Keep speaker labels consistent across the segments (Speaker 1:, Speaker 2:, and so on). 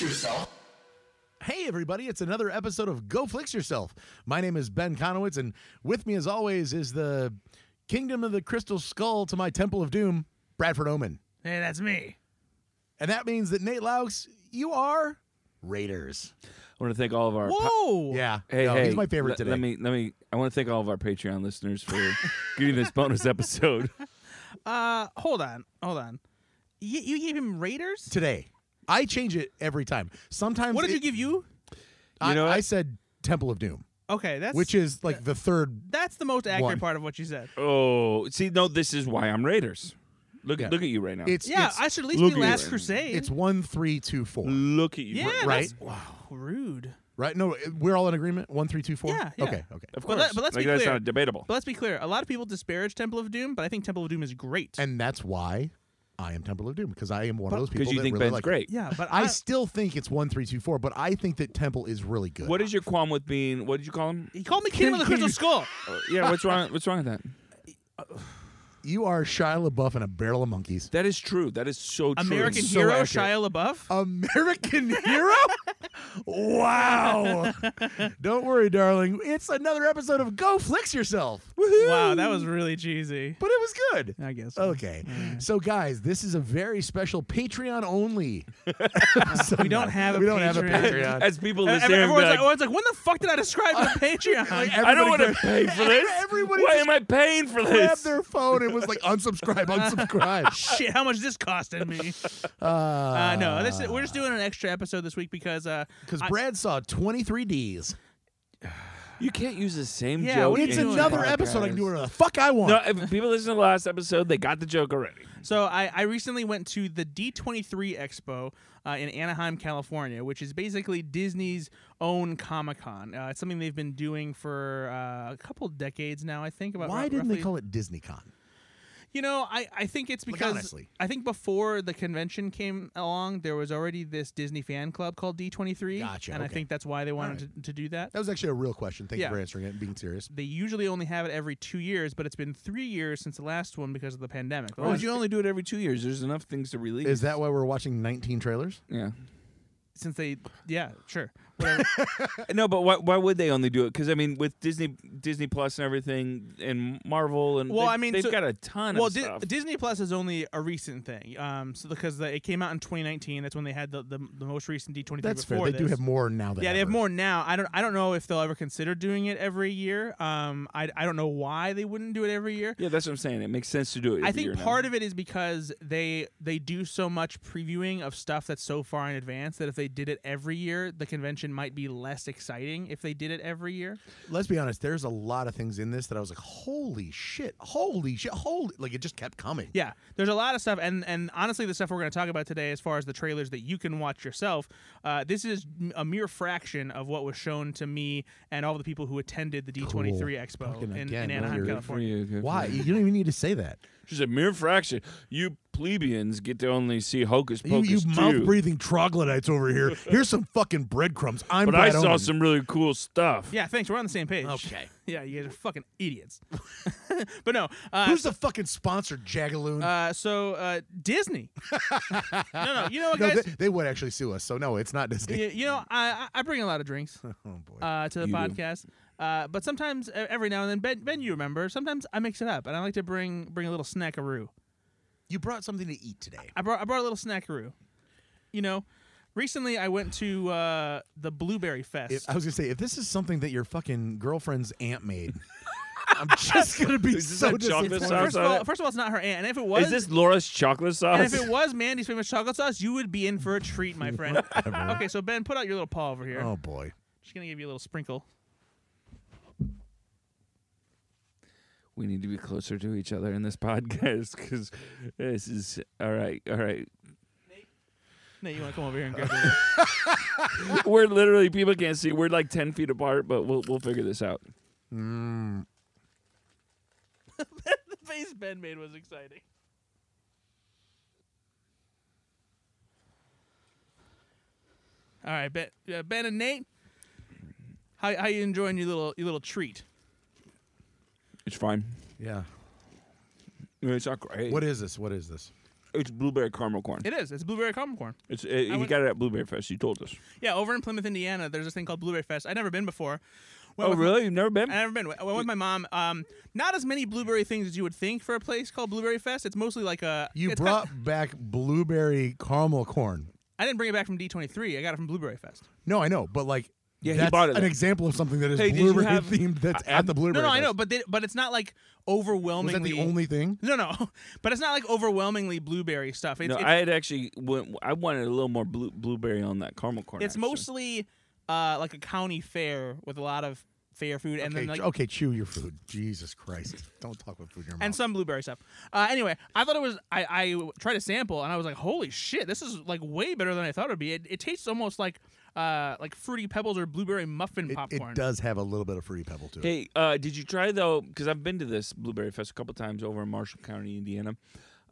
Speaker 1: yourself.
Speaker 2: Hey, everybody, it's another episode of Go Flix Yourself. My name is Ben Conowitz, and with me, as always, is the kingdom of the crystal skull to my temple of doom, Bradford Oman.
Speaker 3: Hey, that's me.
Speaker 2: And that means that, Nate Laux, you are Raiders.
Speaker 4: I want to thank all of our. pa-
Speaker 3: Whoa.
Speaker 2: Yeah.
Speaker 4: hey,
Speaker 2: no,
Speaker 4: hey,
Speaker 2: he's my favorite
Speaker 4: let-
Speaker 2: today.
Speaker 4: Let me, let me. I want to thank all of our Patreon listeners for getting this bonus episode.
Speaker 3: Uh, hold on, hold on. Y- you gave him Raiders.
Speaker 2: today. I change it every time. Sometimes
Speaker 3: What did
Speaker 2: it-
Speaker 3: you give you?
Speaker 2: I,
Speaker 4: You know what?
Speaker 2: I said Temple of Doom,
Speaker 3: Okay, that's
Speaker 2: which is like the third.
Speaker 3: that's the most accurate
Speaker 2: One.
Speaker 3: part of what you said.
Speaker 4: Oh, see, no, this is why I'm Raiders. Look,
Speaker 2: Yeah.
Speaker 4: look at you right now.
Speaker 2: It's
Speaker 3: Yeah,
Speaker 2: it's,
Speaker 3: I should at least
Speaker 4: look
Speaker 3: be
Speaker 4: at you.
Speaker 3: Last Crusade.
Speaker 2: it's one three two four.
Speaker 4: look at you.
Speaker 3: yeah, that's-
Speaker 2: right?
Speaker 3: wow, rude.
Speaker 2: Right? No, we're all in agreement. One three two four.
Speaker 3: Yeah, yeah.
Speaker 2: Okay. Okay.
Speaker 4: Of
Speaker 3: But
Speaker 4: course,
Speaker 3: let- but let's
Speaker 4: like,
Speaker 3: be
Speaker 4: that's
Speaker 3: clear.
Speaker 4: not debatable.
Speaker 3: But let's be clear. A lot of people disparage Temple of Doom, but I think Temple of Doom is great.
Speaker 2: And that's why I am Temple of Doom because I am one of those people
Speaker 4: Because you
Speaker 2: that
Speaker 4: think
Speaker 2: really
Speaker 4: Ben's
Speaker 2: like it.
Speaker 4: great.
Speaker 3: yeah, but
Speaker 2: I
Speaker 3: I,
Speaker 2: still think it's one three two four, but I think that Temple is really good.
Speaker 4: What is your qualm with being? What did you call him?
Speaker 3: he called me Kingdom of the Crystal Skull.
Speaker 4: Uh, yeah, what's wrong? What's wrong with that?
Speaker 2: you are Shia LaBeouf in a barrel of monkeys.
Speaker 4: That is true. That is so true.
Speaker 3: American
Speaker 2: So
Speaker 3: hero
Speaker 2: accurate. Uh,
Speaker 3: Shia LaBeouf.
Speaker 2: American hero? wow. Don't worry, darling. It's another episode of Go Flix Yourself. Woohoo.
Speaker 3: wow, that was really cheesy.
Speaker 2: But it was good.
Speaker 3: I guess. so.
Speaker 2: Okay. So guys, this is a very special Patreon only. So
Speaker 3: We don't have a
Speaker 2: we don't have a
Speaker 3: Patreon.
Speaker 2: Patreon.
Speaker 4: As people
Speaker 3: And
Speaker 4: listen,
Speaker 3: every- Everyone's like,
Speaker 4: like,
Speaker 3: everyone's like, when the fuck did I describe the Patreon?
Speaker 4: I don't want
Speaker 2: Everybody
Speaker 4: to pay for this.
Speaker 2: Everybody
Speaker 4: Why
Speaker 2: just
Speaker 4: am I paying for
Speaker 2: Grab
Speaker 4: this?
Speaker 2: their phone and was like unsubscribe, unsubscribe.
Speaker 3: Shit, how much is this costing me?
Speaker 2: Uh,
Speaker 3: Uh, no, this is, we're just doing an extra episode this week because uh,
Speaker 2: because
Speaker 3: I-
Speaker 2: Brad saw 23 Ds.
Speaker 4: You can't use the same
Speaker 3: Yeah,
Speaker 4: joke.
Speaker 3: what are you
Speaker 2: It's
Speaker 4: in your
Speaker 3: doing?
Speaker 2: another
Speaker 4: podcast.
Speaker 2: episode. I can do whatever the fuck I want.
Speaker 4: No, if people listen to the last episode, they got the joke already.
Speaker 3: so I, I recently went to the D23 Expo uh, in Anaheim, California, which is basically Disney's own Comic Con. Uh, it's something they've been doing for uh, a couple decades now, I think. About
Speaker 2: Why
Speaker 3: rou-
Speaker 2: didn't they
Speaker 3: roughly-
Speaker 2: call it DisneyCon?
Speaker 3: You know, I, I think it's
Speaker 2: Like,
Speaker 3: because
Speaker 2: honestly.
Speaker 3: I think before the convention came along, there was already this Disney fan club called D23.
Speaker 2: Gotcha,
Speaker 3: And I
Speaker 2: okay.
Speaker 3: think that's why they wanted to, to do that.
Speaker 2: That was actually a real question. Thank
Speaker 3: Yeah.
Speaker 2: you for answering it and being serious.
Speaker 3: They usually only have it every two years, but it's been three years since the last one because of the pandemic. The
Speaker 2: Oh,
Speaker 4: Why
Speaker 3: last-
Speaker 4: would you only do it every two years? There's enough things to release.
Speaker 2: Is that why we're watching 19 trailers?
Speaker 4: yeah.
Speaker 3: since they yeah sure whatever
Speaker 4: Uh, No, but why, why would they only do it? Because I mean, with Disney, Disney Plus, and everything, and Marvel, and
Speaker 3: Well,
Speaker 4: they've-
Speaker 3: I mean,
Speaker 4: they've
Speaker 3: so-
Speaker 4: got a ton
Speaker 3: well
Speaker 4: of
Speaker 3: Di-
Speaker 4: stuff.
Speaker 3: disney plus is only a recent thing um so because the, it came out in 2019 that's when they had the, the, the most recent d23
Speaker 2: That's fair.
Speaker 3: before
Speaker 2: They do
Speaker 3: this.
Speaker 2: have more now than
Speaker 3: yeah they have
Speaker 2: ever.
Speaker 3: more now i don't i don't know if they'll ever consider doing it every year um i, I don't know why they wouldn't do it every year
Speaker 4: yeah, that's what I'm saying. It makes sense to do it.
Speaker 3: I think part of it is because they they do so much previewing of stuff that's so far in advance that if they did it every year, the convention might be less exciting if they did it every year.
Speaker 2: Let's be honest. There's a lot of things in this that I was like, holy shit, holy shit, holy. Like it just kept coming.
Speaker 3: Yeah, there's a lot of stuff, and and honestly, the stuff we're going to talk about today, as far as the trailers that you can watch yourself, uh, this is m- a mere fraction of what was shown to me and all the people who attended the D23
Speaker 2: Cool.
Speaker 3: Expo
Speaker 2: Fucking
Speaker 3: in, in
Speaker 2: again,
Speaker 3: Anaheim,
Speaker 2: you're-
Speaker 3: California.
Speaker 2: Why? You don't even need to say that.
Speaker 4: Just a mere fraction. You plebeians get to only see Hocus
Speaker 2: You,
Speaker 4: Pocus
Speaker 2: you
Speaker 4: too.
Speaker 2: mouth breathing troglodytes over here. Here's some fucking breadcrumbs. I'm
Speaker 4: but I
Speaker 2: Brad
Speaker 4: saw
Speaker 2: Oman.
Speaker 4: some really cool stuff.
Speaker 3: Yeah, thanks. We're on the same page.
Speaker 2: Okay.
Speaker 3: Yeah, you guys are fucking idiots. but no, uh,
Speaker 2: Who's the fucking sponsor, Jagaloon?
Speaker 3: uh, so uh, Disney. no, no, you know what,
Speaker 2: no,
Speaker 3: guys.
Speaker 2: they, they would actually sue us. So no, it's not Disney.
Speaker 3: you, you know, I I I bring a lot of drinks.
Speaker 2: Oh boy.
Speaker 3: uh, to the
Speaker 4: You do.
Speaker 3: podcast. Uh, but sometimes, e- every now and then, Ben, Ben, you remember. Sometimes I mix it up, and I like to bring bring a little snackaroo.
Speaker 2: you brought something to eat today.
Speaker 3: I brought I brought a little snackaroo. You know, recently I went to uh, the Blueberry Fest.
Speaker 2: If, I was gonna say if this is something that your fucking girlfriend's aunt made, I'm just gonna be
Speaker 4: Is this
Speaker 2: so
Speaker 4: that chocolate
Speaker 2: disappointed.
Speaker 4: sauce?
Speaker 3: first of
Speaker 4: on
Speaker 3: all,
Speaker 4: it.
Speaker 3: first of all, it's not her aunt, and if it was,
Speaker 4: Is this Laura's chocolate
Speaker 3: and
Speaker 4: sauce?
Speaker 3: if it was Mandy's famous chocolate sauce, you would be in for a treat, my friend. okay, so Ben, put out your little paw over here.
Speaker 2: Oh boy.
Speaker 3: Just gonna give you a little sprinkle.
Speaker 4: we need to be closer to each other in this podcast because this is all right. All right,
Speaker 3: Nate, you want to come over here and grab it?
Speaker 4: we're literally people can't see. We're like ten feet apart, but we'll we'll figure this out.
Speaker 3: the face Ben made was exciting. All right, Ben, uh, ben and Nate, how how you enjoying your little your little treat?
Speaker 4: It's fine.
Speaker 2: Yeah.
Speaker 4: It's not great.
Speaker 2: What is this? What is this?
Speaker 4: It's blueberry caramel corn.
Speaker 3: It is. It's blueberry caramel corn.
Speaker 4: It's uh, you
Speaker 3: went-
Speaker 4: got it at Blueberry Fest. You told us.
Speaker 3: Yeah, over in Plymouth, Indiana, there's this thing called Blueberry Fest. I'd never been before. Went
Speaker 4: oh,
Speaker 3: with-
Speaker 4: really? You've never been?
Speaker 3: I've never been. I went with my mom. Um, not as many blueberry things as you would think for a place called Blueberry Fest. It's mostly like a.
Speaker 2: You
Speaker 3: it's
Speaker 2: brought
Speaker 3: Kind
Speaker 2: back blueberry caramel corn.
Speaker 3: I didn't bring it back from D23. I got it from Blueberry Fest.
Speaker 2: No, I know, but like,
Speaker 4: Yeah, he
Speaker 2: that's
Speaker 4: bought it
Speaker 2: an
Speaker 4: there.
Speaker 2: example of something that is
Speaker 4: Hey, did you
Speaker 2: blueberry
Speaker 4: have-
Speaker 2: themed. That's at the blueberry.
Speaker 3: No, no, I know,
Speaker 2: Fest.
Speaker 3: but they, but it's not like
Speaker 2: was that
Speaker 3: overwhelmingly.
Speaker 2: the only thing?
Speaker 3: No, no, but it's not like overwhelmingly blueberry stuff. It's
Speaker 4: no,
Speaker 3: it's,
Speaker 4: I had actually. Went, I wanted a little more blue, blueberry on that caramel corn.
Speaker 3: it's
Speaker 4: actually.
Speaker 3: mostly uh, like a county fair with a lot of fair food and
Speaker 2: Okay, oh,
Speaker 3: then like
Speaker 2: ch- okay, chew your food. Jesus Christ! Don't talk about food in your mouth.
Speaker 3: and some blueberry stuff. Uh, anyway, I thought it was. I, I tried a sample and I was like, "Holy shit, this is like way better than I thought it'd be." It, it tastes almost like uh, like fruity pebbles or blueberry muffin
Speaker 2: it,
Speaker 3: popcorn.
Speaker 2: it does have a little bit of fruity pebble to it.
Speaker 4: Hey, uh, did you try though? Because I've been to this blueberry fest a couple times over in Marshall County, Indiana.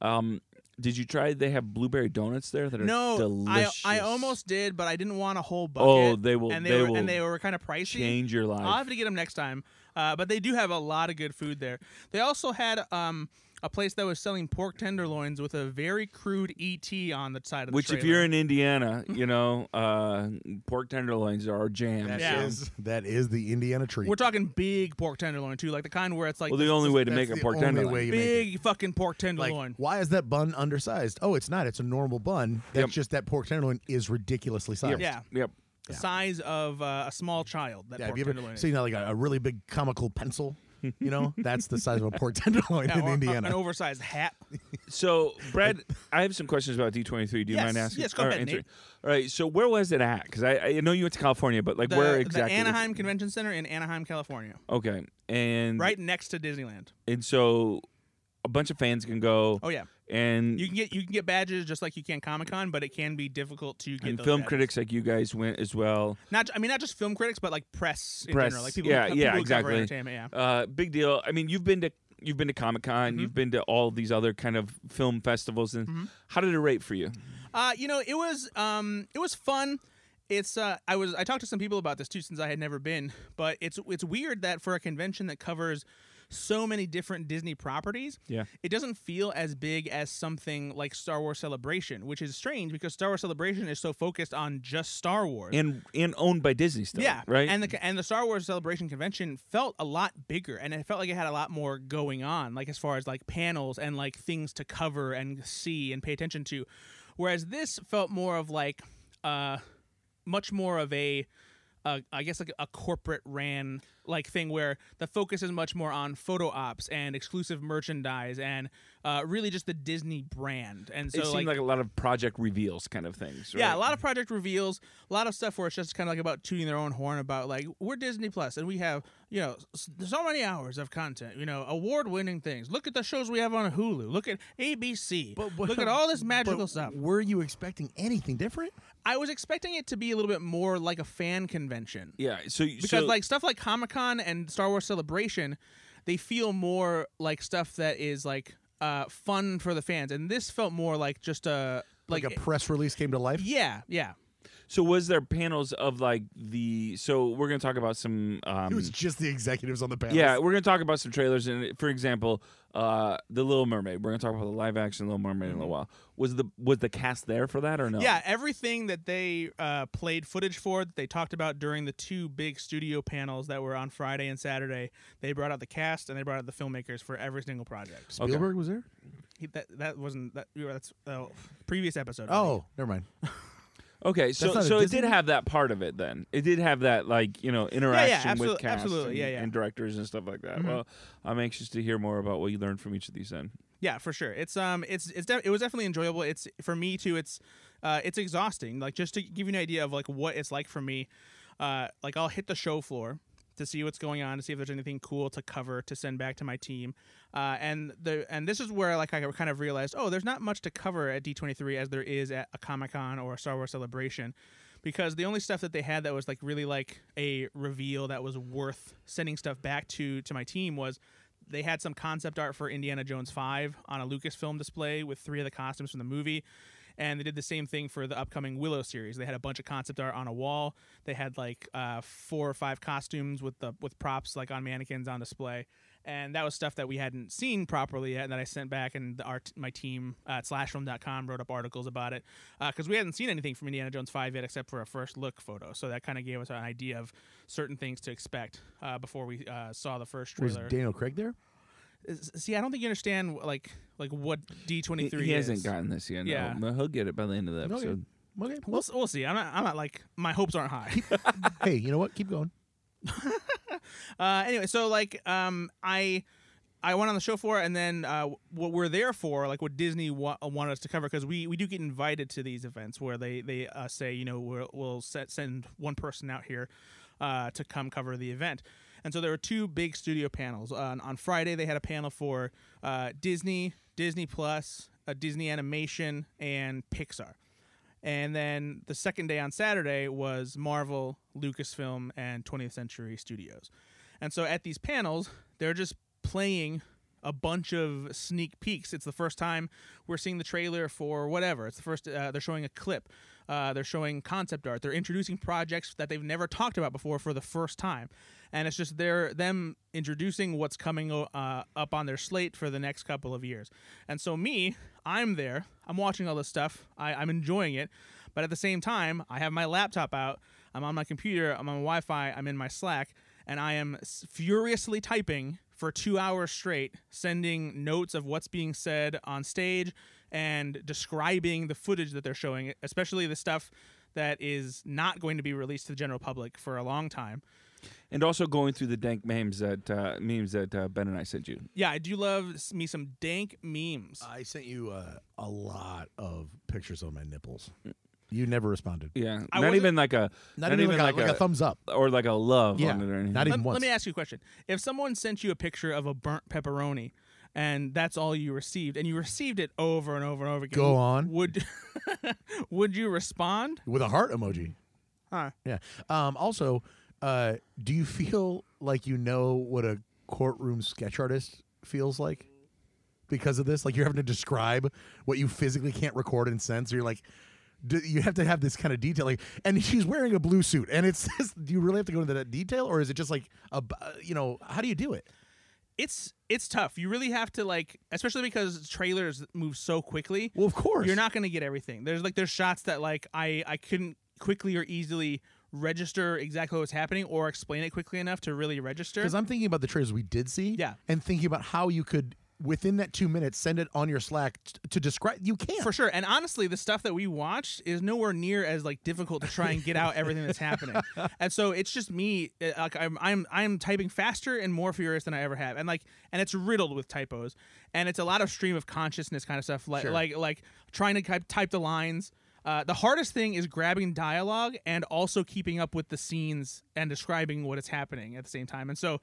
Speaker 4: Um, did you try? They have blueberry donuts there that are
Speaker 3: No, I,
Speaker 4: delicious.
Speaker 3: I almost did, but I didn't want a whole bucket.
Speaker 4: Oh, they will-
Speaker 3: And they,
Speaker 4: they
Speaker 3: were,
Speaker 4: will
Speaker 3: and they were kind of pricey.
Speaker 4: change your life.
Speaker 3: I'll have to get them next time. Uh, but they do have a lot of good food there. They also had um, a place that was selling pork tenderloins with a very crude ET on the side of the
Speaker 4: Which, if
Speaker 3: trailer.
Speaker 4: you're in Indiana, you know, uh, pork tenderloins are our jam.
Speaker 2: That
Speaker 3: Yeah.
Speaker 2: is- that is the Indiana treat.
Speaker 3: we're talking big pork tenderloin too, like the kind where it's like
Speaker 4: well, the
Speaker 3: this
Speaker 4: only way to
Speaker 2: That's
Speaker 4: make a
Speaker 2: the
Speaker 4: pork
Speaker 2: only
Speaker 4: tenderloin.
Speaker 2: way you make it.
Speaker 3: big fucking pork
Speaker 2: Like,
Speaker 3: tenderloin.
Speaker 2: why is that bun undersized? Oh, it's not. It's a normal bun. That's
Speaker 4: Yep.
Speaker 2: just that pork tenderloin is ridiculously sized.
Speaker 3: Yeah,
Speaker 4: Yep.
Speaker 3: the size of uh, a small child. That
Speaker 2: Yeah, have
Speaker 3: pork
Speaker 2: you ever
Speaker 3: tenderloin.
Speaker 2: seen uh, like a, a really big comical pencil? You know, that's the size of a pork tenderloin
Speaker 3: Yeah,
Speaker 2: in
Speaker 3: or-
Speaker 2: Indiana.
Speaker 3: an oversized hat.
Speaker 4: So, Brad, I have some questions about D23. Do you
Speaker 3: Yes,
Speaker 4: mind asking?
Speaker 3: yes, go
Speaker 4: or
Speaker 3: ahead,
Speaker 4: answering?
Speaker 3: Nate.
Speaker 4: All right. So, where was it at? Because I, I know you went to California, but like
Speaker 3: The,
Speaker 4: where exactly?
Speaker 3: the
Speaker 4: was it?
Speaker 3: Anaheim Convention Center in Anaheim, California,
Speaker 4: Okay. And
Speaker 3: right next to Disneyland.
Speaker 4: And so, a bunch of fans can go.
Speaker 3: Oh yeah,
Speaker 4: And
Speaker 3: you can get you can get badges just like you can Comic Con, but it can be difficult to get
Speaker 4: and
Speaker 3: those
Speaker 4: film
Speaker 3: badges.
Speaker 4: critics like you guys went as well.
Speaker 3: Not ju- I mean not just film critics, but like press, in
Speaker 4: Press,
Speaker 3: general, like people.
Speaker 4: yeah,
Speaker 3: who,
Speaker 4: yeah,
Speaker 3: people who cover
Speaker 4: exactly.
Speaker 3: Entertainment, yeah.
Speaker 4: Uh, big deal. I mean, you've been to you've been to Comic Con.
Speaker 3: Mm-hmm.
Speaker 4: You've been to all these other kind of film festivals. And how did it rate for you?
Speaker 3: Uh, you know, it was um, it was fun. It's uh, I was I talked to some people about this too since I had never been, but it's it's weird that for a convention that covers so many different Disney properties,
Speaker 4: Yeah.
Speaker 3: it doesn't feel as big as something like Star Wars Celebration, which is strange because Star Wars Celebration is so focused on just Star Wars.
Speaker 4: And and owned by Disney still.
Speaker 3: yeah,
Speaker 4: Right.
Speaker 3: And the and the Star Wars Celebration convention felt a lot bigger, and it felt like it had a lot more going on, like as far as like panels and like things to cover and see and pay attention to. Whereas this felt more of like, uh, much more of a, uh, I guess like a corporate ran like thing where the focus is much more on photo ops and exclusive merchandise and uh, really just the Disney brand. And so
Speaker 4: it seemed
Speaker 3: like
Speaker 4: like, a lot of project reveals kind of things.
Speaker 3: yeah, a
Speaker 4: right?
Speaker 3: lot of project reveals, a lot of stuff where it's just kind of like about tooting their own horn about like we're Disney Plus and we have you know s- so many hours of content, you know, award-winning things. Look at the shows we have on Hulu. Look at ABC. Look at all this magical
Speaker 2: but
Speaker 3: stuff.
Speaker 2: Were you expecting anything different?
Speaker 3: I was expecting it to be a little bit more like a fan convention
Speaker 4: Yeah. So
Speaker 3: because
Speaker 4: so,
Speaker 3: like stuff like Comic Con and Star Wars Celebration, they feel more like stuff that is like uh fun for the fans, and this felt more like just a
Speaker 2: Like,
Speaker 3: like,
Speaker 2: a press release came to life.
Speaker 3: yeah yeah.
Speaker 4: so was there panels of like the so we're gonna talk about some um
Speaker 2: It was just the executives on the panel.
Speaker 4: Yeah, we're gonna talk about some trailers, and for example, uh, the Little Mermaid. We're gonna talk about the live action Little Mermaid in a little while. Was the was the cast there for that or no?
Speaker 3: Mm-hmm. Yeah, everything that they uh, played footage for that they talked about during the two big studio panels that were on Friday and Saturday, they brought out the cast and they brought out the filmmakers for every single project.
Speaker 2: Spielberg was there.
Speaker 3: He, that that wasn't that you were- that's uh, previous episode. I think.
Speaker 2: Oh, never mind.
Speaker 4: Okay, so
Speaker 2: not a
Speaker 4: so it
Speaker 2: Disney
Speaker 4: did have that part of it. Then it did have that like you know interaction with
Speaker 3: absolute-
Speaker 4: cast
Speaker 3: absolutely,
Speaker 4: and,
Speaker 3: yeah, yeah.
Speaker 4: and directors and stuff like that.
Speaker 2: Mm-hmm.
Speaker 4: Well, I'm anxious to hear more about what you learned from each of these. Then
Speaker 3: yeah, for sure. It's um, it's it's def- it was definitely enjoyable. It's for me too. It's uh, it's exhausting. Like just to give you an idea of like what it's like for me, uh, like I'll hit the show floor to see what's going on, to see if there's anything cool to cover to send back to my team. Uh, and the and this is where like I kind of realized, oh, there's not much to cover at D23 as there is at a Comic Con or a Star Wars Celebration, because the only stuff that they had that was like really like a reveal that was worth sending stuff back to to my team was they had some concept art for Indiana Jones 5 on a Lucasfilm display with three of the costumes from the movie. And they did the same thing for the upcoming Willow series. They had a bunch of concept art on a wall. They had like uh, four or five costumes with the with props like on mannequins on display. and that was stuff that we hadn't seen properly yet and that I sent back and the, our, my team uh, at slashfilm.com wrote up articles about it because we hadn't seen anything from Indiana Jones 5 yet except for a first look photo so that kind of gave us an idea of certain things to expect uh, before we uh, saw the first
Speaker 2: Was
Speaker 3: trailer.
Speaker 2: Daniel Craig there?
Speaker 3: S- See, I don't think you understand like like what D23
Speaker 4: He, he
Speaker 3: is.
Speaker 4: hasn't gotten this yet. no.
Speaker 3: Yeah.
Speaker 4: But he'll get it by the end of the episode.
Speaker 2: Okay. Okay.
Speaker 3: We'll,
Speaker 2: Well,
Speaker 3: s- we'll see. I'm not, I'm not like my hopes aren't high.
Speaker 2: hey, you know what? Keep going.
Speaker 3: Uh, anyway, so like um, I I went on the show for, it, and then uh, what we're there for, like what Disney wa- wanted us to cover, because we, we do get invited to these events where they they uh, say you know we'll, we'll set, send one person out here uh, to come cover the event. And so there were two big studio panels. Uh, on- on Friday, they had a panel for uh, Disney, Disney Plus, uh, Disney Animation, and Pixar. And then the second day on Saturday was Marvel, Lucasfilm, and 20th Century Studios. And so at these panels, they're just playing a bunch of sneak peeks. It's the first time we're seeing the trailer for whatever. It's the first, uh, they're showing a clip, uh, they're showing concept art, they're introducing projects that they've never talked about before for the first time. And it's just they're, them introducing what's coming uh, up on their slate for the next couple of years. And so, me, I'm there, I'm watching all this stuff, I, I'm enjoying it. But at the same time, I have my laptop out, I'm on my computer, I'm on Wi Fi, I'm in my Slack, and I am s- furiously typing for two hours straight, sending notes of what's being said on stage and describing the footage that they're showing, especially the stuff that is not going to be released to the general public for a long time.
Speaker 4: And also going through the dank memes that uh, memes that uh, Ben and I sent you.
Speaker 3: Yeah, I do love s- me some dank memes.
Speaker 2: I sent you uh, a lot of pictures of my nipples. You never responded.
Speaker 4: Yeah,
Speaker 3: I
Speaker 4: not
Speaker 3: wasn't-
Speaker 4: even like a
Speaker 2: Not, even, like, a, like a thumbs up.
Speaker 4: or like a love
Speaker 2: Yeah,
Speaker 4: on it or anything.
Speaker 2: not even
Speaker 3: let,
Speaker 2: once.
Speaker 3: let me ask you a question. If someone sent you a picture of a burnt pepperoni and that's all you received and you received it over and over and over again.
Speaker 2: Go on.
Speaker 3: Would would you respond?
Speaker 2: with a heart emoji.
Speaker 3: Huh.
Speaker 2: Yeah. Um, also, uh, do you feel like you know what a courtroom sketch artist feels like because of this? Like you're having to describe what you physically can't record and send. So you're like, do, you have to have this kind of detail. Like, and she's wearing a blue suit, and it says, do you really have to go into that detail, or is it just like a, b- uh, you know, how do you do it?
Speaker 3: It's it's tough. You really have to like especially because trailers move so quickly.
Speaker 2: Well, of course,
Speaker 3: You're not going to get everything. There's like there's shots that like I I couldn't quickly or easily register exactly what was happening or explain it quickly enough to really register.
Speaker 2: Because I'm thinking about the trailers we did see,
Speaker 3: Yeah.
Speaker 2: and thinking about how you could within that two minutes send it on your Slack t- to describe. You can't.
Speaker 3: For sure. And honestly, the stuff that we watched is nowhere near as like difficult to try and get out everything that's happening. And so it's just me uh, like I'm I'm I'm typing faster and more furious than I ever have. And like and it's riddled with typos. And it's a lot of stream of consciousness kind of stuff like
Speaker 2: Sure.
Speaker 3: like like trying to type, type the lines uh, the hardest thing is grabbing dialogue and also keeping up with the scenes and describing what is happening at the same time. And so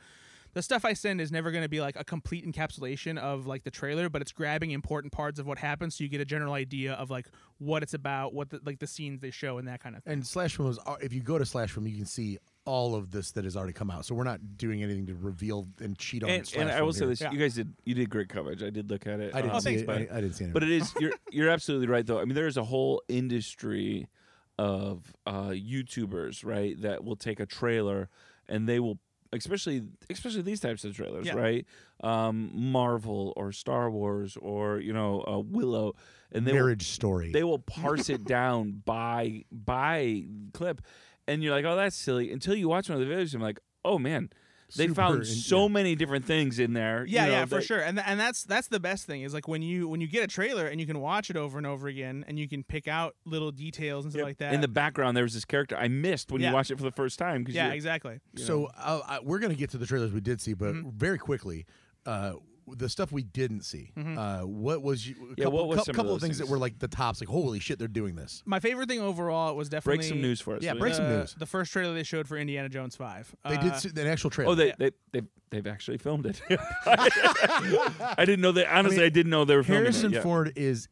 Speaker 3: the stuff I send is never going to be like a complete encapsulation of like the trailer, but it's grabbing important parts of what happens so you get a general idea of like what it's about, what the, like the scenes they show and that kind of thing.
Speaker 2: And Slashfilm is, if you go to Slashfilm, you can see all of this that has already come out. So we're not doing anything to reveal and cheat on.
Speaker 4: And, and I
Speaker 2: Slashfilm
Speaker 4: will say
Speaker 2: here.
Speaker 4: this:
Speaker 3: Yeah.
Speaker 4: you guys did you did great coverage. I did look at it.
Speaker 2: I didn't
Speaker 4: um,
Speaker 2: see
Speaker 3: thanks,
Speaker 2: it. I,
Speaker 4: but-
Speaker 2: I didn't see it.
Speaker 4: But it is you're you're absolutely right though. I mean, there is a whole industry of uh, YouTubers, right, that will take a trailer and they will especially especially these types of trailers,
Speaker 3: Yeah.
Speaker 4: right? Um, Marvel or Star Wars or you know uh, Willow, and they will
Speaker 2: Marriage story.
Speaker 4: they will parse it down by by clip, and you're like, oh, that's silly. Until you watch one of the videos, I'm like, oh man, they
Speaker 2: Super
Speaker 4: found
Speaker 2: in-
Speaker 4: so
Speaker 2: yeah.
Speaker 4: many different things in there. you
Speaker 3: yeah
Speaker 4: know,
Speaker 3: yeah for
Speaker 4: that-
Speaker 3: sure and th- and that's that's the best thing is like when you when you get a trailer and you can watch it over and over again and you can pick out little details and stuff like that
Speaker 4: In the background, there was this character I missed when
Speaker 3: Yeah.
Speaker 4: you watched it for the first time. 'cause
Speaker 3: yeah
Speaker 4: you're-
Speaker 3: exactly
Speaker 2: so uh, I, we're going to get to the trailers we did see, but
Speaker 4: Mm-hmm.
Speaker 2: very quickly, uh, the stuff we didn't see. Uh, what was you, a
Speaker 4: Mm-hmm. Yeah,
Speaker 2: couple,
Speaker 4: what was
Speaker 2: cou-
Speaker 4: some of
Speaker 2: couple of
Speaker 4: those
Speaker 2: things, that
Speaker 4: things?
Speaker 2: were like the tops? Like, holy shit, they're doing this.
Speaker 3: my favorite thing overall was definitely
Speaker 4: break some news for us.
Speaker 2: Yeah,
Speaker 4: will you?
Speaker 2: break
Speaker 3: the,
Speaker 2: some news.
Speaker 3: the first trailer they showed for Indiana Jones Five.
Speaker 2: They
Speaker 3: Uh,
Speaker 2: did see an actual trailer.
Speaker 4: Oh, they,
Speaker 3: Yeah.
Speaker 4: they they they've actually filmed it. I didn't know that. Honestly, I,
Speaker 2: mean,
Speaker 4: didn't know they were filming
Speaker 2: Harrison
Speaker 4: it. Yeah.
Speaker 2: Ford is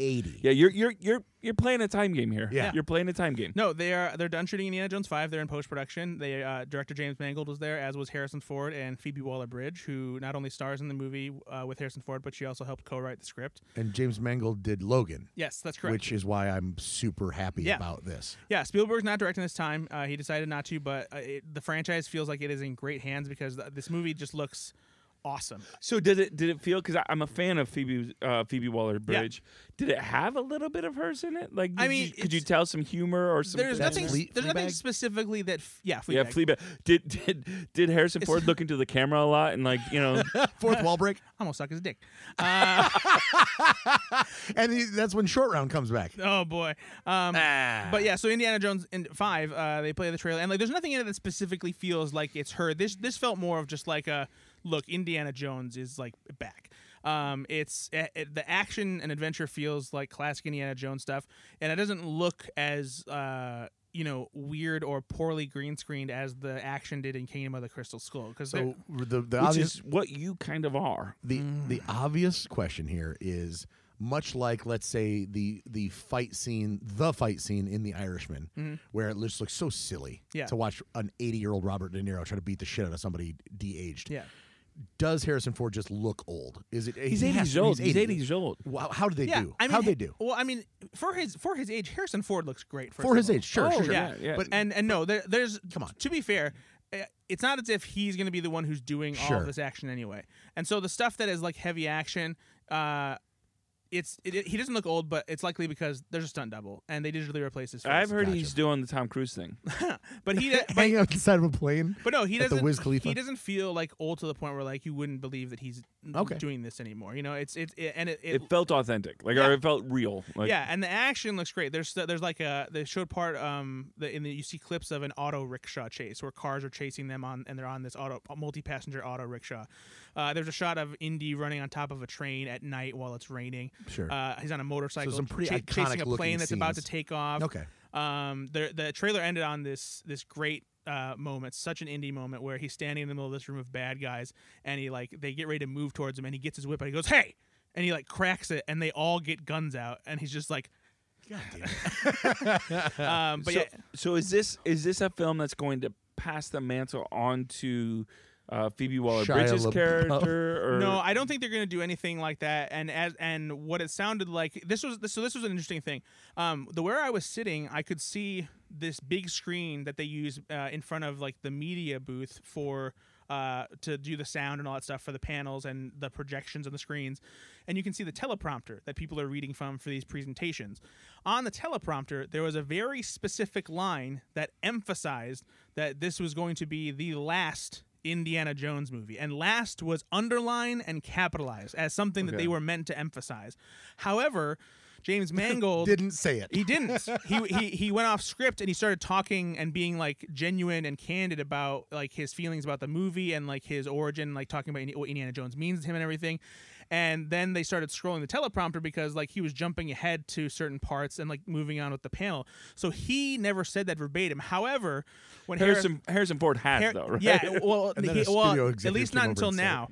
Speaker 2: eighty.
Speaker 4: yeah, you're you're you're you're playing a time game here.
Speaker 2: Yeah.
Speaker 4: you're playing a time game.
Speaker 3: No, they are they're done shooting Indiana Jones Five. They're in post production. They uh, director James Mangold was there, as was Harrison Ford and Phoebe Waller Bridge, who not only stars in the movie uh, with Harrison Ford, but she also helped co-write the script.
Speaker 2: And James Mangold did Logan,
Speaker 3: Yes, that's correct.
Speaker 2: which is why I'm super happy
Speaker 3: Yeah.
Speaker 2: about this.
Speaker 3: Yeah, Spielberg's not directing this time. Uh, he decided not to, but uh, it, the franchise feels like it is in great hands because th- this movie just looks awesome.
Speaker 4: So did it? Did it feel? Because I'm a fan of Phoebe uh, Phoebe Waller Bridge. Did it have a little bit of hers in it? Like,
Speaker 3: I
Speaker 4: did
Speaker 3: mean,
Speaker 4: you- could you
Speaker 3: it's-
Speaker 4: tell some humor or some?
Speaker 3: There's
Speaker 4: things?
Speaker 2: That's
Speaker 3: nothing.
Speaker 2: Flea-
Speaker 3: there's nothing
Speaker 2: Fleabag?
Speaker 3: specifically that. F- yeah, Fleabag.
Speaker 4: Yeah, Fleabag. Did did did Harrison
Speaker 3: It's-
Speaker 4: Ford look into the camera a lot and like you know?
Speaker 2: Fourth wall break,
Speaker 3: I'm gonna suck his dick. Uh,
Speaker 2: and he, that's when short round comes back.
Speaker 3: oh boy. Um, But yeah, so Indiana Jones in five, uh, they play the trailer, and like, there's nothing in it that specifically feels like it's her. This this felt more of just like a look. Indiana Jones is like back. Um, it's eh, eh, the action and adventure feels like classic Indiana Jones stuff, and it doesn't look as uh, you know weird or poorly green screened as the action did in Kingdom of the Crystal Skull. Because
Speaker 2: So the the
Speaker 4: which
Speaker 2: obvious
Speaker 4: is mm. what you kind of are.
Speaker 2: the the obvious question here is much like let's say the the fight scene the fight scene in the irishman
Speaker 4: Mm-hmm.
Speaker 2: where it just looks so silly
Speaker 3: Yeah.
Speaker 2: to watch an 80 year old robert de niro try to beat the shit out of somebody de-aged
Speaker 3: yeah,
Speaker 2: does harrison ford just look old is it
Speaker 4: He's
Speaker 2: he
Speaker 4: 80
Speaker 2: has to
Speaker 4: years
Speaker 2: be-
Speaker 4: old. He's 80
Speaker 2: 80.
Speaker 4: years old.
Speaker 2: wow how did they
Speaker 3: yeah.
Speaker 2: do
Speaker 3: I mean, eh,
Speaker 2: how'd they do
Speaker 3: Well, I mean, for his for his age, Harrison Ford looks great. first
Speaker 2: for his
Speaker 3: of all.
Speaker 2: age sure
Speaker 4: Oh,
Speaker 2: sure, sure.
Speaker 4: yeah, yeah.
Speaker 2: but
Speaker 3: and and no, there, there's
Speaker 2: Come on.
Speaker 3: To be fair, eh, it's not as if he's going to be the one who's doing all
Speaker 2: Sure.
Speaker 3: of this action anyway. And so the stuff that is like heavy action, uh, it's it, it- he doesn't look old, but it's likely because there's a stunt double and they digitally replace his face.
Speaker 4: I've heard
Speaker 2: Gotcha.
Speaker 4: he's doing the Tom Cruise thing.
Speaker 3: but he but,
Speaker 2: hanging out inside of a plane
Speaker 3: but no, he
Speaker 2: at the
Speaker 3: doesn't.
Speaker 2: Wiz Khalifa?
Speaker 3: He doesn't feel like old to the point where like you wouldn't believe that he's n-
Speaker 2: Okay.
Speaker 3: doing this anymore. You know, it's it's it, and it, it
Speaker 4: It felt authentic. Like or it felt real. Like
Speaker 3: yeah, and the action looks great. There's uh, there's like a they showed part um the, in the you see clips of an auto rickshaw chase where cars are chasing them on and they're on this auto multi passenger auto rickshaw. Uh, there's a shot of Indy running on top of a train at night while it's raining.
Speaker 2: Sure.
Speaker 3: Uh, he's on a motorcycle.
Speaker 2: some pretty iconic
Speaker 3: chasing a plane
Speaker 2: looking
Speaker 3: that's about to
Speaker 2: scenes.
Speaker 3: take off.
Speaker 2: Okay.
Speaker 3: Um, the the trailer ended on this this great uh, moment, such an indie moment where he's standing in the middle of this room of bad guys, and he like they get ready to move towards him, and he gets his whip and he goes, "Hey!" and he like cracks it, and they all get guns out, and he's just like,
Speaker 2: God damn it.
Speaker 3: um, but
Speaker 4: so,
Speaker 3: yeah,
Speaker 4: so is this is this a film that's going to pass the mantle on to uh, Phoebe Waller Bridge's
Speaker 2: Shia LaBeouf.
Speaker 4: character? Or
Speaker 3: No, I don't think they're going to do anything like that. And as and what it sounded like, this was so this was an interesting thing. Um, the where I was sitting, I could see this big screen that they use uh, in front of like the media booth for. Uh, to do the sound and all that stuff for the panels and the projections on the screens. And you can see the teleprompter that people are reading from for these presentations. On the teleprompter, there was a very specific line that emphasized that this was going to be the last Indiana Jones movie. And last was underline and capitalized as something that
Speaker 4: Okay.
Speaker 3: they were meant to emphasize. However, James Mangold
Speaker 2: didn't say it
Speaker 3: he didn't. he, he he went off script and he started talking and being like genuine and candid about like his feelings about the movie and like his origin, like talking about Indi- what Indiana Jones means to him and everything. And then they started scrolling the teleprompter because like he was jumping ahead to certain parts and like moving on with the panel. So he never said that verbatim. However, when Harris-
Speaker 4: Harrison Harrison Ford has
Speaker 3: Har-
Speaker 4: though, right?
Speaker 3: Yeah, well,
Speaker 2: And then
Speaker 3: he-
Speaker 2: a
Speaker 3: well,
Speaker 2: studio
Speaker 3: at
Speaker 2: executive
Speaker 3: least
Speaker 2: came
Speaker 3: not
Speaker 2: over
Speaker 3: until
Speaker 2: and said
Speaker 3: now.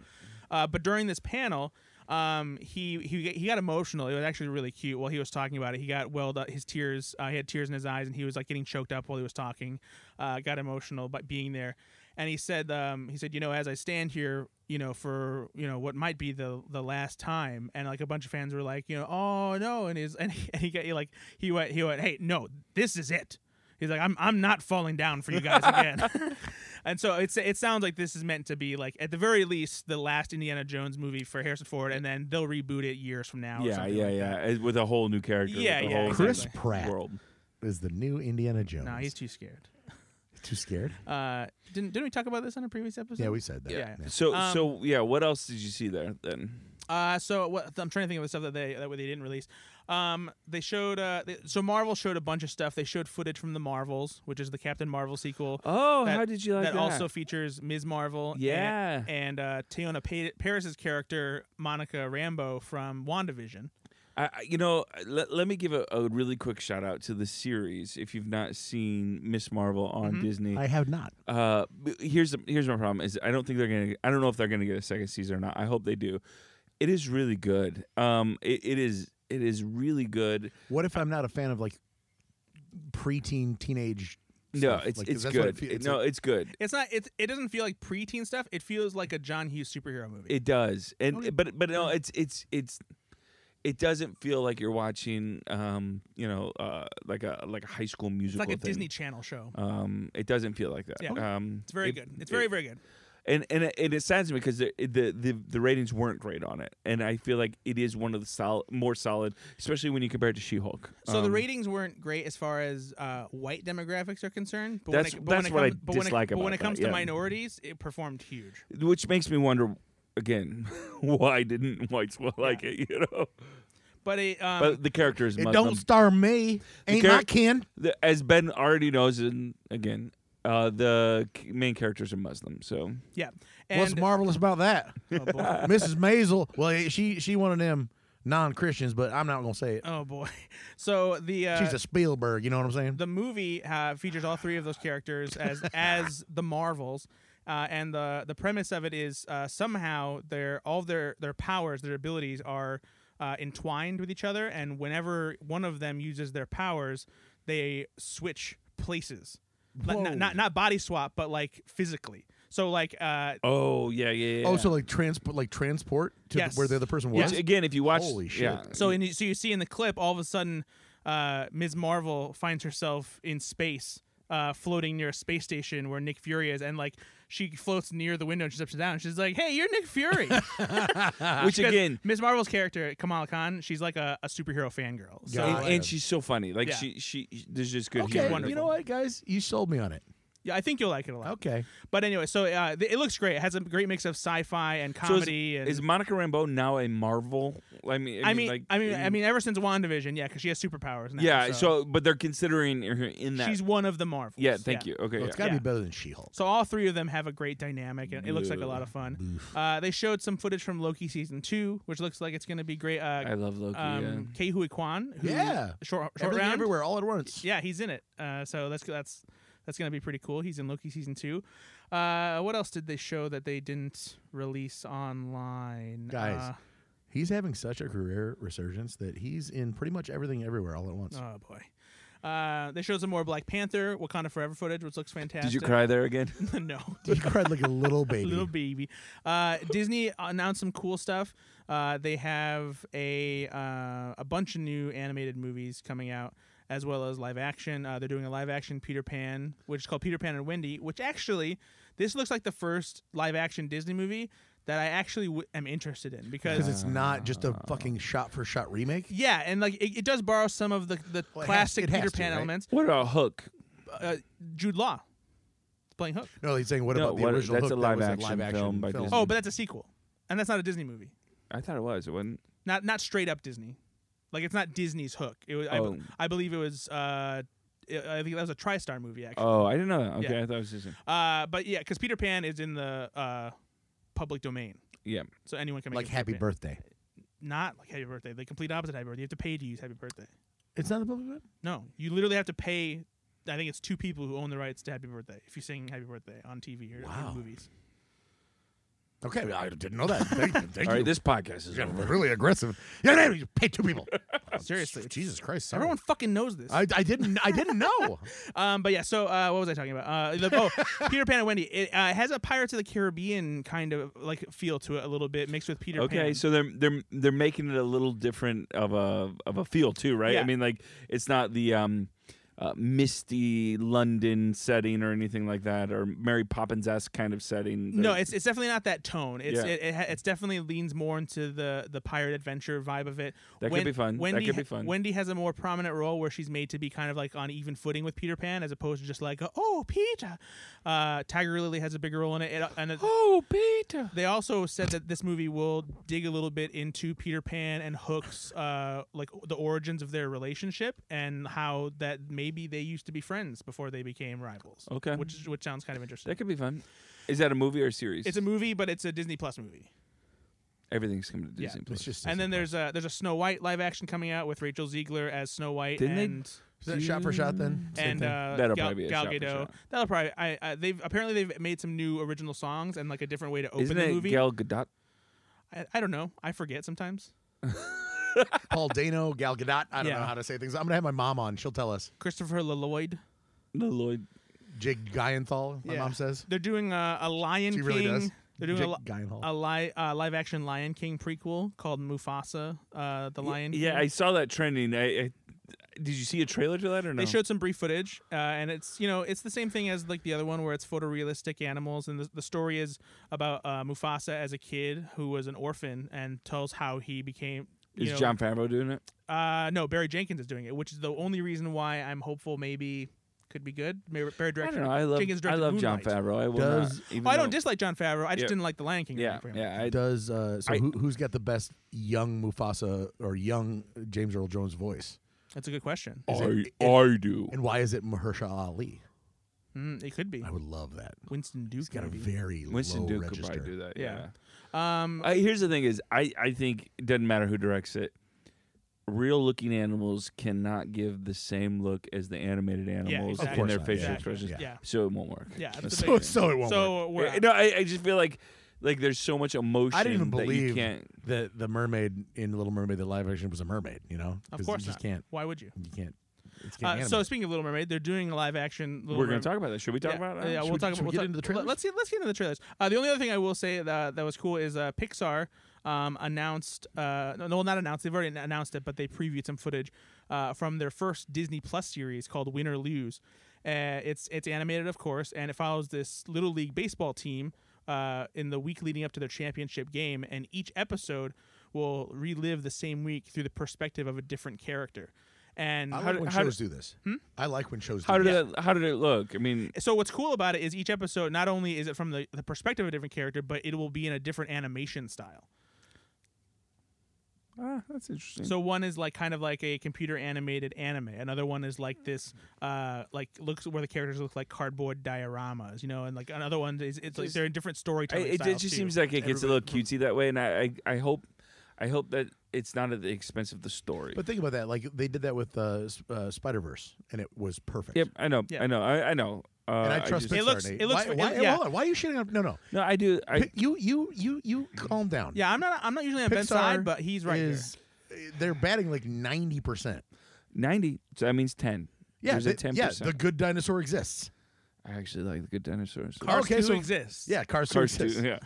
Speaker 3: Uh, but during this panel, um, he he he got emotional. It was actually really cute. While he was talking about it, he got welled up. His tears, uh, he had tears in his eyes, and he was like getting choked up while he was talking. Uh, got emotional by being there, and he said, um, he said, you know, as I stand here, you know, for you know what might be the the last time, and like a bunch of fans were like, you know, oh no, and his and he, and he got he like he went he went, hey, no, this is it. He's like, I'm, I'm not falling down for you guys again. and so it's it sounds like this is meant to be like at the very least the last Indiana Jones movie for Harrison Ford, and then they'll reboot it years from now. or
Speaker 4: yeah,
Speaker 3: something
Speaker 4: yeah,
Speaker 3: like
Speaker 4: yeah.
Speaker 3: that.
Speaker 4: Uh, With a whole new character.
Speaker 3: Yeah,
Speaker 4: with a
Speaker 3: yeah,
Speaker 4: whole
Speaker 2: Chris
Speaker 4: different
Speaker 2: Pratt.
Speaker 4: World.
Speaker 2: is the new indiana jones
Speaker 3: No, he's too scared.
Speaker 2: too scared
Speaker 3: Uh, didn't didn't we talk about this on a previous episode?
Speaker 2: yeah we said that
Speaker 3: Yeah.
Speaker 4: So
Speaker 3: Um,
Speaker 4: so yeah, what else did you see there then?
Speaker 3: Uh, so what I'm trying to think of the stuff that they that they didn't release. Um, they showed uh, they, so Marvel showed a bunch of stuff. They showed footage from the Marvels, which is the Captain Marvel sequel.
Speaker 4: Oh,
Speaker 3: that-
Speaker 4: how did you like that?
Speaker 3: that also features Ms. Marvel. and-
Speaker 4: Yeah.
Speaker 3: And, uh, Tiona pa- Paris's character, Monica Rambo from WandaVision.
Speaker 4: I, I- you know, let, let me give a, a really quick shout out to the series. If you've not seen Miss Marvel on Disney,
Speaker 2: Mm-hmm. i have not
Speaker 4: uh, b- here's the, here's my problem is I don't think they're gonna. I don't know if they're gonna get a second season or not. I hope they do. It is really good. Um, it, it is it is really good.
Speaker 2: What if I'm not a fan of like preteen, teenage?
Speaker 4: No,
Speaker 2: stuff?
Speaker 4: it's
Speaker 2: Like,
Speaker 4: it's
Speaker 2: 'cause that's what
Speaker 4: good.
Speaker 2: it fe-
Speaker 4: It-
Speaker 2: it's
Speaker 4: no,
Speaker 2: like-
Speaker 4: it's good.
Speaker 3: It's not. It it doesn't feel like preteen stuff. It feels like a John Hughes superhero movie.
Speaker 4: It does. And
Speaker 2: Okay.
Speaker 4: but but no, it's it's it's it doesn't feel like you're watching um you know uh like a like a high school
Speaker 3: it's
Speaker 4: musical.
Speaker 3: like a
Speaker 4: thing.
Speaker 3: Disney Channel show.
Speaker 4: Um, it doesn't feel like that.
Speaker 3: Yeah.
Speaker 4: Um,
Speaker 3: It's very
Speaker 4: it-
Speaker 3: good. It's
Speaker 4: it-
Speaker 3: very very good.
Speaker 4: and and it, and it saddens me because the, the the the ratings weren't great on it, and I feel like it is one of the solid, more solid, especially when you compare it to She-Hulk.
Speaker 3: So the
Speaker 4: Um,
Speaker 3: ratings weren't great as far as uh, white demographics are concerned. But
Speaker 4: That's-
Speaker 3: when it, but
Speaker 4: that's
Speaker 3: when
Speaker 4: what I
Speaker 3: it comes, but when it-
Speaker 4: dislike
Speaker 3: But when
Speaker 4: about
Speaker 3: it comes
Speaker 4: that,
Speaker 3: to
Speaker 4: yeah.
Speaker 3: minorities, it performed huge.
Speaker 4: which makes me wonder again why didn't whites like it? You know,
Speaker 3: But it, um,
Speaker 4: but the character is
Speaker 2: It
Speaker 4: Muslim.
Speaker 2: don't star me. Ain't
Speaker 4: char-
Speaker 2: my kin.
Speaker 4: The- as Ben already knows, and again, uh, the c- main characters are Muslim. So
Speaker 3: yeah, and
Speaker 2: What's marvelous about that?
Speaker 3: oh, boy.
Speaker 2: Mrs. Maisel. Well, eh, she she one of them non Christians, but I'm not gonna say it.
Speaker 3: Oh, boy. So the uh,
Speaker 2: She's a Spielberg. You know what I'm saying?
Speaker 3: the movie uh, features all three of those characters as as the Marvels, uh, and the the premise of it is uh, somehow their all of their their powers, their abilities are uh, entwined with each other, and whenever one of them uses their powers, they switch places, Like,
Speaker 2: Whoa.
Speaker 3: not, not not body swap, but like physically. So like uh,
Speaker 4: oh yeah yeah. yeah.
Speaker 2: Oh, so like transport, like transport to
Speaker 3: Yes.
Speaker 2: where the other person
Speaker 4: which
Speaker 2: was.
Speaker 4: again, if you watch,
Speaker 2: Holy shit.
Speaker 4: yeah.
Speaker 3: So and you, so you see in the clip, all of a sudden, uh, Ms. Marvel finds herself in space, uh, floating near a space station where Nick Fury is, and like she floats near the window and she's upside down. And she's like, "Hey, you're Nick Fury."
Speaker 4: which again,
Speaker 3: Ms. Marvel's character Kamala Khan, she's like a, a superhero fangirl. So
Speaker 2: Got
Speaker 4: and,
Speaker 2: it.
Speaker 4: and she's so funny. Like
Speaker 3: Yeah.
Speaker 4: she she there's just good
Speaker 2: Okay,
Speaker 4: humor.
Speaker 2: you know what, guys? You sold me on it.
Speaker 3: yeah, I think you'll like it a lot.
Speaker 2: Okay.
Speaker 3: But anyway, so uh, th- it looks great. It has a great mix of sci-fi and
Speaker 4: So is-
Speaker 3: comedy.
Speaker 4: is,
Speaker 3: and
Speaker 4: Monica Rambeau now a Marvel? I mean,
Speaker 3: I mean,
Speaker 4: like,
Speaker 3: I mean, I mean, ever since WandaVision, yeah, because she has superpowers now.
Speaker 4: yeah. So. but they're considering her in that.
Speaker 3: she's one of the Marvels.
Speaker 4: yeah, thank you. Okay,
Speaker 2: Well,
Speaker 4: yeah.
Speaker 2: it's got to
Speaker 3: Yeah.
Speaker 2: be better than She Hulk.
Speaker 3: So all three of them have a great dynamic, and it looks like a
Speaker 4: Yeah.
Speaker 3: lot of fun. Uh, they showed some footage from Loki season two, which looks like it's going to be great.
Speaker 4: I
Speaker 3: Uh,
Speaker 4: love Loki.
Speaker 3: um, Kei Hui Kwan, who,
Speaker 2: Yeah.
Speaker 3: short, short
Speaker 2: Everything
Speaker 3: round,
Speaker 2: everywhere, all at once.
Speaker 3: yeah, he's in it. Uh, so that's that's that's going to be pretty cool. He's in Loki season two. Uh, what else did they show that they didn't release online?
Speaker 2: Guys. He's having such a career resurgence that he's in pretty much everything everywhere all at once.
Speaker 3: Uh, oh boy, uh, they showed some more Black Panther, Wakanda Forever footage, which looks fantastic.
Speaker 4: yeah. Did you cry there again?
Speaker 3: no.
Speaker 2: He cried like a little baby.
Speaker 3: Little baby. Uh, Disney announced some cool stuff. Uh, they have a uh, a bunch of new animated movies coming out, as well as live action. Uh, they're doing a live action Peter Pan, which is called Peter Pan and Wendy. Which actually, this looks like the first live action Disney movie that I actually w- am interested in
Speaker 2: Because it's
Speaker 3: because
Speaker 2: not just a fucking shot for shot Ah. remake.
Speaker 3: yeah, and like it, it does borrow some of the the
Speaker 2: Well, it has-
Speaker 3: classic
Speaker 2: it has
Speaker 3: Peter
Speaker 2: to,
Speaker 3: Pan
Speaker 2: right?
Speaker 3: elements.
Speaker 4: What about Hook?
Speaker 3: Uh, Jude Law playing Hook.
Speaker 2: No, he's saying, what
Speaker 4: No,
Speaker 2: about the
Speaker 4: what-
Speaker 2: original
Speaker 4: that's
Speaker 2: Hook that
Speaker 4: a live
Speaker 2: was
Speaker 4: action
Speaker 2: live action
Speaker 4: film by Disney.
Speaker 3: Oh, but that's a sequel, and that's not a Disney movie.
Speaker 4: I thought it was. It wasn't.
Speaker 3: not not straight up Disney. Like it's not Disney's hook. It was, I be-
Speaker 4: Oh.
Speaker 3: I, believe it was. Uh, I I think that was a TriStar movie actually.
Speaker 4: Oh, I didn't know that. Okay,
Speaker 3: Yeah.
Speaker 4: I thought it was just.
Speaker 2: Oh.
Speaker 3: Uh, but yeah, because Peter Pan is in the uh, public domain,
Speaker 4: Yeah.
Speaker 3: so anyone can make
Speaker 2: Oh, like
Speaker 3: a
Speaker 2: Happy
Speaker 3: Peter Pan.
Speaker 2: Birthday.
Speaker 3: Not like Happy Birthday. The complete opposite of Happy Birthday. You have to pay to use Happy Birthday.
Speaker 2: It's not the public.
Speaker 3: No, you literally have to pay. I think it's two people who own the rights to Happy Birthday if you sing Happy Birthday on TV or
Speaker 2: Wow.
Speaker 3: in movies.
Speaker 2: Okay, I didn't know that. Thank, thank
Speaker 4: All right,
Speaker 2: you.
Speaker 4: this podcast is
Speaker 2: Yeah,
Speaker 4: over.
Speaker 2: really aggressive. Yeah, you pay two people.
Speaker 3: Seriously, it's-
Speaker 2: Jesus Christ, sorry.
Speaker 3: Everyone fucking knows this.
Speaker 2: I, I didn't I didn't know.
Speaker 3: Um, but yeah, so uh, what was I talking about? Uh, the, oh, Peter Pan and Wendy. It uh, has a Pirates of the Caribbean kind of like feel to it a little bit, mixed with Peter Pan.
Speaker 4: Okay, so they're they're they're making it a little different of a of a feel too, right? I
Speaker 3: Yeah.
Speaker 4: mean, like it's not the um, uh, misty London setting or anything like that, or Mary Poppins esque kind of setting.
Speaker 3: no,
Speaker 4: They're-
Speaker 3: it's it's definitely not that tone. It's
Speaker 4: Yeah.
Speaker 3: it, it ha- it's definitely leans more into the the pirate adventure vibe of it.
Speaker 4: That could be fun. That
Speaker 3: Wendy
Speaker 4: could
Speaker 3: ha-
Speaker 4: be fun.
Speaker 3: Wendy has a more prominent role where she's made to be kind of like on even footing with Peter Pan, as opposed to just like oh Peter. Uh, Tiger Lily has a bigger role in it, It- and it,
Speaker 4: oh Peter.
Speaker 3: They also said that this movie will dig a little bit into Peter Pan and Hook's, uh, like the origins of their relationship and how that maybe they used to be friends before they became rivals.
Speaker 4: Okay.
Speaker 3: which is, which sounds kind of interesting.
Speaker 4: That could be fun. Is that a movie or a series?
Speaker 3: It's a movie, but it's a Disney Plus movie.
Speaker 4: Everything's coming to
Speaker 3: Yeah,
Speaker 4: Disney
Speaker 2: It's
Speaker 4: Plus.
Speaker 2: just
Speaker 3: and then there's a there's a Snow White live action coming out with Rachel Ziegler as Snow White
Speaker 4: Didn't they
Speaker 3: and
Speaker 2: Is that shot for shot then? Same
Speaker 3: and
Speaker 2: thing?
Speaker 3: uh,
Speaker 4: That'll
Speaker 3: Gal,
Speaker 4: probably be a
Speaker 3: Gal
Speaker 4: shot for
Speaker 3: Gadot.
Speaker 4: shot.
Speaker 3: That'll probably I, I they've apparently they've made some new original songs and like a different way to open
Speaker 4: Isn't
Speaker 3: the
Speaker 4: it
Speaker 3: movie.
Speaker 4: Gal Gadot?
Speaker 3: I, I don't know. I forget sometimes.
Speaker 2: Paul Dano, Gal Gadot. I don't
Speaker 3: Yeah.
Speaker 2: know how to say things. I'm gonna have my mom on. She'll tell us.
Speaker 3: Christopher Lloyd.
Speaker 4: No, Lloyd.
Speaker 2: Jig Gyllenhaal. My
Speaker 3: Yeah.
Speaker 2: mom says
Speaker 3: They're doing a, a Lion
Speaker 2: she
Speaker 3: King.
Speaker 2: really does.
Speaker 3: They're doing a,
Speaker 2: Jake
Speaker 3: li-
Speaker 2: Gyllenhaal.
Speaker 3: a li- uh, live action Lion King prequel called Mufasa, uh, the Lion.
Speaker 4: Yeah, I
Speaker 3: King.
Speaker 4: saw that trending. I, I Did you see a trailer to that or no?
Speaker 3: They showed some brief footage, uh, and it's you know it's the same thing as like the other one where it's photorealistic animals, and the, the story is about uh, Mufasa as a kid who was an orphan and tells how he became. You
Speaker 4: Is
Speaker 3: know,
Speaker 4: John Favreau doing it?
Speaker 3: Uh, no, Barry Jenkins is doing it, which is the only reason why I'm hopeful maybe could be good. Maybe Barry
Speaker 4: I
Speaker 3: directed.
Speaker 4: don't know. I love.
Speaker 3: Jenkins
Speaker 4: I
Speaker 3: directed
Speaker 4: love John
Speaker 3: Moonlight.
Speaker 4: Favreau. I will
Speaker 2: Does-
Speaker 4: not. even
Speaker 3: Oh, I don't
Speaker 4: though-
Speaker 3: dislike John Favreau. I just
Speaker 4: Yeah.
Speaker 3: didn't like the Lion King.
Speaker 4: Yeah,
Speaker 3: pretty much.
Speaker 4: yeah. I,
Speaker 2: Does uh, so?
Speaker 4: I-
Speaker 2: who, who's got the best young Mufasa or young James Earl Jones voice,
Speaker 3: that's a good question.
Speaker 2: Is it-
Speaker 4: I, I do.
Speaker 2: and why is it Mahershala Ali?
Speaker 3: Mm, it could be
Speaker 2: I would love that.
Speaker 3: Winston Duke.
Speaker 2: He's got a
Speaker 3: maybe.
Speaker 2: very
Speaker 4: Winston
Speaker 2: low
Speaker 4: Duke could
Speaker 2: register.
Speaker 4: probably do that.
Speaker 3: Yeah.
Speaker 4: Yeah.
Speaker 3: Um,
Speaker 4: I, here's the thing: is I I think it doesn't matter who directs it. Real looking animals cannot give the same look as the animated animals
Speaker 3: exactly.
Speaker 4: in
Speaker 2: Of
Speaker 4: their
Speaker 2: course not,
Speaker 4: facial
Speaker 2: yeah.
Speaker 4: expressions,
Speaker 3: yeah,
Speaker 2: Yeah.
Speaker 3: yeah.
Speaker 4: so it won't work.
Speaker 3: that's the
Speaker 2: So,
Speaker 3: big
Speaker 2: so it
Speaker 3: thing.
Speaker 2: won't work.
Speaker 3: So we're
Speaker 4: Yeah, no, I, I just feel like like there's so much emotion.
Speaker 2: I didn't even
Speaker 4: that you
Speaker 2: believe
Speaker 4: can't.
Speaker 2: the the mermaid in Little Mermaid, the live action was a mermaid. You know,
Speaker 3: Of
Speaker 2: 'Cause
Speaker 3: course
Speaker 2: you just
Speaker 3: not.
Speaker 2: can't.
Speaker 3: Why would you?
Speaker 2: You can't. It's
Speaker 3: Uh,
Speaker 2: getting
Speaker 3: so speaking of Little Mermaid, they're doing a live action. Little
Speaker 4: We're gonna
Speaker 3: Mermaid.
Speaker 4: talk about that. Should we talk
Speaker 3: yeah,
Speaker 4: about that?
Speaker 3: Yeah,
Speaker 2: Should
Speaker 3: we'll
Speaker 2: we-
Speaker 3: talk.
Speaker 2: should we
Speaker 3: we'll
Speaker 2: get
Speaker 3: talk-
Speaker 2: into the
Speaker 3: let-
Speaker 2: trailers?
Speaker 3: Let's get let's get into the trailers. Uh, the only other thing I will say that that was cool is uh, Pixar um, announced. Uh, no, no, not announced. They've already announced it, but they previewed some footage uh, from their first Disney Plus series called Win or Lose. Uh, it's it's animated, of course, and it follows this little league baseball team uh, in the week leading up to their championship game, and each episode will relive the same week through the perspective of a different character. And
Speaker 2: I
Speaker 3: how
Speaker 2: like
Speaker 3: do-
Speaker 2: when
Speaker 3: how do- Hmm?
Speaker 2: shows do this. I like when shows.
Speaker 4: How
Speaker 2: do
Speaker 4: did
Speaker 2: this.
Speaker 4: that, how did it look? I mean,
Speaker 3: so what's cool about it is each episode not only is it from the, the perspective of a different character but it will be in a different animation style
Speaker 4: ah, that's interesting.
Speaker 3: so one is like kind of like a computer animated anime another one is like this uh like looks where the characters look like cardboard dioramas you know and like another one is it's like
Speaker 4: Just-
Speaker 3: they're in different
Speaker 4: I,
Speaker 3: storytelling
Speaker 4: it, it
Speaker 3: styles
Speaker 4: just
Speaker 3: too.
Speaker 4: seems like it gets a little
Speaker 3: Everybody-
Speaker 4: cutesy that way, and I, I, I hope, I hope that it's not at the expense of the story.
Speaker 2: But think about that. Like they did that with uh, S- uh, Spider Verse, and it was perfect.
Speaker 4: yep, I know,
Speaker 3: Yeah.
Speaker 4: I know, I, I know. Uh,
Speaker 2: And I trust
Speaker 4: just-
Speaker 2: Pixar.
Speaker 3: It looks-
Speaker 2: Nate.
Speaker 3: it looks-
Speaker 2: Why,
Speaker 3: it-
Speaker 2: why,
Speaker 3: yeah.
Speaker 2: hold on, why are you shitting up? No, no.
Speaker 4: no, I do. I,
Speaker 2: Pi- you, you, you, you. Calm down.
Speaker 3: yeah i'm not i'm not usually on Ben's
Speaker 2: Pixar
Speaker 3: side but he's right here.
Speaker 2: is they're batting like ninety percent.
Speaker 4: ninety. So that means ten.
Speaker 2: Yeah,
Speaker 4: There's
Speaker 2: they-
Speaker 4: a ten
Speaker 2: yeah. The
Speaker 4: percent.
Speaker 2: good dinosaur exists.
Speaker 4: I actually like the good dinosaurs.
Speaker 3: cars
Speaker 2: okay,
Speaker 3: two
Speaker 2: so-
Speaker 3: exists
Speaker 2: Yeah, Cars, two
Speaker 4: Cars two,
Speaker 2: exists.
Speaker 4: yeah.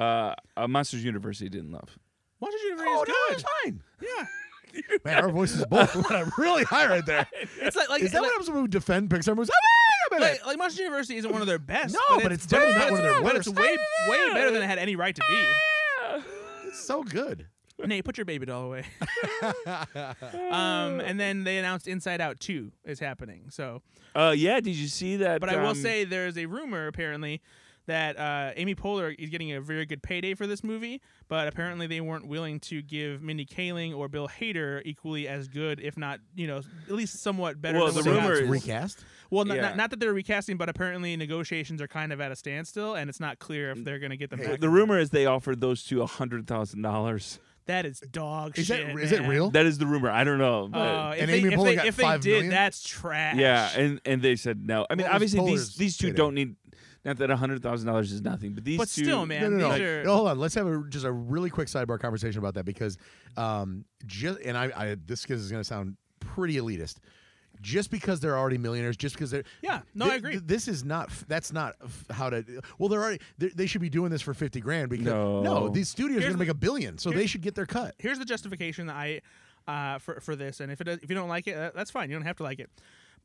Speaker 4: Uh, uh, Monsters University didn't love.
Speaker 3: Monsters University
Speaker 2: Oh,
Speaker 3: is
Speaker 2: no,
Speaker 3: good
Speaker 2: it's fine.
Speaker 3: yeah
Speaker 2: Man, our voices both went up really high right there.
Speaker 3: it's like like
Speaker 2: Is that
Speaker 3: like,
Speaker 2: what happens when we defend Pixar movies? Wait a minute.
Speaker 3: like, like Monsters University isn't one of their best.
Speaker 2: No,
Speaker 3: but,
Speaker 2: but it's definitely not one of their
Speaker 3: but
Speaker 2: worst.
Speaker 3: it's way, way better than it had any right to be.
Speaker 2: It's so good.
Speaker 3: Nate, put your baby doll away. Um, and then they announced Inside Out 2 is happening. So,
Speaker 4: Uh, yeah. Did you see that?
Speaker 3: but I will
Speaker 4: um,
Speaker 3: say there's a rumor apparently that uh, Amy Poehler is getting a very good payday for this movie, but apparently they weren't willing to give Mindy Kaling or Bill Hader equally as good, if not, you know, at least somewhat better.
Speaker 4: Well,
Speaker 3: than
Speaker 4: the
Speaker 3: what they got.
Speaker 4: rumor
Speaker 2: it's
Speaker 4: is-
Speaker 2: recast.
Speaker 3: well, not,
Speaker 4: yeah.
Speaker 3: not, not that they're recasting, but apparently negotiations are kind of at a standstill, and it's not clear if they're going to get them
Speaker 2: Hey,
Speaker 3: back.
Speaker 4: eh, The rumor is they offered those two a hundred thousand dollars.
Speaker 3: that is dog
Speaker 2: Is
Speaker 3: shit.
Speaker 2: that is it
Speaker 3: man.
Speaker 2: real?
Speaker 4: That is the rumor. I don't know. but-
Speaker 3: Oh, if
Speaker 2: And
Speaker 3: they,
Speaker 2: Amy
Speaker 3: if
Speaker 2: Poehler
Speaker 3: they,
Speaker 2: got
Speaker 3: if they
Speaker 2: five
Speaker 3: did,
Speaker 2: million?
Speaker 3: that's trash.
Speaker 4: Yeah, and and they said no. I mean,
Speaker 2: What was
Speaker 4: obviously these
Speaker 2: Poehler's
Speaker 4: these two
Speaker 2: payday?
Speaker 4: don't need. Not that hundred thousand dollars is nothing, but these
Speaker 3: but
Speaker 4: two.
Speaker 3: still, man,
Speaker 2: no, no, no.
Speaker 3: these
Speaker 2: Like,
Speaker 3: are
Speaker 2: no, Hold on. Let's have a, just a really quick sidebar conversation about that because, um, just and I, I this is going to sound pretty elitist. Just because they're already millionaires, just because they're
Speaker 3: Yeah, no, I agree.
Speaker 2: This is not f- that's not f- how to. Well, they're already they they should be doing this for fifty grand because
Speaker 4: No.
Speaker 2: these studios are going
Speaker 3: Here's
Speaker 2: to
Speaker 3: the-
Speaker 2: make a billion, so they should get their cut.
Speaker 3: here's the justification that I uh, for for this, and if it does, if you don't like it, that, that's fine. You don't have to like it.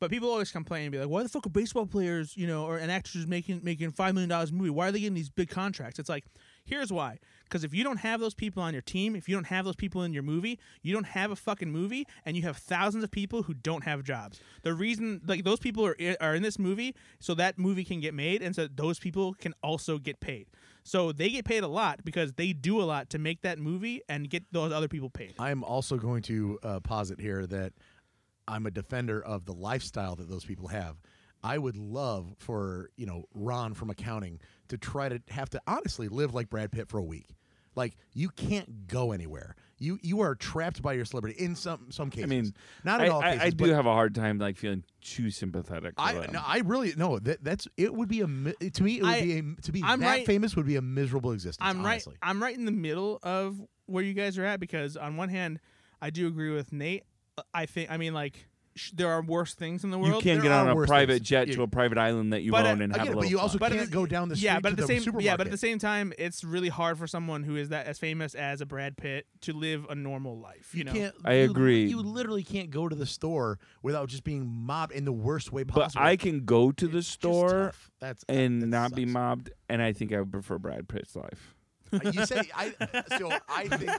Speaker 3: But people always complain and be like, "Why the fuck are baseball players, you know, or an actors making making five million dollars a movie? Why are they getting these big contracts?" It's like, here's why: because if you don't have those people on your team, if you don't have those people in your movie, you don't have a fucking movie, and you have thousands of people who don't have jobs. The reason, like, those people are i- are in this movie so that movie can get made, and so those people can also get paid. So they get paid a lot because they do a lot to make that movie and get those other people paid.
Speaker 2: I am also going to uh, posit here that I'm a defender of the lifestyle that those people have. I would love for you know Ron from accounting to try to have to honestly live like Brad Pitt for a week. Like you can't go anywhere. You you are trapped by your celebrity in some some cases.
Speaker 4: mean,
Speaker 2: not
Speaker 4: I,
Speaker 2: in all
Speaker 4: I- I
Speaker 2: cases.
Speaker 4: do
Speaker 2: but
Speaker 4: have a hard time like feeling too sympathetic. To
Speaker 2: I
Speaker 4: them.
Speaker 2: no, I really no. That, that's it. Would be a mi- to me. It would
Speaker 3: I-
Speaker 2: be a, to be
Speaker 3: I'm
Speaker 2: that
Speaker 3: right-
Speaker 2: famous would be a miserable existence.
Speaker 3: I'm right.
Speaker 2: honestly.
Speaker 3: I'm right in the middle of where you guys are at because on one hand, I do agree with Nate. I think I mean like sh- there are worse things in the
Speaker 4: You
Speaker 3: world.
Speaker 4: can't
Speaker 2: there
Speaker 4: get
Speaker 2: are
Speaker 4: on a
Speaker 2: worse
Speaker 4: private
Speaker 2: things.
Speaker 4: jet
Speaker 2: Yeah.
Speaker 4: to a private island that you
Speaker 3: But, uh,
Speaker 4: own and have
Speaker 2: I get
Speaker 4: a
Speaker 2: it,
Speaker 4: little
Speaker 2: but you
Speaker 4: fun.
Speaker 2: also
Speaker 3: But at
Speaker 2: can't
Speaker 3: the-
Speaker 2: go down the street
Speaker 3: yeah, but
Speaker 2: to
Speaker 3: at the, same
Speaker 2: supermarket.
Speaker 3: yeah, but at the same time, it's really hard for someone who is that as famous as a Brad Pitt to live a normal life. You, know,
Speaker 2: can't.
Speaker 4: I
Speaker 2: you-
Speaker 4: agree.
Speaker 2: You literally can't go to the store without just being mobbed in the worst way
Speaker 4: But
Speaker 2: possible.
Speaker 4: I can go to the
Speaker 2: It's just
Speaker 4: store
Speaker 2: tough. That's
Speaker 4: and
Speaker 2: that
Speaker 4: not be
Speaker 2: sucks.
Speaker 4: mobbed, and I think I would prefer Brad Pitt's life.
Speaker 2: you say I so I think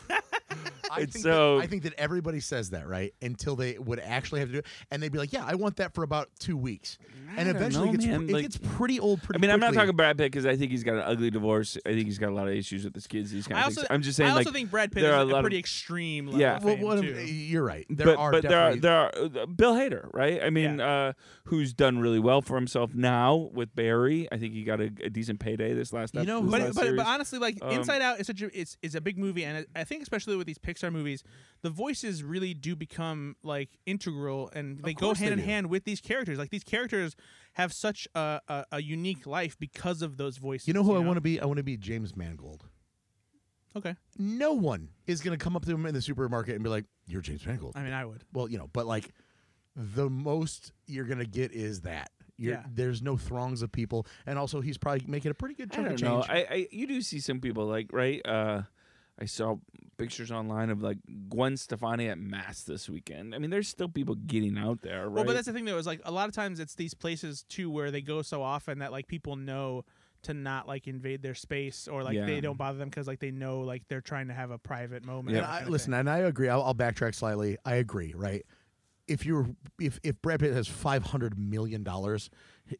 Speaker 2: I
Speaker 4: It's
Speaker 2: think
Speaker 4: so-
Speaker 2: that, I think that everybody says that right until they would actually have to do it, and they'd be like, "Yeah, I want that for about two weeks," and
Speaker 4: don't
Speaker 2: eventually
Speaker 4: know,
Speaker 2: it, gets,
Speaker 4: man,
Speaker 2: it
Speaker 4: like-
Speaker 2: gets pretty old. Pretty
Speaker 4: I mean, I'm not
Speaker 2: quickly.
Speaker 4: talking Brad Pitt because I think he's got an ugly divorce. I think he's got a lot of issues with his kids. These kind
Speaker 3: I
Speaker 4: of
Speaker 3: also
Speaker 4: things. I'm just saying,
Speaker 3: I also
Speaker 4: like,
Speaker 3: think Brad Pitt
Speaker 4: there
Speaker 3: is
Speaker 4: are a
Speaker 3: a
Speaker 4: lot of-
Speaker 3: pretty extreme level.
Speaker 4: Yeah.
Speaker 3: of
Speaker 2: Well,
Speaker 3: fame,
Speaker 2: what I'm-
Speaker 3: too.
Speaker 2: you're right. There
Speaker 4: but,
Speaker 2: are
Speaker 4: but there are
Speaker 2: definitely-
Speaker 4: there are uh, Bill Hader, right? I mean, uh, who's done really well for himself now with Barry. I think he got a, a decent payday this last.
Speaker 2: You
Speaker 4: ep-
Speaker 2: know
Speaker 4: this
Speaker 2: who-
Speaker 3: but,
Speaker 4: last
Speaker 3: but,
Speaker 4: series.
Speaker 3: but honestly, like
Speaker 4: Um,
Speaker 3: Inside Out is such a it's, is a big movie, and I I think especially with these Pixar movies, the voices really do become like integral, and they go
Speaker 2: course
Speaker 3: hand
Speaker 2: they
Speaker 3: in
Speaker 2: do.
Speaker 3: hand with these characters. Like these characters have such a, a, a unique life because of those voices.
Speaker 2: You know who I want to be? I want to be James Mangold.
Speaker 3: Okay,
Speaker 2: No one is going to come up to him in the supermarket and be like, "You're James Mangold."
Speaker 3: I mean, I would.
Speaker 2: well, you know, but like the most you're going to get is that. You're,
Speaker 3: Yeah.
Speaker 2: There's no throngs of people, and also he's probably making a pretty good
Speaker 4: I
Speaker 2: chunk of
Speaker 4: don't
Speaker 2: change.
Speaker 4: know. I, I you do see some people like right. Uh, I saw pictures online of like Gwen Stefani at mass this weekend. I mean, there's still people getting out there, right?
Speaker 3: Well, but that's the thing though is like a lot of times it's these places too where they go so often that like people know to not like invade their space or like
Speaker 4: Yeah.
Speaker 3: they don't bother them because like they know like they're trying to have a private moment.
Speaker 4: Yeah.
Speaker 2: And I, listen, and I agree. I'll, I'll backtrack slightly. I agree, right? If you're if if Brad Pitt has five hundred million dollars,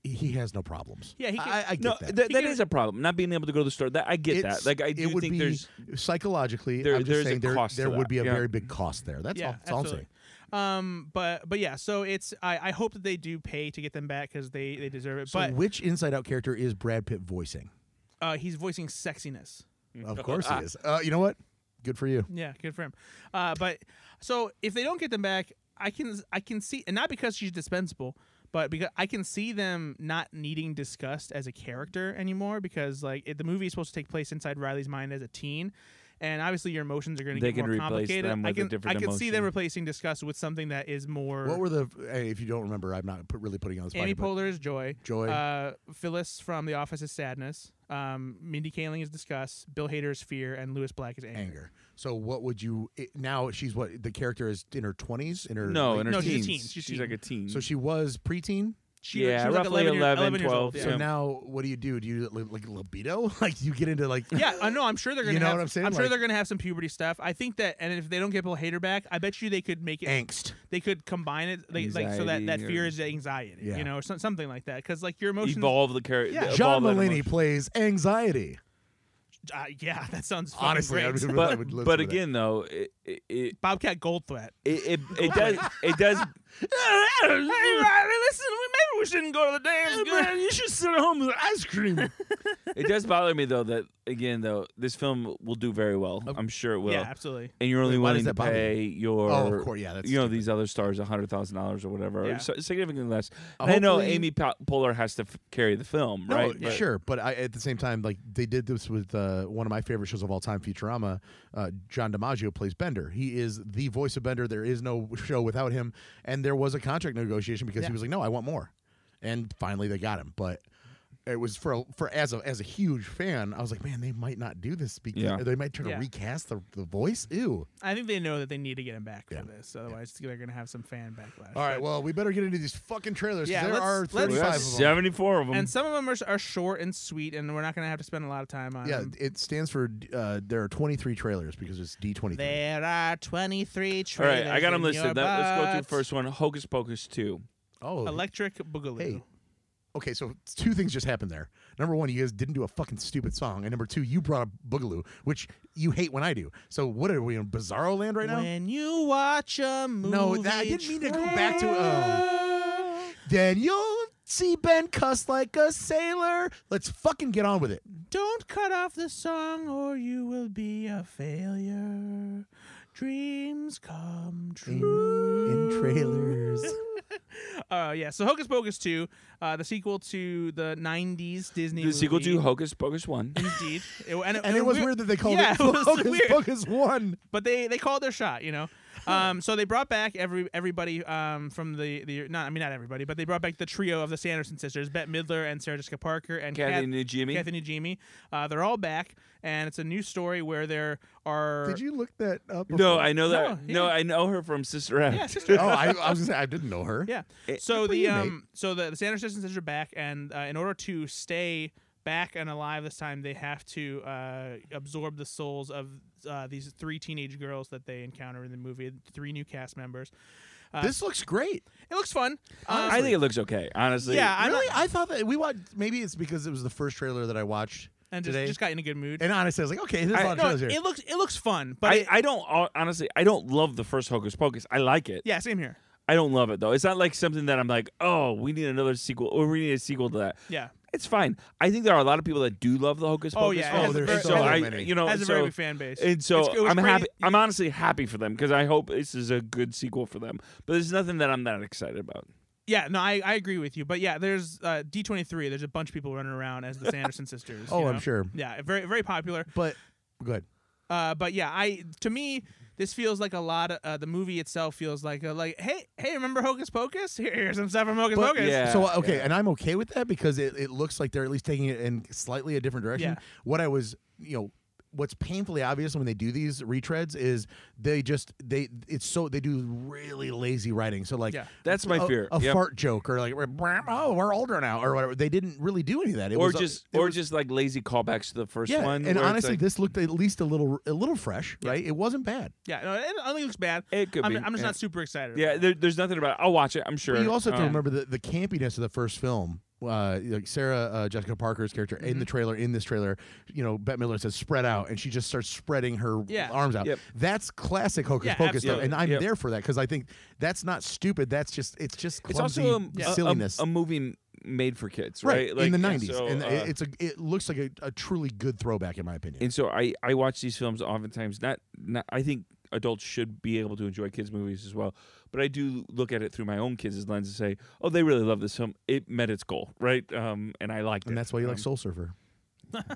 Speaker 2: he, he has no problems.
Speaker 3: Yeah, he can-
Speaker 2: I, I get
Speaker 4: no,
Speaker 2: that.
Speaker 4: that, that
Speaker 3: He
Speaker 4: is a problem. Not being able to go to the store. That I get
Speaker 2: It's-
Speaker 4: that. Like I do
Speaker 2: it would
Speaker 4: think
Speaker 2: be
Speaker 4: there's
Speaker 2: psychologically.
Speaker 4: there-
Speaker 2: I'm just
Speaker 4: there's a
Speaker 2: saying there,
Speaker 4: cost to
Speaker 2: there would
Speaker 4: that,
Speaker 2: be a
Speaker 4: yeah.
Speaker 2: very big cost there. That's all. That's all I'm saying.
Speaker 3: absolutely. Um, but but yeah, so it's I, I hope that they do pay to get them back because they they deserve it.
Speaker 2: So,
Speaker 3: but
Speaker 2: which Inside Out character is Brad Pitt voicing?
Speaker 3: uh, he's voicing sexiness.
Speaker 2: Of course he is. Uh, you know what? Good for you.
Speaker 3: Yeah, good for him. Uh, but so if they don't get them back, I can I can see and not because she's dispensable, but because I can see them not needing disgust as a character anymore because like it, the movie is supposed to take place inside Riley's mind as a teen. And obviously, your emotions are going to
Speaker 4: They
Speaker 3: get
Speaker 4: can
Speaker 3: more
Speaker 4: replace
Speaker 3: complicated.
Speaker 4: them
Speaker 3: I
Speaker 4: with a
Speaker 3: can,
Speaker 4: different
Speaker 3: I can see them
Speaker 4: emotion.
Speaker 3: replacing disgust with something that is more.
Speaker 2: What were the? Hey, if you don't remember, I'm not put, really putting you on the spot.
Speaker 3: Amy
Speaker 2: here, but
Speaker 3: Poehler is Joy.
Speaker 2: Joy.
Speaker 3: Uh, Phyllis from The Office is Sadness. Um, Mindy Kaling is Disgust. Bill Hader is Fear, and Lewis Black is Anger.
Speaker 2: anger. So what would you it, now? She's what the character is in her twenties, in her
Speaker 4: no
Speaker 2: late-
Speaker 4: in her
Speaker 3: No, she's a
Speaker 4: teens.
Speaker 3: teen. She's a teen.
Speaker 4: like a teen.
Speaker 2: So she was preteen.
Speaker 3: She,
Speaker 4: Yeah,
Speaker 3: she was like
Speaker 4: roughly
Speaker 3: 11, year-
Speaker 4: 11,
Speaker 3: 11 years old.
Speaker 4: 12,
Speaker 3: Yeah.
Speaker 2: So
Speaker 4: Yeah.
Speaker 2: now what do you do? Do you like, like libido? Like you get into like
Speaker 3: Yeah, I know. I'm sure they're
Speaker 2: You
Speaker 3: gonna.
Speaker 2: know
Speaker 3: have,
Speaker 2: what I'm saying?
Speaker 3: I'm sure
Speaker 2: Like-
Speaker 3: they're gonna have some puberty stuff. I think that, and if they don't get Bill Hader back, I bet you they could make it.
Speaker 2: angst.
Speaker 3: They could combine it, like, like so that that
Speaker 4: Anxiety
Speaker 3: fear
Speaker 4: or-
Speaker 3: is anxiety,
Speaker 2: Yeah.
Speaker 3: you know, or some, something like that. Because like your emotions,
Speaker 4: evolve the character.
Speaker 3: Yeah.
Speaker 2: John Mulaney plays anxiety.
Speaker 3: uh, yeah, that sounds fucking
Speaker 2: Honestly, I
Speaker 3: Great.
Speaker 2: would really
Speaker 4: But
Speaker 2: would listen
Speaker 4: but
Speaker 2: to that.
Speaker 4: again though, it it it
Speaker 3: Bobcat Goldthwait.
Speaker 4: it, it, it does it does.
Speaker 3: hey, Riley, listen, we- maybe we shouldn't go to the dance. girl.
Speaker 4: you should sit at home with ice cream. it does bother me though that again though this film will do very well. I'm sure it will.
Speaker 3: Yeah, absolutely.
Speaker 4: and you're only
Speaker 2: Wait, why
Speaker 4: willing
Speaker 2: does that
Speaker 4: to
Speaker 2: bother you?
Speaker 4: pay your
Speaker 2: Oh, of course, yeah, that's
Speaker 4: you know
Speaker 2: stupid.
Speaker 4: these other stars hundred thousand dollars or whatever, or
Speaker 3: Yeah.
Speaker 4: so- significantly less. And I know
Speaker 2: Hopefully-
Speaker 4: Amy pa- Poehler has to f- carry the film,
Speaker 2: No,
Speaker 4: right? But-
Speaker 2: sure, but I, at the same time, like they did this with uh, one of my favorite shows of all time, Futurama. Uh, John DiMaggio plays Bender. He is the voice of Bender. There is no show without him. And there was a contract negotiation because
Speaker 3: Yeah.
Speaker 2: he was like, "No, I want more," and finally they got him. But it was for a, for as a as a huge fan, I was like, "Man, they might not do this because
Speaker 4: Yeah.
Speaker 2: they might try
Speaker 3: Yeah.
Speaker 2: to recast the, the voice." Ew.
Speaker 3: I think they know that they need to get him back for
Speaker 2: Yeah.
Speaker 3: this, otherwise they're gonna have some fan backlash.
Speaker 2: All right,
Speaker 3: But-
Speaker 2: well, we better get into these fucking trailers. 'cause
Speaker 3: Yeah,
Speaker 2: there
Speaker 3: let's-
Speaker 2: are
Speaker 3: let's-
Speaker 4: We
Speaker 2: thirty
Speaker 4: got
Speaker 2: five of them.
Speaker 4: seventy-four of them.
Speaker 3: and some of them are, are short and sweet, and we're not gonna have to spend a lot of time on.
Speaker 2: Yeah,
Speaker 3: them.
Speaker 2: it stands for uh, there are twenty three trailers because it's D twenty three.
Speaker 3: There are 23
Speaker 4: All
Speaker 3: trailers.
Speaker 4: right, I got them
Speaker 3: in your
Speaker 4: listed. That- let's go through the
Speaker 3: box.
Speaker 4: first one. Hocus Pocus two.
Speaker 2: Oh,
Speaker 3: Electric Boogaloo.
Speaker 2: Hey. Okay, so two things just happened there. Number one, you guys didn't do a fucking stupid song, and number two, you brought up Boogaloo, which you hate when I do. So what are we in Bizarro Land right now?
Speaker 3: When you watch a movie,
Speaker 2: no, that, I didn't mean to go back to.
Speaker 4: uh,
Speaker 2: Oh. Then you'll see Ben cuss like a sailor. Let's fucking get on with it.
Speaker 3: Don't cut off the song, or you will be a failure. Dreams come true.
Speaker 2: trailers.
Speaker 3: Uh, yeah. So Hocus Pocus two, uh, the sequel to the '90s Disney.
Speaker 4: The sequel to
Speaker 3: movie.
Speaker 4: Hocus Pocus one.
Speaker 3: Indeed, It- and,
Speaker 2: And it was weird that they called
Speaker 3: yeah,
Speaker 2: it
Speaker 3: it was
Speaker 2: Hocus
Speaker 3: weird.
Speaker 2: Pocus One.
Speaker 3: but they they called their shot, you know. Um, so they brought back every everybody um, from the the not I mean not everybody, but they brought back the trio of the Sanderson sisters, Bette Midler and Sarah Jessica Parker and
Speaker 4: Kathy
Speaker 3: Kath-
Speaker 4: and Jimmy.
Speaker 3: Kathy Najimy. Uh, they're all back, and it's a new story where there are.
Speaker 2: Did you look that up?
Speaker 4: No,
Speaker 2: before?
Speaker 4: I know that.
Speaker 3: No,
Speaker 4: No,
Speaker 3: yeah.
Speaker 4: I know her from Sister Act.
Speaker 3: Yeah, sister.
Speaker 2: oh, I, I was gonna say I didn't know her.
Speaker 3: Yeah.
Speaker 4: It-
Speaker 2: Good
Speaker 3: so
Speaker 2: for
Speaker 3: the
Speaker 2: you, mate.
Speaker 3: um so the, the Sanders sisters are back, and uh, in order to stay back and alive this time, they have to uh, absorb the souls of uh, these three teenage girls that they encounter in the movie. Three new cast members. Uh,
Speaker 2: This looks great.
Speaker 3: it looks fun. Um,
Speaker 4: I think it looks okay, honestly.
Speaker 3: yeah, I'm
Speaker 2: really,
Speaker 3: not-
Speaker 2: I thought that we watched. Maybe it's because it was the first trailer that I watched
Speaker 3: and just,
Speaker 2: today.
Speaker 3: just got in a good mood.
Speaker 2: and honestly, I was like, okay, there's
Speaker 4: I-
Speaker 2: a lot of
Speaker 3: no,
Speaker 2: trailers here.
Speaker 3: it looks it looks fun, but
Speaker 4: I,
Speaker 3: it-
Speaker 4: I don't hon- honestly I don't love the first Hocus Pocus. I like it.
Speaker 3: yeah, same here.
Speaker 4: I don't love it though. It's not like something that I'm like, oh, we need another sequel or we need a sequel to that.
Speaker 3: Yeah,
Speaker 4: It's fine. I think there are a lot of people that do love the Hocus
Speaker 3: Oh,
Speaker 4: Pocus.
Speaker 3: yeah, it
Speaker 4: films.
Speaker 3: has a very-
Speaker 4: so
Speaker 3: so
Speaker 4: I,
Speaker 2: many.
Speaker 4: you know,
Speaker 3: has a
Speaker 4: Oh, so,
Speaker 3: very big fan base,
Speaker 4: and so
Speaker 3: It's- it was
Speaker 4: I'm
Speaker 3: great-
Speaker 4: happy. I'm honestly happy for them because I hope this is a good sequel for them. But there's nothing that I'm that excited about.
Speaker 3: Yeah, no, I, I agree with you, but yeah, there's uh, D23. There's a bunch of people running around as the Sanderson sisters.
Speaker 2: oh,
Speaker 3: you
Speaker 2: I'm
Speaker 3: know?
Speaker 2: sure.
Speaker 3: Yeah, very very popular.
Speaker 2: But good.
Speaker 3: Uh, but yeah, I to me this feels like a lot. Of, uh, the movie itself feels like a, like hey hey remember Hocus Pocus? Here, here's some stuff from Hocus
Speaker 2: But-
Speaker 3: Pocus.
Speaker 4: Yeah,
Speaker 2: so uh, okay,
Speaker 4: yeah.
Speaker 2: and I'm okay with that because it, it looks like they're at least taking it in slightly a different direction.
Speaker 3: Yeah.
Speaker 2: What I was, you know, what's painfully obvious when they do these retreads is they just they it's so they do really lazy writing. So like
Speaker 3: Yeah.
Speaker 4: That's my
Speaker 2: a-
Speaker 4: fear.
Speaker 2: A
Speaker 4: Yep.
Speaker 2: fart joke or like oh we're older now or whatever. They didn't really do any of that. It
Speaker 4: or
Speaker 2: was, uh,
Speaker 4: just
Speaker 2: it
Speaker 4: or
Speaker 2: was-
Speaker 4: just like lazy callbacks to the first
Speaker 2: yeah.
Speaker 4: one.
Speaker 2: and
Speaker 4: where it's
Speaker 2: honestly,
Speaker 4: like-
Speaker 2: this looked at least a little a little fresh, right? It wasn't bad.
Speaker 3: yeah. No, it, I don't think it looks bad.
Speaker 4: it could
Speaker 3: I'm,
Speaker 4: be.
Speaker 3: I'm just
Speaker 4: yeah.
Speaker 3: not super excited.
Speaker 4: Yeah,
Speaker 3: about it.
Speaker 4: there, there's nothing about. It. I'll watch it. I'm sure.
Speaker 2: But you also have to
Speaker 4: Um,
Speaker 2: remember the, the campiness of the first film. Uh, like Sarah uh, Jessica Parker's character in the
Speaker 4: Mm-hmm.
Speaker 2: trailer, in this trailer, you know, Bette Miller says spread out, and she just starts spreading her
Speaker 3: Yeah.
Speaker 2: arms out.
Speaker 4: Yep.
Speaker 2: That's classic hocus
Speaker 3: Yeah,
Speaker 2: pocus stuff,
Speaker 4: absolutely.
Speaker 2: and I'm
Speaker 4: Yep.
Speaker 2: there for that because I think that's not stupid. That's just it's just
Speaker 4: It's
Speaker 2: clumsy
Speaker 4: also um, a, a- a-
Speaker 2: silliness,
Speaker 4: a, movie m- made for kids,
Speaker 2: right?
Speaker 4: right?
Speaker 2: in the
Speaker 4: and
Speaker 2: '90s,
Speaker 4: so,
Speaker 2: and
Speaker 4: uh,
Speaker 2: it- it's a it looks like a, a truly good throwback in my opinion.
Speaker 4: and so I I watch these films oftentimes. Not not I think adults should be able to enjoy kids movies as well, but I do look at it through my own kids' lens and say, oh, they really love this film. It met its goal, right? Um, and I liked it.
Speaker 2: and that's why you like
Speaker 4: Um,
Speaker 2: Soul Surfer.
Speaker 4: I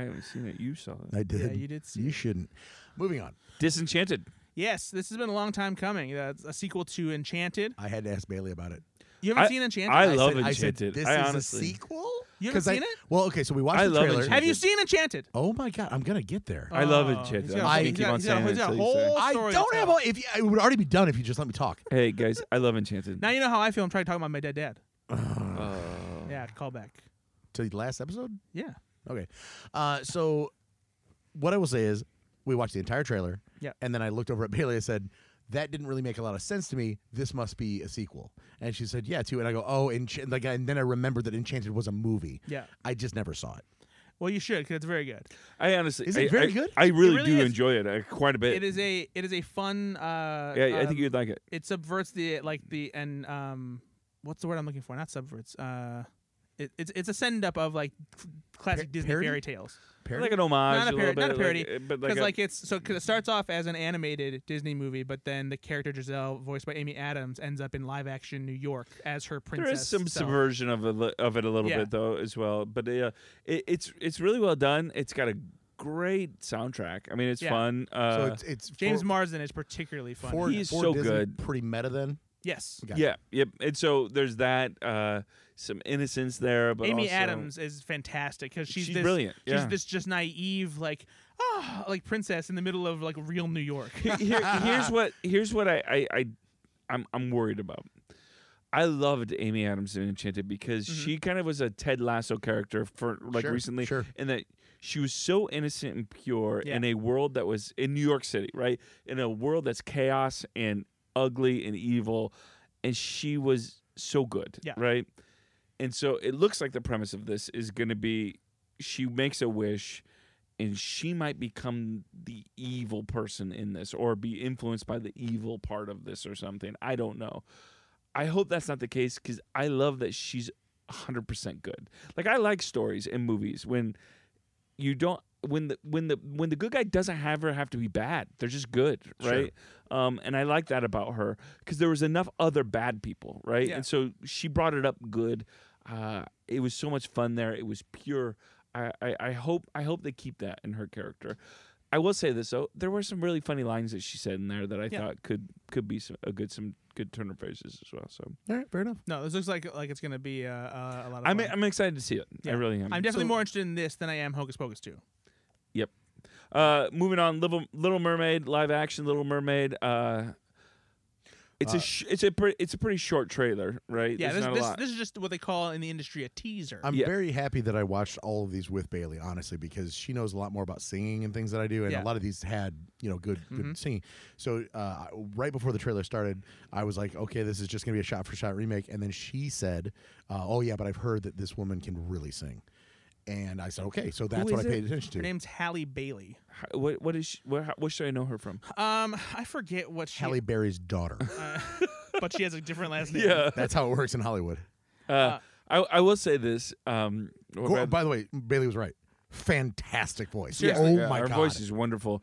Speaker 4: haven't seen it. You saw it.
Speaker 2: I did.
Speaker 3: Yeah, you did see.
Speaker 2: you
Speaker 3: it.
Speaker 2: shouldn't. Moving on.
Speaker 4: Disenchanted.
Speaker 3: Yes, this has been a long time coming. That's a sequel to Enchanted.
Speaker 2: I had to ask Bailey about it.
Speaker 3: You haven't
Speaker 4: I-
Speaker 3: seen Enchanted?
Speaker 4: I
Speaker 2: I
Speaker 4: love
Speaker 2: said, I said,
Speaker 4: Enchanted.
Speaker 2: this
Speaker 4: I
Speaker 2: is
Speaker 4: honestly-
Speaker 2: a sequel.
Speaker 3: You haven't
Speaker 2: 'Cause
Speaker 3: seen
Speaker 2: I,
Speaker 3: it?
Speaker 2: Well, okay, so we watched
Speaker 4: I
Speaker 2: the
Speaker 4: love
Speaker 2: trailer.
Speaker 4: Enchanted.
Speaker 3: Have you seen Enchanted?
Speaker 2: Oh my god, I'm gonna get there.
Speaker 4: I love
Speaker 3: Oh,
Speaker 4: Enchanted.
Speaker 3: he's got
Speaker 4: I'm
Speaker 3: a-
Speaker 4: just
Speaker 3: he's got-
Speaker 4: gonna keep on
Speaker 3: he's got a-
Speaker 4: saying
Speaker 3: he's
Speaker 4: it
Speaker 3: got a
Speaker 4: until you say it.
Speaker 3: whole
Speaker 2: I
Speaker 3: story to
Speaker 2: don't have
Speaker 3: tell.
Speaker 2: all. If you, it would already be done if you just let me talk.
Speaker 4: Hey guys, I love Enchanted.
Speaker 3: Now you know how I feel. I'm trying to talk about my dead dad.
Speaker 4: Oh.
Speaker 3: Yeah, call back.
Speaker 2: To the last episode.
Speaker 3: Yeah.
Speaker 2: Okay. Uh, so, what I will say is, we watched the entire trailer.
Speaker 3: Yeah.
Speaker 2: And then I looked over at Bailey. I said, "That didn't really make a lot of sense to me. This must be a sequel." And she said, "Yeah, too." And I go, "Oh, Ench-, like," and then I remembered that Enchanted was a movie.
Speaker 3: Yeah.
Speaker 2: I just never saw it.
Speaker 3: Well, you should because it's very good.
Speaker 4: I honestly,
Speaker 2: Is it
Speaker 4: I-
Speaker 2: very
Speaker 4: I-
Speaker 2: good?
Speaker 4: I really,
Speaker 3: really
Speaker 4: do
Speaker 3: is.
Speaker 4: enjoy it uh, quite a bit.
Speaker 3: It is a it is a fun. Uh,
Speaker 4: Yeah, I
Speaker 3: um,
Speaker 4: think you'd like it.
Speaker 3: it subverts the like the and um what's the word I'm looking for? Not subverts. Uh it, it's it's a send up of like f- classic
Speaker 2: Pa-
Speaker 3: Disney
Speaker 2: parody?
Speaker 3: fairy tales
Speaker 2: Parody?
Speaker 4: Like an homage,
Speaker 3: Not a
Speaker 4: little
Speaker 3: parody- not a
Speaker 4: bit,
Speaker 3: parody,
Speaker 4: like, uh, but like
Speaker 3: because
Speaker 4: a-
Speaker 3: like it's so 'cause it starts off as an animated Disney movie, but then the character Giselle, voiced by Amy Adams, ends up in live action New York as her princess.
Speaker 4: there is some
Speaker 3: self.
Speaker 4: subversion of it, of it a little
Speaker 3: Yeah.
Speaker 4: bit though as well. But uh, it, it's it's really well done. It's got a great soundtrack. I mean, it's
Speaker 3: Yeah.
Speaker 4: fun.
Speaker 2: so
Speaker 4: Uh,
Speaker 2: it's, it's
Speaker 3: James
Speaker 2: for,
Speaker 3: Marsden is particularly funny.
Speaker 2: for-
Speaker 4: He's
Speaker 2: for
Speaker 4: so
Speaker 2: Disney,
Speaker 4: good.
Speaker 2: Pretty meta then.
Speaker 3: yes,
Speaker 2: Okay.
Speaker 4: yeah, yep. And so there's that uh, some innocence there, but
Speaker 3: Amy
Speaker 4: also-
Speaker 3: Adams is fantastic because she's,
Speaker 4: She's
Speaker 3: this,
Speaker 4: brilliant,
Speaker 3: She's
Speaker 4: yeah.
Speaker 3: this just naive like ah like princess in the middle of like real New York.
Speaker 4: Here- here's what here's what I, I I I'm I'm worried about. I loved Amy Adams in Enchanted because she kind of was a Ted Lasso character for like
Speaker 2: Sure,
Speaker 4: recently,
Speaker 2: sure.
Speaker 4: and that she was so innocent and pure
Speaker 3: Yeah.
Speaker 4: in a world that was in New York City, right? In a world that's chaos and ugly and evil, and she was so good,
Speaker 3: Yeah.
Speaker 4: right? And so it looks like the premise of this is going to be she makes a wish and she might become the evil person in this or be influenced by the evil part of this or something. I don't know. I hope that's not the case because I love that she's 100% good. Like I like stories and movies when you don't when the when the when the good guy doesn't have her have to be bad. They're just good, right? Um, and I like that about her because there was enough other bad people, right?
Speaker 3: Yeah.
Speaker 4: And so she brought it up good. Uh, it was so much fun there. It was pure. I, I, I hope I hope they keep that in her character. I will say this though, there were some really funny lines that she said in there that I
Speaker 3: Yeah.
Speaker 4: thought could could be some, a good some good turn of phrases as well. So
Speaker 2: All right, fair enough.
Speaker 3: No, this looks like like it's gonna be uh, uh, a lot of.
Speaker 4: I'm
Speaker 3: fun.
Speaker 4: I'm excited to see it.
Speaker 3: Yeah.
Speaker 4: I really am.
Speaker 3: I'm definitely
Speaker 2: so-
Speaker 3: more interested in this than I am Hocus Pocus 2.
Speaker 4: Uh, moving on, Little, Little Mermaid live action Little Mermaid. Uh, it's
Speaker 2: Uh,
Speaker 4: a sh- it's a pre- it's a pretty short trailer, right?
Speaker 3: Yeah,
Speaker 4: There's
Speaker 3: this,
Speaker 4: not a
Speaker 3: this,
Speaker 4: lot.
Speaker 3: this is just what they call in the industry a teaser.
Speaker 2: I'm
Speaker 4: Yeah.
Speaker 2: very happy that I watched all of these with Bailey, honestly, because she knows a lot more about singing and things that I do, and a
Speaker 3: Yeah.
Speaker 2: lot of these had you know good
Speaker 4: Mm-hmm.
Speaker 2: good
Speaker 3: Mhm.
Speaker 2: singing. So uh, right before the trailer started, I was like, okay, this is just gonna be a shot for shot remake, and then she said, uh, oh yeah, but I've heard that this woman can really sing, and I said, okay, so that's what
Speaker 4: is
Speaker 2: I
Speaker 4: it?
Speaker 2: paid attention to.
Speaker 3: Her name's Halle Bailey.
Speaker 4: How- what what is she, where, how, what should I know her from?
Speaker 3: Um, I forget what she.
Speaker 2: Halle Berry's daughter.
Speaker 3: uh, but she has a different last name.
Speaker 4: Yeah,
Speaker 2: that's how it works in Hollywood.
Speaker 4: uh, I I will say this. Um,
Speaker 2: Go- oh, by the way, Bailey was right. Fantastic voice.
Speaker 4: Seriously,
Speaker 2: oh
Speaker 4: yeah,
Speaker 2: my
Speaker 4: her
Speaker 2: god.
Speaker 4: voice is wonderful.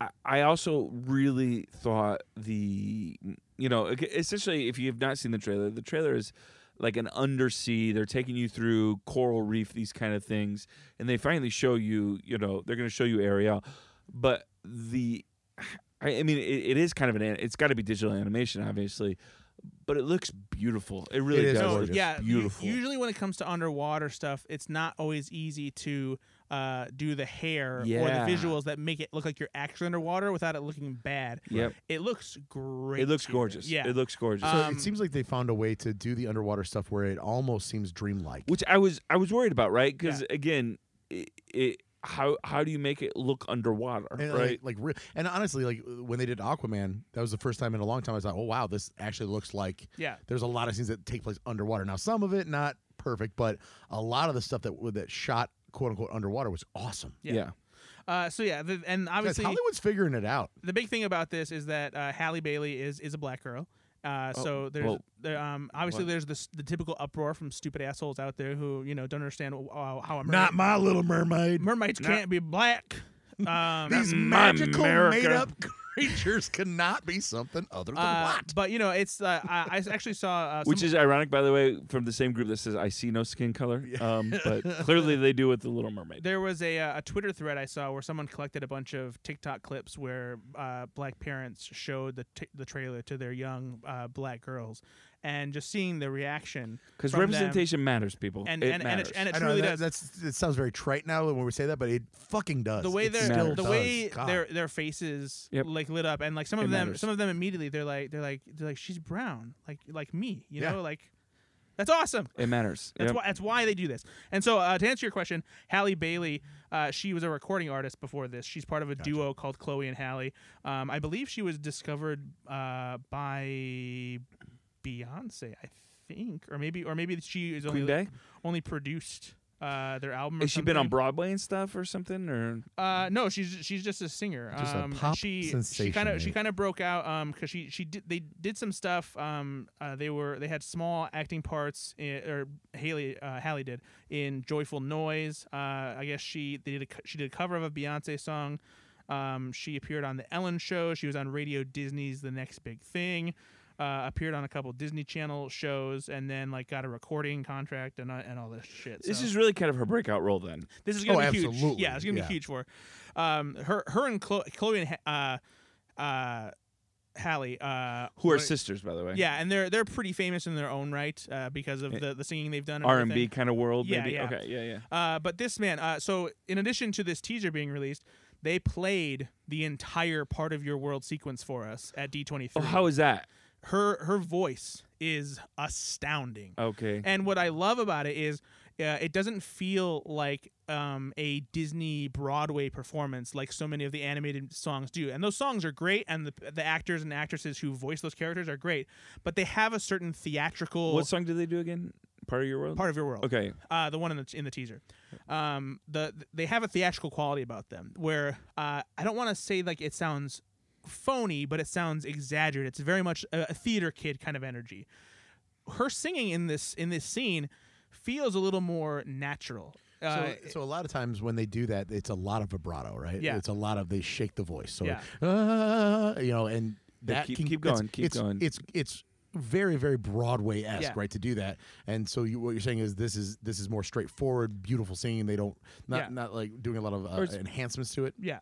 Speaker 4: I, I also really thought the you know ag- essentially if you have not seen the trailer, the trailer is like an undersea. They're taking you through coral reef, these kind of things, and they finally show you. You know, they're going to show you Ariel, but the I, I mean, it, it is kind of an. an- It's got to be digital animation, obviously, but it looks beautiful. It really
Speaker 2: It is
Speaker 4: does.
Speaker 3: No,
Speaker 4: look
Speaker 2: gorgeous.
Speaker 3: yeah. u-
Speaker 4: beautiful.
Speaker 3: Usually, when it comes to underwater stuff, it's not always easy to uh, do the hair or
Speaker 4: Yeah.
Speaker 3: the visuals that make it look like you're actually underwater without it looking bad.
Speaker 4: Yep.
Speaker 3: It looks great.
Speaker 4: It looks
Speaker 3: here.
Speaker 4: gorgeous.
Speaker 3: Yeah.
Speaker 4: It looks gorgeous.
Speaker 2: So
Speaker 3: Um,
Speaker 2: it seems like they found a way to do the underwater stuff where it almost seems dreamlike.
Speaker 4: which I was I was worried about, right? Because again, it, it how how do you make it look underwater,
Speaker 2: and like-
Speaker 4: right?
Speaker 2: Like, real and honestly, like when they did Aquaman, that was the first time in a long time I was like, oh wow, this actually looks like
Speaker 3: yeah.
Speaker 2: there's a lot of scenes that take place underwater. Now some of it not perfect, but a lot of the stuff that that shot quote unquote underwater was awesome.
Speaker 3: Yeah. Uh, so yeah, the, and
Speaker 2: Guys,
Speaker 3: obviously
Speaker 2: Hollywood's figuring it out.
Speaker 3: the big thing about this is that uh, Halle Bailey is is a black girl. Uh,
Speaker 4: Oh,
Speaker 3: so there's
Speaker 4: well,
Speaker 3: there, um, obviously
Speaker 4: what?
Speaker 3: there's this, the typical uproar from stupid assholes out there who you know don't understand uh, how a mermaid,
Speaker 2: Not my little mermaid.
Speaker 3: mermaids
Speaker 4: not-
Speaker 3: can't be black. Um,
Speaker 2: These
Speaker 4: my
Speaker 2: magical
Speaker 4: America.
Speaker 2: made up creatures cannot be something other than
Speaker 3: uh,
Speaker 2: what?
Speaker 3: but you know it's uh, I, I actually saw uh,
Speaker 4: Which
Speaker 3: some-
Speaker 4: is ironic, by the way, from the same group that says "I see no skin color," um, but clearly they do with the Little Mermaid.
Speaker 3: there was a uh, a Twitter thread I saw where someone collected a bunch of TikTok clips where uh, black parents showed the t- the trailer to their young uh, black girls, and just seeing the reaction
Speaker 4: Because
Speaker 3: from them-
Speaker 4: representation matters, people.
Speaker 3: and
Speaker 4: it
Speaker 3: and, and
Speaker 4: matters.
Speaker 3: it, and it
Speaker 2: I know
Speaker 3: truly
Speaker 2: that,
Speaker 3: does.
Speaker 2: That's it sounds very trite now when we say that, but it fucking does.
Speaker 3: the way
Speaker 2: It
Speaker 3: their
Speaker 2: still
Speaker 3: the
Speaker 2: does.
Speaker 3: way
Speaker 2: God.
Speaker 3: their their faces
Speaker 4: Yep.
Speaker 3: like lit up and like some
Speaker 4: It
Speaker 3: of them
Speaker 4: matters.
Speaker 3: some of them immediately they're like they're like they're like she's brown like like me you
Speaker 2: Yeah.
Speaker 3: know like that's awesome
Speaker 4: It matters.
Speaker 3: that's
Speaker 4: Yep.
Speaker 3: why that's why they do this and so uh, to answer your question Halle Bailey uh, she was a recording artist before this she's part of a duo called Chloe and Halle um, I believe she was discovered uh, by Beyonce I think or maybe or maybe she is
Speaker 4: Queen
Speaker 3: only
Speaker 4: Bay.
Speaker 3: only produced uh, their album or
Speaker 4: Has she been on
Speaker 3: something.
Speaker 4: Broadway and stuff or something? Or
Speaker 3: Uh, no, she's she's just a singer.
Speaker 2: Just a
Speaker 3: um,
Speaker 2: pop
Speaker 3: she, She
Speaker 2: sensation, eh?
Speaker 3: kind of she
Speaker 2: mate.
Speaker 3: kind of broke out um because she she did they did some stuff um uh, they were they had small acting parts in, or Haley uh, Hallie did in Joyful Noise. Uh, I guess she they did a, co- she did a cover of a Beyonce song. Um, she appeared on the Ellen Show. She was on Radio Disney's The Next Big Thing. Uh, appeared on a couple Disney Channel shows, and then like got a recording contract and uh, and all this shit.
Speaker 4: this
Speaker 3: so-
Speaker 4: is really kind of her breakout role then.
Speaker 3: this is gonna
Speaker 2: Oh,
Speaker 3: be huge.
Speaker 2: absolutely.
Speaker 3: Yeah, it's gonna
Speaker 2: Yeah.
Speaker 3: be huge for her. Um, her, her and Chloe, Chloe and Ha- uh, uh, Hallie, uh,
Speaker 4: Who are
Speaker 3: were-
Speaker 4: sisters, by the way?
Speaker 3: Yeah, and they're they're pretty famous in their own right uh, because of the, the singing they've done. and
Speaker 4: Eh, R and B
Speaker 3: everything.
Speaker 4: kind of world.
Speaker 3: Yeah,
Speaker 4: maybe?
Speaker 3: yeah.
Speaker 4: Okay. Yeah. Yeah.
Speaker 3: Uh, but this man. Uh, so in addition to this teaser being released, they played the entire part of your world sequence for us at D twenty
Speaker 4: Oh,
Speaker 3: three.
Speaker 4: how is that?
Speaker 3: her her voice is astounding.
Speaker 4: Okay.
Speaker 3: And what I love about it is uh, it doesn't feel like um, a Disney Broadway performance like so many of the animated songs do. And those songs are great, and the, the actors and actresses who voice those characters are great, but they have a certain theatrical
Speaker 4: What song did they do again? Part of your world.
Speaker 3: part of your world.
Speaker 4: Okay.
Speaker 3: Uh, the one in the in the teaser, um, the they have a theatrical quality about them where uh, I don't want to say like it sounds phony, but it sounds exaggerated. It's very much a, a theater kid kind of energy. Her singing in this in this scene feels a little more natural. Uh,
Speaker 2: so, so a lot of times when they do that, it's a lot of vibrato, right?
Speaker 3: Yeah.
Speaker 2: It's a lot of they shake the voice. So
Speaker 3: Yeah.
Speaker 2: "Ah," you know, and
Speaker 4: Yeah,
Speaker 2: that
Speaker 4: keep-
Speaker 2: can,
Speaker 4: keep
Speaker 2: that's-
Speaker 4: going, keep
Speaker 2: it's,
Speaker 4: going.
Speaker 2: It's it's very very Broadway esque,
Speaker 3: Yeah.
Speaker 2: right? To do that, and so you, what you're saying is this is this is more straightforward, beautiful singing. They don't not
Speaker 3: Yeah.
Speaker 2: not like doing a lot of
Speaker 4: Or
Speaker 2: uh,
Speaker 4: it's-
Speaker 2: enhancements to it.
Speaker 3: yeah,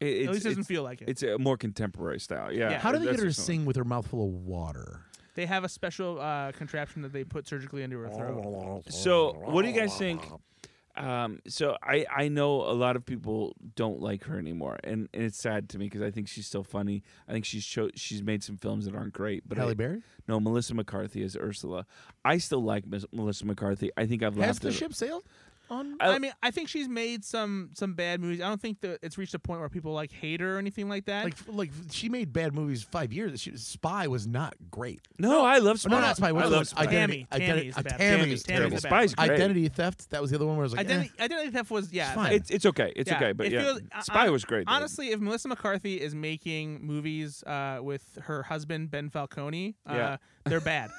Speaker 4: It, it's,
Speaker 3: At least it doesn't
Speaker 4: it's,
Speaker 3: feel like it.
Speaker 4: it's a more contemporary style. Yeah.
Speaker 3: Yeah.
Speaker 2: How do they get
Speaker 4: that's
Speaker 2: her to
Speaker 4: what's going
Speaker 2: sing with her mouth full of water?
Speaker 3: They have a special uh, contraption that they put surgically into her throat.
Speaker 4: on. So, what do you guys think? Um, so I I know a lot of people don't like her anymore, and, and it's sad to me because I think she's still funny. I think she's cho- she's made some films that aren't great, but I-
Speaker 2: Halle Berry
Speaker 4: no Melissa McCarthy is Ursula. I still like Miss Melissa McCarthy. I think I've
Speaker 2: has
Speaker 4: laughed
Speaker 2: the
Speaker 4: at-
Speaker 2: ship sailed on.
Speaker 4: I-
Speaker 3: I mean, I think she's made some some bad movies. I don't think that it's reached a point where people like hate her or anything like that.
Speaker 2: Like, like she made bad movies five years. She, Spy was not great.
Speaker 4: No, I love Spy.
Speaker 2: Oh, No, not Spy.
Speaker 4: I
Speaker 2: What's the
Speaker 4: love
Speaker 2: one?
Speaker 4: Spy.
Speaker 2: Identity-
Speaker 3: Tammy. Tammy
Speaker 2: Identi-
Speaker 3: is
Speaker 2: uh,
Speaker 3: the bad.
Speaker 2: Tammy
Speaker 4: Tammy's
Speaker 2: is
Speaker 3: Tammy's
Speaker 2: terrible.
Speaker 3: the
Speaker 4: terrible.
Speaker 3: bad one.
Speaker 4: Spy's great.
Speaker 2: Identity theft. That was the other one where I was like,
Speaker 3: Identi-
Speaker 2: eh.
Speaker 3: Identity theft was yeah.
Speaker 2: It's fine.
Speaker 4: It's it's okay. It's
Speaker 3: Yeah.
Speaker 4: okay. But
Speaker 3: It
Speaker 4: yeah,
Speaker 3: feels- I-
Speaker 4: Spy
Speaker 3: I-
Speaker 4: was great. though.
Speaker 3: Honestly, if Melissa McCarthy is making movies uh, with her husband Ben Falcone, uh,
Speaker 4: Yeah.
Speaker 3: they're bad.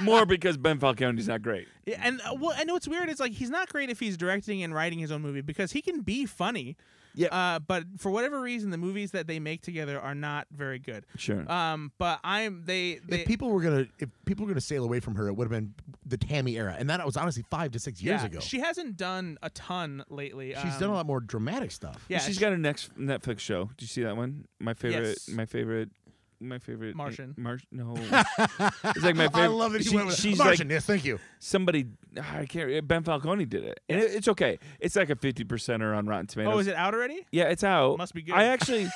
Speaker 4: more because Ben Falcone's not great.
Speaker 3: Yeah, and uh, well, I know what's weird. It's like he's not great if he's directing and writing his own movie because he can be funny.
Speaker 4: Yeah.
Speaker 3: Uh, but for whatever reason, the movies that they make together are not very good.
Speaker 4: Sure.
Speaker 3: Um, but I'm they. they
Speaker 2: if people were gonna if people were gonna sail away from her, it would have been the Tammy era, and that was honestly five to six years
Speaker 3: yeah,
Speaker 2: ago.
Speaker 3: She hasn't done a ton lately.
Speaker 2: She's
Speaker 3: um,
Speaker 2: done a lot more dramatic stuff.
Speaker 3: Yeah.
Speaker 4: she's got a next Netflix show. Did you see that one? My favorite.
Speaker 3: Yes.
Speaker 4: My favorite. My favorite.
Speaker 3: Martian.
Speaker 4: Martian. No. it's like my favorite.
Speaker 2: I love that she,
Speaker 4: She-
Speaker 2: went with
Speaker 4: she's
Speaker 2: Martian.
Speaker 4: like
Speaker 2: yes, thank you.
Speaker 4: somebody. ah, I can't. Ben Falcone did it, and it, it's okay. It's like a fifty percenter on Rotten Tomatoes.
Speaker 3: Oh, is it out already?
Speaker 4: Yeah, it's out.
Speaker 3: Must be good.
Speaker 4: I actually,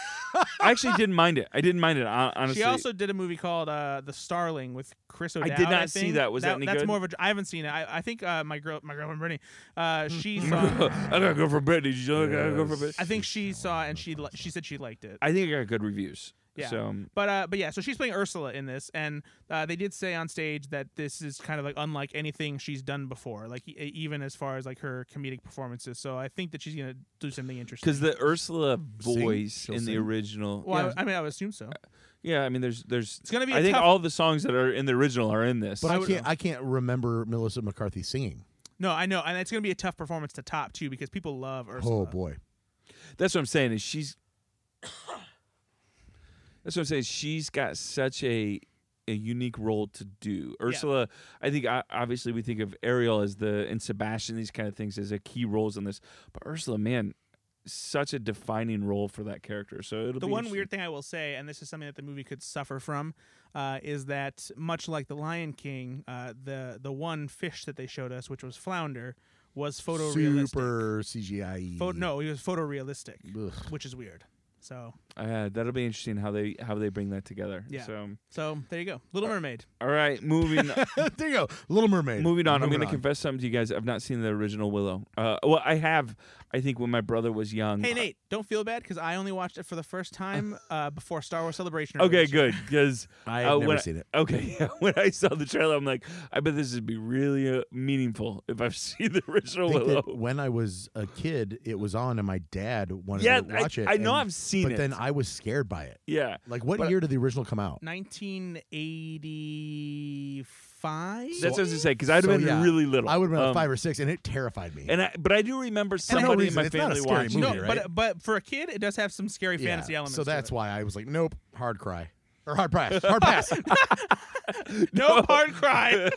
Speaker 4: I actually didn't mind it. I didn't mind it. hon- Honestly,
Speaker 3: She also did a movie called uh, "The Starling" with Chris O'Dowd.
Speaker 4: did not see
Speaker 3: think.
Speaker 4: that. Was that any
Speaker 3: That's
Speaker 4: good?
Speaker 3: more of a. I haven't seen it. I, I think uh, my girl, my girlfriend Brittany, uh, she saw.
Speaker 4: I gotta go for Brittany. You know, I gotta go for
Speaker 2: Yes.
Speaker 4: Britney.
Speaker 3: I think she saw and she li- she said she liked it.
Speaker 4: I think I got good reviews.
Speaker 3: Yeah.
Speaker 4: So um,
Speaker 3: But uh, but yeah, so she's playing Ursula in this, and uh, they did say on stage that this is kind of like unlike anything she's done before, like e- even as far as like her comedic performances. So I think that she's gonna do something interesting.
Speaker 4: Because the Ursula
Speaker 2: Sing.
Speaker 4: voice
Speaker 2: She'll
Speaker 4: in the
Speaker 2: sing.
Speaker 4: original,
Speaker 3: well,
Speaker 4: yeah.
Speaker 3: I, I mean, I would assume so.
Speaker 4: yeah, I mean, there's, there's,
Speaker 3: It's gonna be. a
Speaker 4: I think
Speaker 3: tough-
Speaker 4: all the songs that are in the original are in this.
Speaker 2: But I,
Speaker 3: would-
Speaker 2: can't. I can't remember Melissa McCarthy singing.
Speaker 3: no, I know, and it's gonna be a tough performance to top too because people love Ursula.
Speaker 2: Oh boy,
Speaker 4: That's what I'm saying. Is she's, that's what I'm saying. She's got such a, a unique role to do. Ursula, I think, I, obviously, we think of Ariel as the and Sebastian these kind of things as a key roles in this. But Ursula, man, such a defining role for that character. So it'll
Speaker 3: The
Speaker 4: be
Speaker 3: one
Speaker 4: interesting.
Speaker 3: weird thing I will say, and this is something that the movie could suffer from, uh, is that much like the Lion King, uh, the the one fish that they showed us, which was flounder, was photorealistic.
Speaker 2: super CGI.
Speaker 3: Pho- no, he was photorealistic,
Speaker 2: Ugh.
Speaker 3: which is weird. So
Speaker 4: Uh, that'll be interesting how they how they bring that together.
Speaker 3: Yeah.
Speaker 4: So
Speaker 3: So there you go,
Speaker 2: Uh,
Speaker 3: Little Mermaid.
Speaker 4: all right, moving
Speaker 2: there you go, Little Mermaid.
Speaker 4: Moving on, I'm
Speaker 2: Moving
Speaker 4: going to confess something to you guys. I've not seen the original Willow. Uh, well, I have. I think when my brother was young.
Speaker 2: uh,
Speaker 3: Hey Nate, don't feel bad because I only watched it for the first time uh, before Star Wars Celebration.
Speaker 4: Uh, Okay,
Speaker 3: earlier this year.
Speaker 4: good. Because
Speaker 2: I have
Speaker 4: uh,
Speaker 2: never
Speaker 4: when I-
Speaker 2: seen it.
Speaker 4: okay, yeah, when I saw the trailer, I'm like, I bet this would be really uh, meaningful if I've seen the original
Speaker 2: think that
Speaker 4: Willow.
Speaker 2: when I was a kid, it was on, and my dad wanted
Speaker 4: Yeah,
Speaker 2: me to
Speaker 4: I,
Speaker 2: watch it.
Speaker 4: I know
Speaker 2: and-
Speaker 4: I've seen
Speaker 2: but
Speaker 4: it.
Speaker 2: then I was scared by it.
Speaker 4: yeah,
Speaker 2: Like, what
Speaker 4: But-
Speaker 2: year did the original come out?
Speaker 3: 1985.
Speaker 4: that's what I was going to say. Because I'd have
Speaker 2: so,
Speaker 4: been
Speaker 2: yeah,
Speaker 4: really little.
Speaker 2: I would have been like
Speaker 4: Um,
Speaker 2: five or six, and it terrified me.
Speaker 4: And I, but I do remember
Speaker 2: no
Speaker 4: somebody in
Speaker 2: reason.
Speaker 4: my
Speaker 2: It's not a
Speaker 4: family
Speaker 2: scary
Speaker 4: watching.
Speaker 3: no,
Speaker 2: movie, right?
Speaker 3: but but for a kid, it does have some scary
Speaker 2: Yeah,
Speaker 3: fantasy elements.
Speaker 2: So
Speaker 3: to
Speaker 2: that's
Speaker 3: it.
Speaker 2: why I was like, nope, hard cry or hard pass, hard pass.
Speaker 3: no hard cry.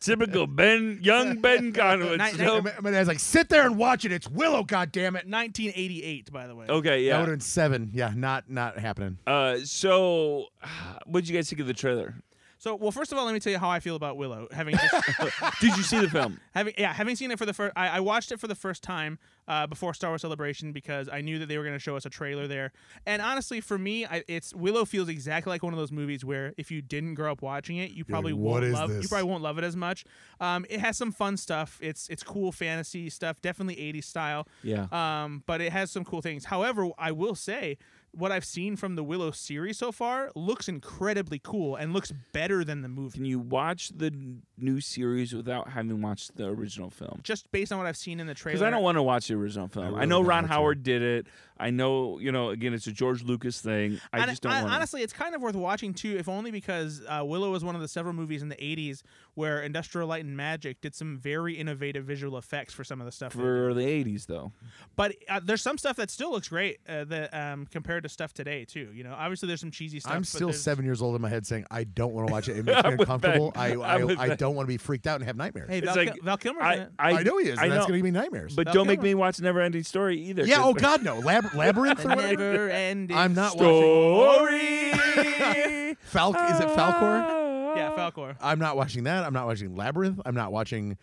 Speaker 4: Typical Ben, young Ben Conwitz.
Speaker 3: Night-
Speaker 4: No-
Speaker 2: and my my dad's like, sit there and watch it. It's Willow, goddammit. it.
Speaker 3: 1988, by the way.
Speaker 4: okay,
Speaker 2: That
Speaker 4: yeah.
Speaker 2: would have been seven. Yeah, not not happening.
Speaker 4: Uh, so, what did you guys think of the trailer?
Speaker 3: So well, first of all, let me tell you how I feel about Willow. Having just,
Speaker 4: Uh, Did you see the film?
Speaker 3: having yeah, having seen it for the first, I, I watched it for the first time uh, before Star Wars Celebration because I knew that they were going to show us a trailer there. And honestly, for me, I, it's Willow feels exactly like one of those movies where if you didn't grow up watching it, you probably
Speaker 2: like, "What
Speaker 3: won't
Speaker 2: is
Speaker 3: love
Speaker 2: this?"
Speaker 3: you probably won't love it as much. Um, it has some fun stuff. It's it's cool fantasy stuff, definitely 80s style.
Speaker 4: Yeah.
Speaker 3: Um, but it has some cool things. However, I will say what I've seen from the Willow series so far looks incredibly cool and looks better than the movie.
Speaker 4: Can you watch the n- new series without having watched the original film?
Speaker 3: Just based on what I've seen in the trailer,
Speaker 4: Because I don't want to watch the original film. I,
Speaker 2: really
Speaker 4: know
Speaker 2: don't
Speaker 4: Ron
Speaker 2: want to.
Speaker 4: Howard did it. I know, you know, again, it's a George Lucas thing. I
Speaker 3: And
Speaker 4: just don't
Speaker 3: I-
Speaker 4: want
Speaker 3: honestly, it's kind of worth watching too, if only because uh, Willow was one of the several movies in the '80s where Industrial Light and Magic did some very innovative visual effects for some of the stuff. they did.
Speaker 4: For the 80s, though.
Speaker 3: But uh, there's some stuff that still looks great uh, that um, compared to stuff today too. You know, obviously there's some cheesy stuff.
Speaker 2: I'm
Speaker 3: but
Speaker 2: still
Speaker 3: there's-
Speaker 2: seven years old in my head saying I don't want to watch it. It makes me
Speaker 4: I'm with
Speaker 2: uncomfortable.
Speaker 4: Ben.
Speaker 2: I
Speaker 4: I'm with
Speaker 2: I, I
Speaker 4: Ben.
Speaker 2: don't want to be freaked out and have nightmares.
Speaker 3: Hey, Val,
Speaker 4: like-
Speaker 3: Kil- Val Kilmer's in
Speaker 4: I,
Speaker 3: it.
Speaker 4: I,
Speaker 2: I know he is.
Speaker 4: I
Speaker 2: and That's
Speaker 4: know.
Speaker 2: going to give me nightmares.
Speaker 4: But
Speaker 3: Val
Speaker 4: don't make
Speaker 3: Kilmer.
Speaker 4: me watch Never Ending Story either.
Speaker 2: yeah.
Speaker 4: 'cause
Speaker 2: Oh God, no. Lab Lab- Labyrinth
Speaker 3: The
Speaker 2: or whatever?
Speaker 3: never ending.
Speaker 2: I'm not
Speaker 4: Story.
Speaker 2: Falc is it Falcor?
Speaker 4: Ah.
Speaker 3: yeah, Falcor.
Speaker 2: I'm not watching that. I'm not watching Labyrinth. I'm not watching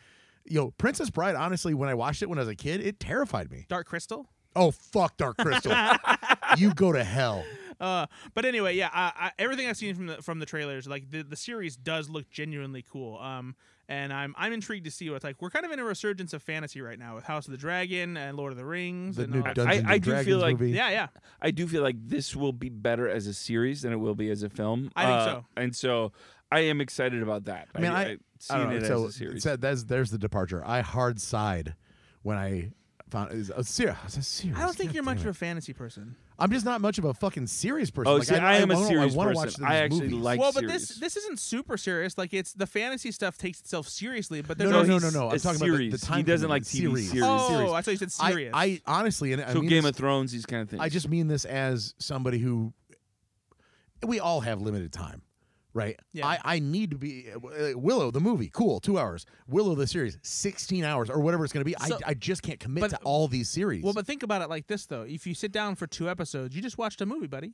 Speaker 2: Yo, Princess Bride, honestly, when I watched it when I was a kid, it terrified me.
Speaker 3: Dark Crystal.
Speaker 2: Oh fuck Dark Crystal. you go to hell.
Speaker 3: Uh, but anyway, yeah, I, I, everything I've seen from the from the trailers, like the, the series does look genuinely cool. Um, and I'm I'm intrigued to see what's like. We're kind of in a resurgence of fantasy right now with House of the Dragon and Lord of the Rings.
Speaker 2: The
Speaker 3: and
Speaker 2: new
Speaker 3: all-
Speaker 2: Dungeons
Speaker 4: I
Speaker 2: and
Speaker 4: do feel
Speaker 2: Dragons
Speaker 4: like-
Speaker 2: movie.
Speaker 3: yeah, yeah.
Speaker 4: I do feel like this will be better as a series than it will be as a film.
Speaker 3: I think
Speaker 4: Uh,
Speaker 3: so.
Speaker 4: And so I am excited about that.
Speaker 2: I mean, I-
Speaker 4: I've
Speaker 2: I
Speaker 4: seen
Speaker 2: don't know.
Speaker 4: it as
Speaker 2: so
Speaker 4: a series.
Speaker 2: so that's, there's the departure. I hard side when I found it was a serious. a serious
Speaker 3: I don't think
Speaker 2: God
Speaker 3: you're much
Speaker 2: damn
Speaker 3: of
Speaker 2: it.
Speaker 3: a fantasy person.
Speaker 2: I'm just not much of a fucking serious person.
Speaker 4: Oh,
Speaker 2: like,
Speaker 4: see, I, am a
Speaker 2: wanna-
Speaker 4: serious
Speaker 2: I wanna
Speaker 4: person.
Speaker 2: Watch these
Speaker 4: I actually
Speaker 2: movies.
Speaker 4: like
Speaker 3: well, but
Speaker 4: series.
Speaker 3: this this isn't super serious. Like it's the fantasy stuff takes itself seriously, but
Speaker 2: No,
Speaker 3: there's
Speaker 2: no,
Speaker 3: always-
Speaker 2: no, no,
Speaker 4: he's
Speaker 2: no.
Speaker 4: a
Speaker 2: I'm talking
Speaker 4: series.
Speaker 2: about the- the,
Speaker 4: He
Speaker 2: time.
Speaker 4: doesn't
Speaker 2: commitment.
Speaker 4: like TV
Speaker 2: series.
Speaker 4: series.
Speaker 3: Oh,
Speaker 2: Series.
Speaker 3: I thought you said
Speaker 2: I-
Speaker 3: serious.
Speaker 2: I, honestly, and I
Speaker 4: so
Speaker 2: mean
Speaker 4: Game
Speaker 2: this-
Speaker 4: of Thrones, these kind of things.
Speaker 2: I just mean this as somebody who we all have limited time, right?
Speaker 3: Yeah.
Speaker 2: I, I need to be uh, Willow the movie, cool, two hours. Willow the series, sixteen hours or whatever it's going to be.
Speaker 3: So-
Speaker 2: I, I just can't commit
Speaker 3: but-
Speaker 2: to all these series.
Speaker 3: well, but think about it like this though. If you sit down for two episodes, you just watched a movie, buddy.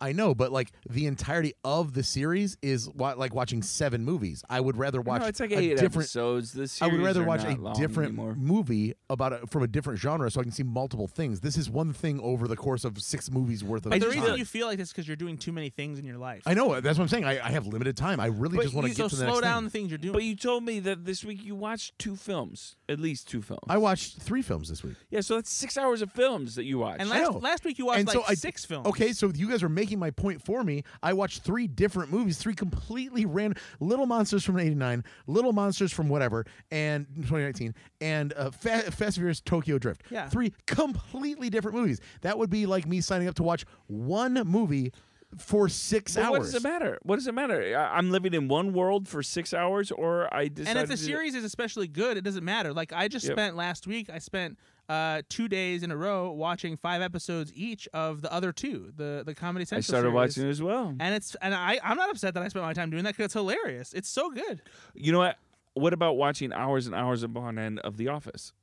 Speaker 2: I know, but like the entirety of the series is wa- like watching seven movies. I would rather watch
Speaker 4: no, it's like
Speaker 2: a
Speaker 4: eight
Speaker 2: different.
Speaker 4: episodes. The
Speaker 2: I
Speaker 4: series
Speaker 2: would rather
Speaker 4: are
Speaker 2: watch a
Speaker 4: not long
Speaker 2: different
Speaker 4: anymore.
Speaker 2: movie about a, from a different genre, so I can see multiple things. This is one thing over the course of six movies worth of
Speaker 3: But
Speaker 2: time.
Speaker 3: the reason you feel like this is because you're doing too many things in your life.
Speaker 2: I know that's what I'm saying. I, I have limited time. I really
Speaker 4: But
Speaker 2: just want to
Speaker 4: you-
Speaker 2: get
Speaker 3: so
Speaker 2: to the next
Speaker 3: slow down
Speaker 2: thing.
Speaker 3: the things you're doing.
Speaker 4: But you told me that this week you watched two films, at least two films.
Speaker 2: I watched three films this week.
Speaker 4: yeah, so that's six hours of films that you watched.
Speaker 3: and
Speaker 2: I
Speaker 3: last,
Speaker 2: know.
Speaker 3: last week you watched
Speaker 2: And
Speaker 3: like
Speaker 2: so I-
Speaker 3: six films.
Speaker 2: Okay, so you guys are making my point for me. I watched three different movies, three completely random Little Monsters from '89, Little Monsters from whatever, and 2019, and uh, Fa- Fast and Furious Tokyo Drift.
Speaker 3: Yeah.
Speaker 2: three completely different movies. That would be like me signing up to watch one movie for six
Speaker 4: But what
Speaker 2: hours.
Speaker 4: does it matter? What does it matter? I, I'm living in one world for six hours, or I decided.
Speaker 3: And if the
Speaker 4: to-
Speaker 3: series is especially good, it doesn't matter. Like I just
Speaker 4: Yep.
Speaker 3: spent last week, I spent uh, two days in a row watching five episodes each of the other two, the the Comedy
Speaker 4: I
Speaker 3: Central.
Speaker 4: started
Speaker 3: series.
Speaker 4: watching it as well.
Speaker 3: and it's and I I'm not upset that I spent my time doing that because it's hilarious. It's so good.
Speaker 4: You know what? What about watching hours and hours upon end of The Office?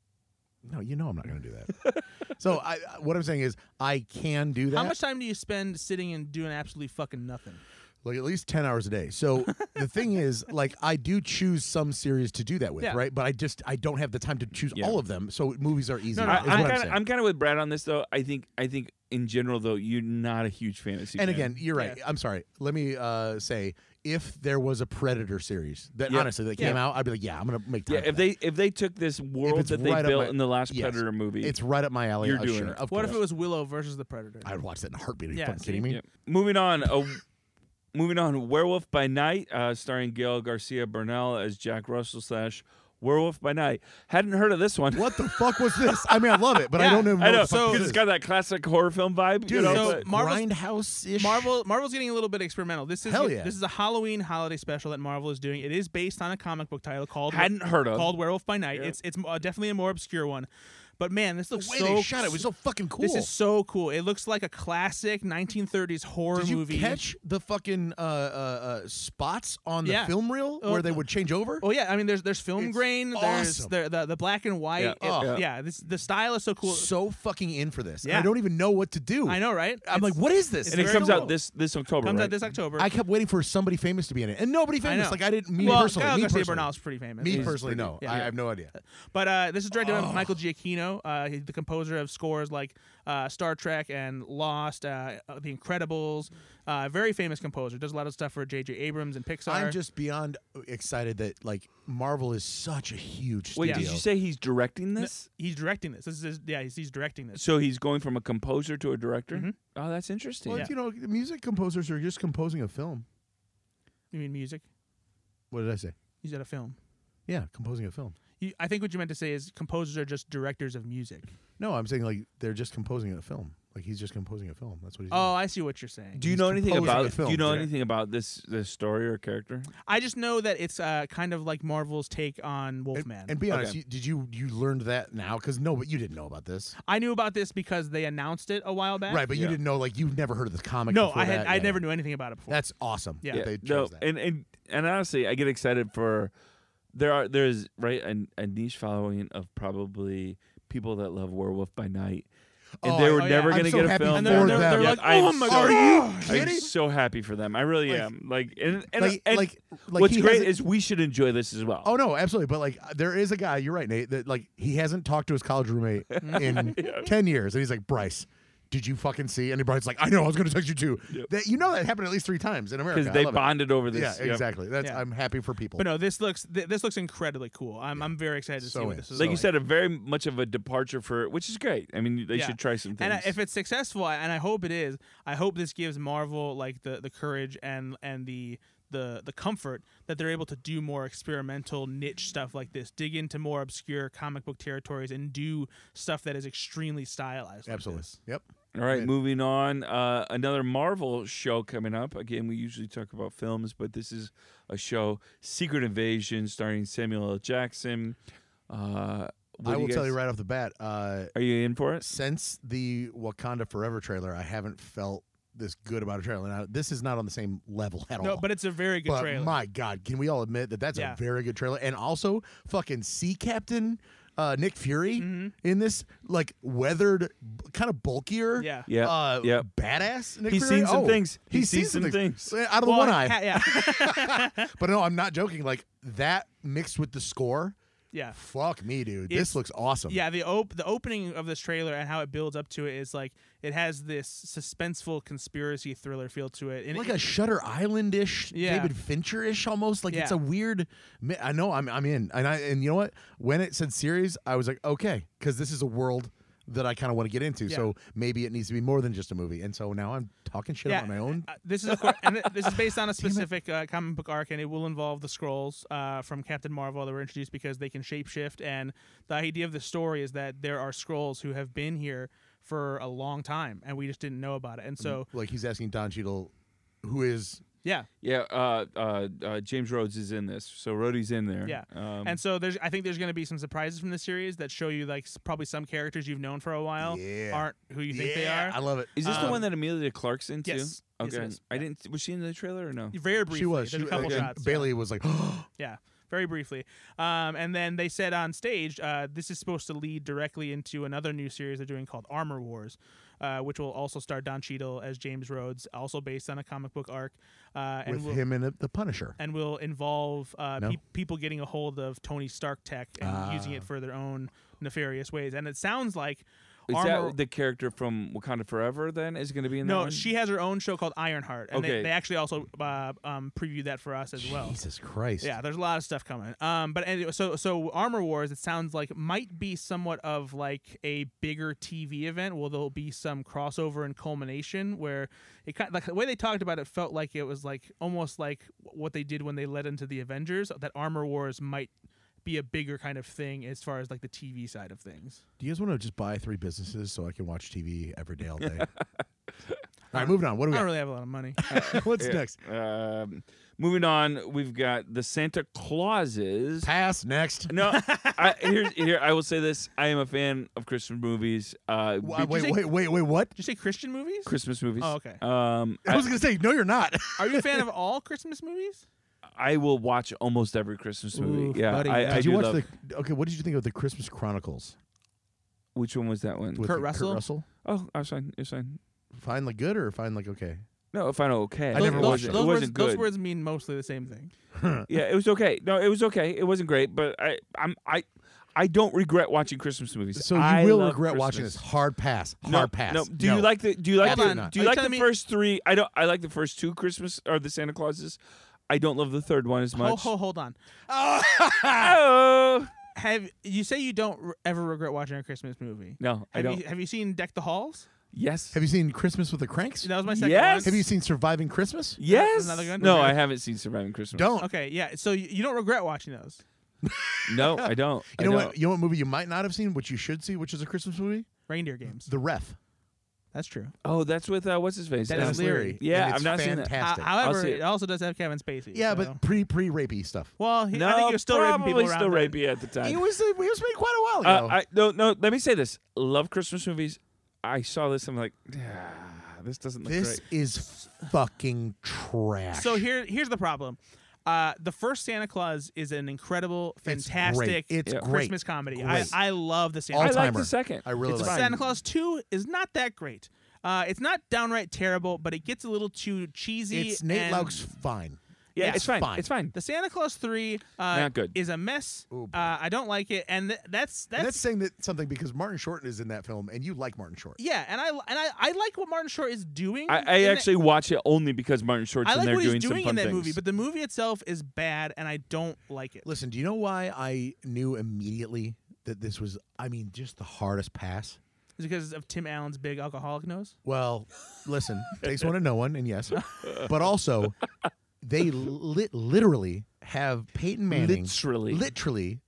Speaker 2: No, you know I'm not going to do that. so I, what I'm saying is, I can do that.
Speaker 3: How much time do you spend sitting and doing absolutely fucking nothing?
Speaker 2: like at least 10 hours a day so the thing is like i do choose some series to do that with
Speaker 3: Yeah.
Speaker 2: right but i just i don't have the time to choose
Speaker 4: Yeah.
Speaker 2: all of them so movies are easier
Speaker 3: no,
Speaker 2: is
Speaker 4: I,
Speaker 2: what
Speaker 4: I'm
Speaker 2: I'm
Speaker 4: kinda-
Speaker 2: saying.
Speaker 4: I'm kind of with Brad on this though. I think I think in general though you're not a huge fantasy.
Speaker 2: and
Speaker 4: fan.
Speaker 2: again you're right i'm sorry let me uh, say if there was a predator series that
Speaker 4: Yeah.
Speaker 2: honestly that came out i'd be like yeah i'm gonna make time
Speaker 4: yeah,
Speaker 2: for
Speaker 4: if
Speaker 2: that.
Speaker 4: they if they took this world
Speaker 2: it's
Speaker 4: that they
Speaker 2: right up
Speaker 4: built
Speaker 2: my-
Speaker 4: in the last
Speaker 2: Yes.
Speaker 4: Predator movie,
Speaker 2: it's right up my alley
Speaker 4: You're
Speaker 2: uh,
Speaker 4: doing
Speaker 2: sure,
Speaker 4: it.
Speaker 2: of
Speaker 3: What
Speaker 2: course.
Speaker 3: if it was Willow versus the Predator?
Speaker 2: i would watch that in a heartbeat are you
Speaker 3: Yeah,
Speaker 2: fucking
Speaker 3: see?
Speaker 2: kidding me
Speaker 4: Yep. Moving on. Oh, moving on. Werewolf by Night, uh, starring Gail Garcia Bernal as Jack Russell slash Werewolf by Night. Hadn't heard of this one.
Speaker 2: what the fuck was this i mean i love it but i don't even know,
Speaker 4: I know.
Speaker 2: what the fuck
Speaker 4: So
Speaker 2: this
Speaker 4: it's
Speaker 2: is.
Speaker 4: got that classic horror film vibe. you
Speaker 2: dude
Speaker 4: know,
Speaker 3: so
Speaker 4: but-
Speaker 3: Marvel's-
Speaker 2: grindhouse-ish
Speaker 3: Marvel Marvel's getting a little bit experimental. This is
Speaker 2: Hell yeah.
Speaker 3: this is a Halloween holiday special that Marvel is doing. It is based on a comic book title called
Speaker 4: hadn't heard of.
Speaker 3: called Werewolf by Night.
Speaker 4: Yeah.
Speaker 3: It's it's uh, definitely a more obscure one, but man, this
Speaker 2: the
Speaker 3: looks
Speaker 2: way
Speaker 3: so
Speaker 2: they shot it was so fucking cool
Speaker 3: This is so cool. It looks like a classic 1930s horror
Speaker 2: Did you
Speaker 3: movie.
Speaker 2: catch the fucking uh, uh, uh, spots on the
Speaker 3: Yeah.
Speaker 2: film reel
Speaker 3: Oh,
Speaker 2: where they
Speaker 3: the-
Speaker 2: would change over?
Speaker 3: Oh yeah, I mean, there's there's film
Speaker 2: It's
Speaker 3: grain.
Speaker 2: awesome.
Speaker 3: There's the, the the black and white.
Speaker 4: Yeah.
Speaker 3: It-
Speaker 2: Oh.
Speaker 3: yeah, this the style is so cool.
Speaker 2: So fucking in for this. And I
Speaker 3: Yeah.
Speaker 2: don't even know what to do.
Speaker 3: I know, right?
Speaker 2: I'm
Speaker 3: It's-
Speaker 2: like, what is this?
Speaker 4: and it
Speaker 3: very
Speaker 4: comes
Speaker 3: cool.
Speaker 4: out this this October.
Speaker 3: comes
Speaker 4: right?
Speaker 3: out this October.
Speaker 2: I kept waiting for somebody famous to be in it, and nobody
Speaker 3: I
Speaker 2: famous.
Speaker 3: know.
Speaker 2: Like I didn't. Me
Speaker 3: well,
Speaker 2: personally.
Speaker 3: Gael
Speaker 2: me
Speaker 3: Garcia
Speaker 2: personally.
Speaker 3: Bernal's pretty famous.
Speaker 2: Me
Speaker 3: He's-
Speaker 2: personally, no.
Speaker 3: yeah.
Speaker 2: I have no idea.
Speaker 3: But uh, this is directed by
Speaker 2: Oh.
Speaker 3: Michael Giacchino. Uh, he's the composer of scores like uh, Star Trek and Lost, uh, uh, The Incredibles. Uh, very famous composer. Does a lot of stuff for J.J. Abrams and Pixar.
Speaker 2: I'm just beyond excited that like Marvel is such a huge
Speaker 4: Wait,
Speaker 2: studio.
Speaker 4: did you say he's directing this?
Speaker 3: he's directing this. This is his- yeah. He's, he's directing this.
Speaker 4: So he's going from a composer to a director.
Speaker 3: Mhm.
Speaker 4: Oh, that's interesting.
Speaker 2: Well,
Speaker 3: Yeah.
Speaker 2: you know, music composers are just composing a film.
Speaker 3: You mean music?
Speaker 2: What did I say?
Speaker 3: He's at a film.
Speaker 2: Yeah, composing a film.
Speaker 3: You, I think what you meant to say is composers are just directors of music.
Speaker 2: No, I'm saying like they're just composing a film. Like he's just composing a film. That's what he's.
Speaker 3: Oh, I see what you're saying.
Speaker 4: Do you
Speaker 2: He's
Speaker 4: know anything
Speaker 2: composing
Speaker 4: about?
Speaker 2: a film,
Speaker 4: do you know
Speaker 2: yeah.
Speaker 4: anything about this this story or character?
Speaker 3: I just know that it's uh, kind of like Marvel's take on
Speaker 2: And,
Speaker 3: Wolfman.
Speaker 2: and be
Speaker 4: Okay.
Speaker 2: honest, you, did you you learned that now? Because no, but you didn't know about this,
Speaker 3: I knew about this because they announced it a while back.
Speaker 2: right? But you
Speaker 4: Yeah.
Speaker 2: didn't know like you've never heard of this comic.
Speaker 3: No,
Speaker 2: before
Speaker 3: I had
Speaker 2: that.
Speaker 3: I
Speaker 2: Yeah,
Speaker 3: never
Speaker 2: yeah.
Speaker 3: knew anything about it before.
Speaker 2: That's awesome.
Speaker 3: Yeah.
Speaker 2: that they
Speaker 4: no,
Speaker 2: chose that.
Speaker 4: and and and honestly, I get excited for there are there is right a, a niche following of probably people that love Werewolf by Night. and
Speaker 2: Oh,
Speaker 4: they
Speaker 2: I-
Speaker 4: were
Speaker 3: oh,
Speaker 4: never
Speaker 3: yeah.
Speaker 4: going
Speaker 2: I'm
Speaker 4: to
Speaker 2: so
Speaker 4: get a
Speaker 2: happy
Speaker 4: film.
Speaker 3: and
Speaker 2: for
Speaker 3: they're, they're,
Speaker 2: them.
Speaker 3: they're
Speaker 4: Yeah,
Speaker 3: like,
Speaker 4: I'm
Speaker 3: oh my
Speaker 4: so-
Speaker 3: god,
Speaker 4: I'm
Speaker 2: kidding?
Speaker 4: so happy for them. I really
Speaker 2: Like-
Speaker 4: am. Like, and, and,
Speaker 2: like,
Speaker 4: and
Speaker 2: like, like
Speaker 4: what's
Speaker 2: he
Speaker 4: great
Speaker 2: hasn't-
Speaker 4: is we should enjoy this as well.
Speaker 2: oh no, absolutely. But like, there is a guy. You're right, Nate. That like he hasn't talked to his college roommate in
Speaker 4: Yeah.
Speaker 2: ten years, and he's like, Bryce, did you fucking see? And Bryce's like, I know. I was going to text you too.
Speaker 4: Yep.
Speaker 2: That you know that happened at least three times in America.
Speaker 4: because
Speaker 2: I
Speaker 4: they
Speaker 2: love it.
Speaker 4: bonded over this.
Speaker 2: Yeah,
Speaker 4: Yep.
Speaker 2: exactly. That's
Speaker 3: Yeah.
Speaker 2: I'm happy for people.
Speaker 3: But no, this looks th- this looks incredibly cool. I'm I'm very excited to
Speaker 2: So
Speaker 3: see what
Speaker 2: am.
Speaker 3: this is.
Speaker 4: Like you
Speaker 3: like.
Speaker 4: said, a very much of a departure for, which is great. I mean, they
Speaker 3: Yeah.
Speaker 4: should try some things.
Speaker 3: and I, if it's successful, I- and I hope it is, I hope this gives Marvel like the the courage and and the the the comfort that they're able to do more experimental niche stuff like this, dig into more obscure comic book territories, and do stuff that is extremely stylized. like
Speaker 2: Absolutely.
Speaker 3: this.
Speaker 2: Yep.
Speaker 4: All right,
Speaker 2: Right.
Speaker 4: moving on. Uh, another Marvel show coming up. Again, we usually talk about films, but this is a show, Secret Invasion, starring Samuel L. Jackson. Uh, what
Speaker 2: I
Speaker 4: do
Speaker 2: will tell
Speaker 4: guys-
Speaker 2: you right off the bat. Uh,
Speaker 4: Are you in for it?
Speaker 2: since the Wakanda Forever trailer, I haven't felt this good about a trailer. Now, this is not on the same level at
Speaker 3: No,
Speaker 2: all.
Speaker 3: but it's a very good
Speaker 2: But
Speaker 3: trailer.
Speaker 2: my God, can we all admit that that's
Speaker 3: Yeah.
Speaker 2: a very good trailer? And also, fucking Sea Captain uh, Nick Fury
Speaker 3: Mhm.
Speaker 2: in this, like weathered, kind of bulkier,
Speaker 3: Yeah.
Speaker 4: Yeah,
Speaker 2: uh,
Speaker 4: yeah.
Speaker 2: badass. Nick
Speaker 4: He's
Speaker 2: Fury?
Speaker 4: seen some
Speaker 2: Oh,
Speaker 4: things.
Speaker 2: He's,
Speaker 4: He's seen
Speaker 2: seen
Speaker 4: some
Speaker 2: out of the
Speaker 3: Well,
Speaker 2: one
Speaker 3: I-
Speaker 2: eye.
Speaker 3: ha- yeah.
Speaker 2: But no, I'm not joking. Like that mixed with the score,
Speaker 3: yeah.
Speaker 2: fuck me, dude.
Speaker 3: It's-
Speaker 2: this looks awesome.
Speaker 3: Yeah, the op- the opening of this trailer and how it builds up to it is like it has this suspenseful conspiracy thriller feel to it. And
Speaker 2: like
Speaker 3: it-
Speaker 2: a Shutter Island ish,
Speaker 3: Yeah.
Speaker 2: David Fincher ish almost. Like it's
Speaker 3: Yeah.
Speaker 2: a weird. mi- I know I'm I'm in, and I and you know what? When it said series, I was like, okay, because this is a world that I kind of want to get into.
Speaker 3: Yeah.
Speaker 2: So maybe it needs to be more than just a movie. And so now I'm talking shit
Speaker 3: Yeah,
Speaker 2: about my own.
Speaker 3: uh, this is of course, and th- this is based on a specific uh, comic book arc, and it will involve the scrolls uh, from Captain Marvel that were introduced because they can shapeshift. And the idea of the story is that there are scrolls who have been here for a long time, and we just didn't know about it. And so,
Speaker 2: Like he's asking Don Cheadle, who is
Speaker 3: yeah,
Speaker 4: Yeah, uh, uh, uh, James Rhodes is in this, so Rhodey's in there.
Speaker 3: Yeah.
Speaker 4: um,
Speaker 3: and so there's I think there's going to be some surprises from the series that show you like s- probably some characters you've known for a while
Speaker 2: Yeah.
Speaker 3: aren't who you think they
Speaker 2: Yeah,
Speaker 3: are.
Speaker 2: I love it.
Speaker 4: is this the
Speaker 3: um,
Speaker 4: one that Amelia Clark's into?
Speaker 3: yes, yes,
Speaker 4: Okay,
Speaker 3: it is.
Speaker 4: I didn't. Was she in the trailer or no?
Speaker 3: Very briefly,
Speaker 2: she was.
Speaker 3: There's
Speaker 2: she-
Speaker 3: a
Speaker 2: and
Speaker 3: couple shots. yeah.
Speaker 2: Bailey was like,
Speaker 3: Yeah, very briefly. Um, and then they said on stage, uh, this is supposed to lead directly into another new series they're doing called Armor Wars, uh, which will also star Don Cheadle as James Rhodes, also based on a comic book arc, uh, and
Speaker 2: with
Speaker 3: will
Speaker 2: him and the Punisher.
Speaker 3: and will involve uh,
Speaker 2: No? Ah.
Speaker 3: peop people getting a hold of Tony Stark tech and using it for their own nefarious ways. And it sounds like
Speaker 4: Is
Speaker 3: Armor.
Speaker 4: that the character from Wakanda Forever? Then is going to be in that
Speaker 3: no,
Speaker 4: one?
Speaker 3: she has her own show called Ironheart, and
Speaker 4: Okay.
Speaker 3: they, they actually also uh, um, previewed that for us as well.
Speaker 2: Jesus Christ.
Speaker 3: Yeah, there's a lot of stuff coming. Um, but anyway, so so Armor Wars, it sounds like might be somewhat of like a bigger TV event. Well, there'll be some crossover and culmination where it kind like the way they talked about it felt like it was like almost like what they did when they led into the Avengers. That Armor Wars might be a bigger kind of thing as far as like the TV side of things.
Speaker 2: Do you guys want to just buy three businesses so I can watch TV every day all day? all right, moving on. What do we got?
Speaker 3: I don't really have a lot of money.
Speaker 2: What's
Speaker 4: Yeah.
Speaker 2: next?
Speaker 4: Um, moving on, we've got the Santa Clauses.
Speaker 2: Pass next.
Speaker 4: No, I, here's, here I will say this: I am a fan of Christmas movies. Uh,
Speaker 2: Wha-
Speaker 4: be-
Speaker 2: wait,
Speaker 3: say-
Speaker 2: wait, wait, wait. What?
Speaker 3: Did you say Christian movies?
Speaker 4: Christmas movies.
Speaker 3: Oh, okay.
Speaker 4: Um,
Speaker 2: I
Speaker 4: I,
Speaker 2: was gonna say no. You're not.
Speaker 3: Are you a fan of all Christmas movies?
Speaker 4: I will watch almost every Christmas movie.
Speaker 3: Ooh,
Speaker 4: yeah,
Speaker 3: buddy.
Speaker 4: I, I
Speaker 2: did you
Speaker 4: do
Speaker 2: watch
Speaker 4: love-
Speaker 2: the? Okay, what did you think of the Christmas Chronicles?
Speaker 4: Which one was that one?
Speaker 2: With
Speaker 3: Kurt Russell?
Speaker 2: Kurt Russell.
Speaker 4: Oh, I was fine. It was fine.
Speaker 2: Find like good or find like okay.
Speaker 4: No, if I know, okay.
Speaker 2: I never
Speaker 4: it
Speaker 3: those,
Speaker 2: watched
Speaker 4: wasn't,
Speaker 3: those
Speaker 4: it wasn't
Speaker 3: words,
Speaker 4: good.
Speaker 3: Those words mean mostly the same thing.
Speaker 4: Yeah, it was okay. No, it was okay. It wasn't great, but I, I'm, I, I don't regret watching Christmas movies.
Speaker 2: So you
Speaker 4: I
Speaker 2: will
Speaker 4: love
Speaker 2: regret watching
Speaker 4: Christmas.
Speaker 2: this. Hard pass. Hard
Speaker 4: No,
Speaker 2: pass.
Speaker 4: No. Do you like the? Do you like
Speaker 3: Hold
Speaker 4: the?
Speaker 3: on.
Speaker 4: Do
Speaker 3: Are
Speaker 4: you
Speaker 3: you
Speaker 4: like
Speaker 3: telling
Speaker 4: the
Speaker 3: me-
Speaker 4: first three? I don't. I like the first two Christmas or the Santa Clauses. I don't love the third one as
Speaker 3: Ho,
Speaker 4: much.
Speaker 3: ho, hold on.
Speaker 4: Oh.
Speaker 3: Have you say you don't re- ever regret watching a Christmas movie?
Speaker 4: No, I
Speaker 3: Have
Speaker 4: don't.
Speaker 3: you have you seen Deck the Halls?
Speaker 4: Yes.
Speaker 2: Have you seen Christmas with the Cranks?
Speaker 3: That was my second
Speaker 4: Yes.
Speaker 3: one.
Speaker 2: Have you seen Surviving Christmas?
Speaker 4: yes.
Speaker 3: Another good?
Speaker 4: No,
Speaker 3: Okay.
Speaker 4: I haven't seen Surviving Christmas.
Speaker 2: Don't.
Speaker 3: Okay, yeah. So you, you don't regret watching those.
Speaker 4: No, I don't. I
Speaker 2: You know
Speaker 4: don't.
Speaker 2: what? You know what movie you might not have seen, which you should see, which is a Christmas movie?
Speaker 3: Reindeer games.
Speaker 2: The Ref.
Speaker 3: That's true.
Speaker 4: Oh, that's with uh, what's his face?
Speaker 3: That
Speaker 4: Uh,
Speaker 3: is Leary.
Speaker 4: Yeah,
Speaker 2: and
Speaker 4: I've
Speaker 2: it's
Speaker 4: not seen that.
Speaker 2: fantastic.
Speaker 3: Ho- however,
Speaker 4: see
Speaker 3: it.
Speaker 4: it.
Speaker 3: also does have Kevin Spacey.
Speaker 2: yeah,
Speaker 3: so-
Speaker 2: but pre pre rapey stuff.
Speaker 3: well, he,
Speaker 4: No,
Speaker 3: I think you're still raping
Speaker 4: probably
Speaker 3: people around.
Speaker 4: still
Speaker 3: then.
Speaker 4: rapey at the time.
Speaker 2: It was it was been quite a while
Speaker 4: Uh,
Speaker 2: ago.
Speaker 4: I no no. Let me say this. Love Christmas movies. I saw this. I'm like, "Ah, this doesn't look
Speaker 2: this
Speaker 4: great.
Speaker 2: is fucking trash.
Speaker 3: So here here's the problem. Uh, the first Santa Claus is an incredible,
Speaker 2: It's great.
Speaker 3: fantastic
Speaker 2: It's
Speaker 4: Yeah.
Speaker 2: great.
Speaker 3: Christmas comedy.
Speaker 2: Great.
Speaker 3: I, I love the Santa
Speaker 2: All
Speaker 4: I
Speaker 3: Claus.
Speaker 2: time.
Speaker 4: like
Speaker 2: timer.
Speaker 4: the second.
Speaker 2: I really
Speaker 4: It's
Speaker 2: like
Speaker 4: fine.
Speaker 3: Santa Claus 2 is not that great. Uh, it's not downright terrible, but it gets a little too cheesy.
Speaker 2: It's Nate
Speaker 3: and-
Speaker 2: Lauk's fine.
Speaker 4: Yeah,
Speaker 3: It's
Speaker 4: it's fine.
Speaker 2: fine.
Speaker 4: It's fine.
Speaker 3: The Santa Claus 3 uh,
Speaker 4: Not good.
Speaker 3: is a mess.
Speaker 2: Ooh,
Speaker 3: uh,
Speaker 2: boy.
Speaker 3: I don't like it. And th- that's, that's
Speaker 2: And that's saying that something because Martin Short is in that film, and you like Martin Short.
Speaker 3: Yeah, and I and I, I like what Martin Short is doing.
Speaker 4: I, I
Speaker 3: in that-
Speaker 4: actually watch it only because Martin Short's
Speaker 3: I
Speaker 4: in
Speaker 3: like
Speaker 4: there
Speaker 3: what
Speaker 4: doing
Speaker 3: he's doing
Speaker 4: some
Speaker 3: in
Speaker 4: fun
Speaker 3: that
Speaker 4: things.
Speaker 3: movie, but the movie itself is bad, and I don't like it.
Speaker 2: Listen, do you know why I knew immediately that this was? I mean, just the hardest pass.
Speaker 3: Is it because of Tim Allen's big alcoholic nose?
Speaker 2: Well, listen, takes one to know one, and yes, but also they lit literally have Peyton Manning
Speaker 4: Literally.
Speaker 2: literally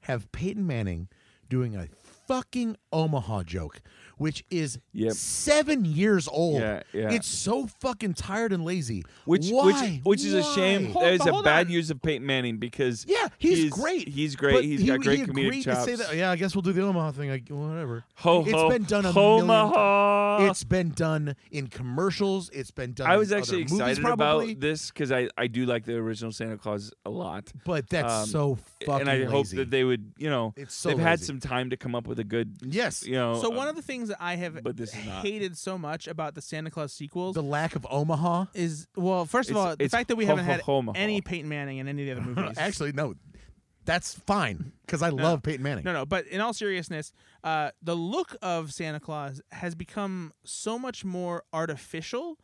Speaker 2: have Peyton Manning doing a fucking Omaha joke, which is
Speaker 4: Yep.
Speaker 2: seven years old.
Speaker 4: Yeah, yeah.
Speaker 2: It's so fucking tired and lazy.
Speaker 4: which
Speaker 2: Why?
Speaker 4: which which is a shame.
Speaker 2: Why?
Speaker 3: Hold-
Speaker 4: that is
Speaker 3: but
Speaker 4: a
Speaker 3: hold
Speaker 4: bad
Speaker 3: on.
Speaker 4: use of Peyton Manning because
Speaker 2: Yeah, he's great,
Speaker 4: He's great.
Speaker 2: But
Speaker 4: he's
Speaker 2: he,
Speaker 4: got great
Speaker 2: he
Speaker 4: comedic
Speaker 2: agreed to
Speaker 4: chops.
Speaker 2: say that. Yeah, I guess we'll do the Omaha thing. Like, whatever.
Speaker 4: Ho,
Speaker 2: It's
Speaker 4: ho,
Speaker 2: been done a million
Speaker 4: Omaha.
Speaker 2: It's been done in commercials. It's been done.
Speaker 4: I
Speaker 2: in
Speaker 4: was actually
Speaker 2: other movies
Speaker 4: excited
Speaker 2: probably,
Speaker 4: about this because I, I do like the original Santa Claus a lot,
Speaker 2: but that's
Speaker 4: um,
Speaker 2: so fucking
Speaker 4: and I hope
Speaker 2: lazy.
Speaker 4: that they would you know
Speaker 2: It's so
Speaker 4: they've had
Speaker 2: lazy.
Speaker 4: some time to come up with a good
Speaker 2: yes,
Speaker 4: you know
Speaker 3: So one
Speaker 4: um,
Speaker 3: of the things that I have
Speaker 4: but this is not.
Speaker 3: hated so much about the Santa Claus sequels
Speaker 2: the lack of Omaha.
Speaker 3: is well, first of
Speaker 4: It's-
Speaker 3: all, the
Speaker 4: it's
Speaker 3: fact that we
Speaker 4: ho-
Speaker 3: haven't
Speaker 4: ho-
Speaker 3: had
Speaker 4: Omaha.
Speaker 3: any Peyton Manning in any of the other movies.
Speaker 2: Actually, no, that's fine because I love Peyton Manning.
Speaker 3: No, no. But in all seriousness, uh, the look of Santa Claus has become so much more artificial,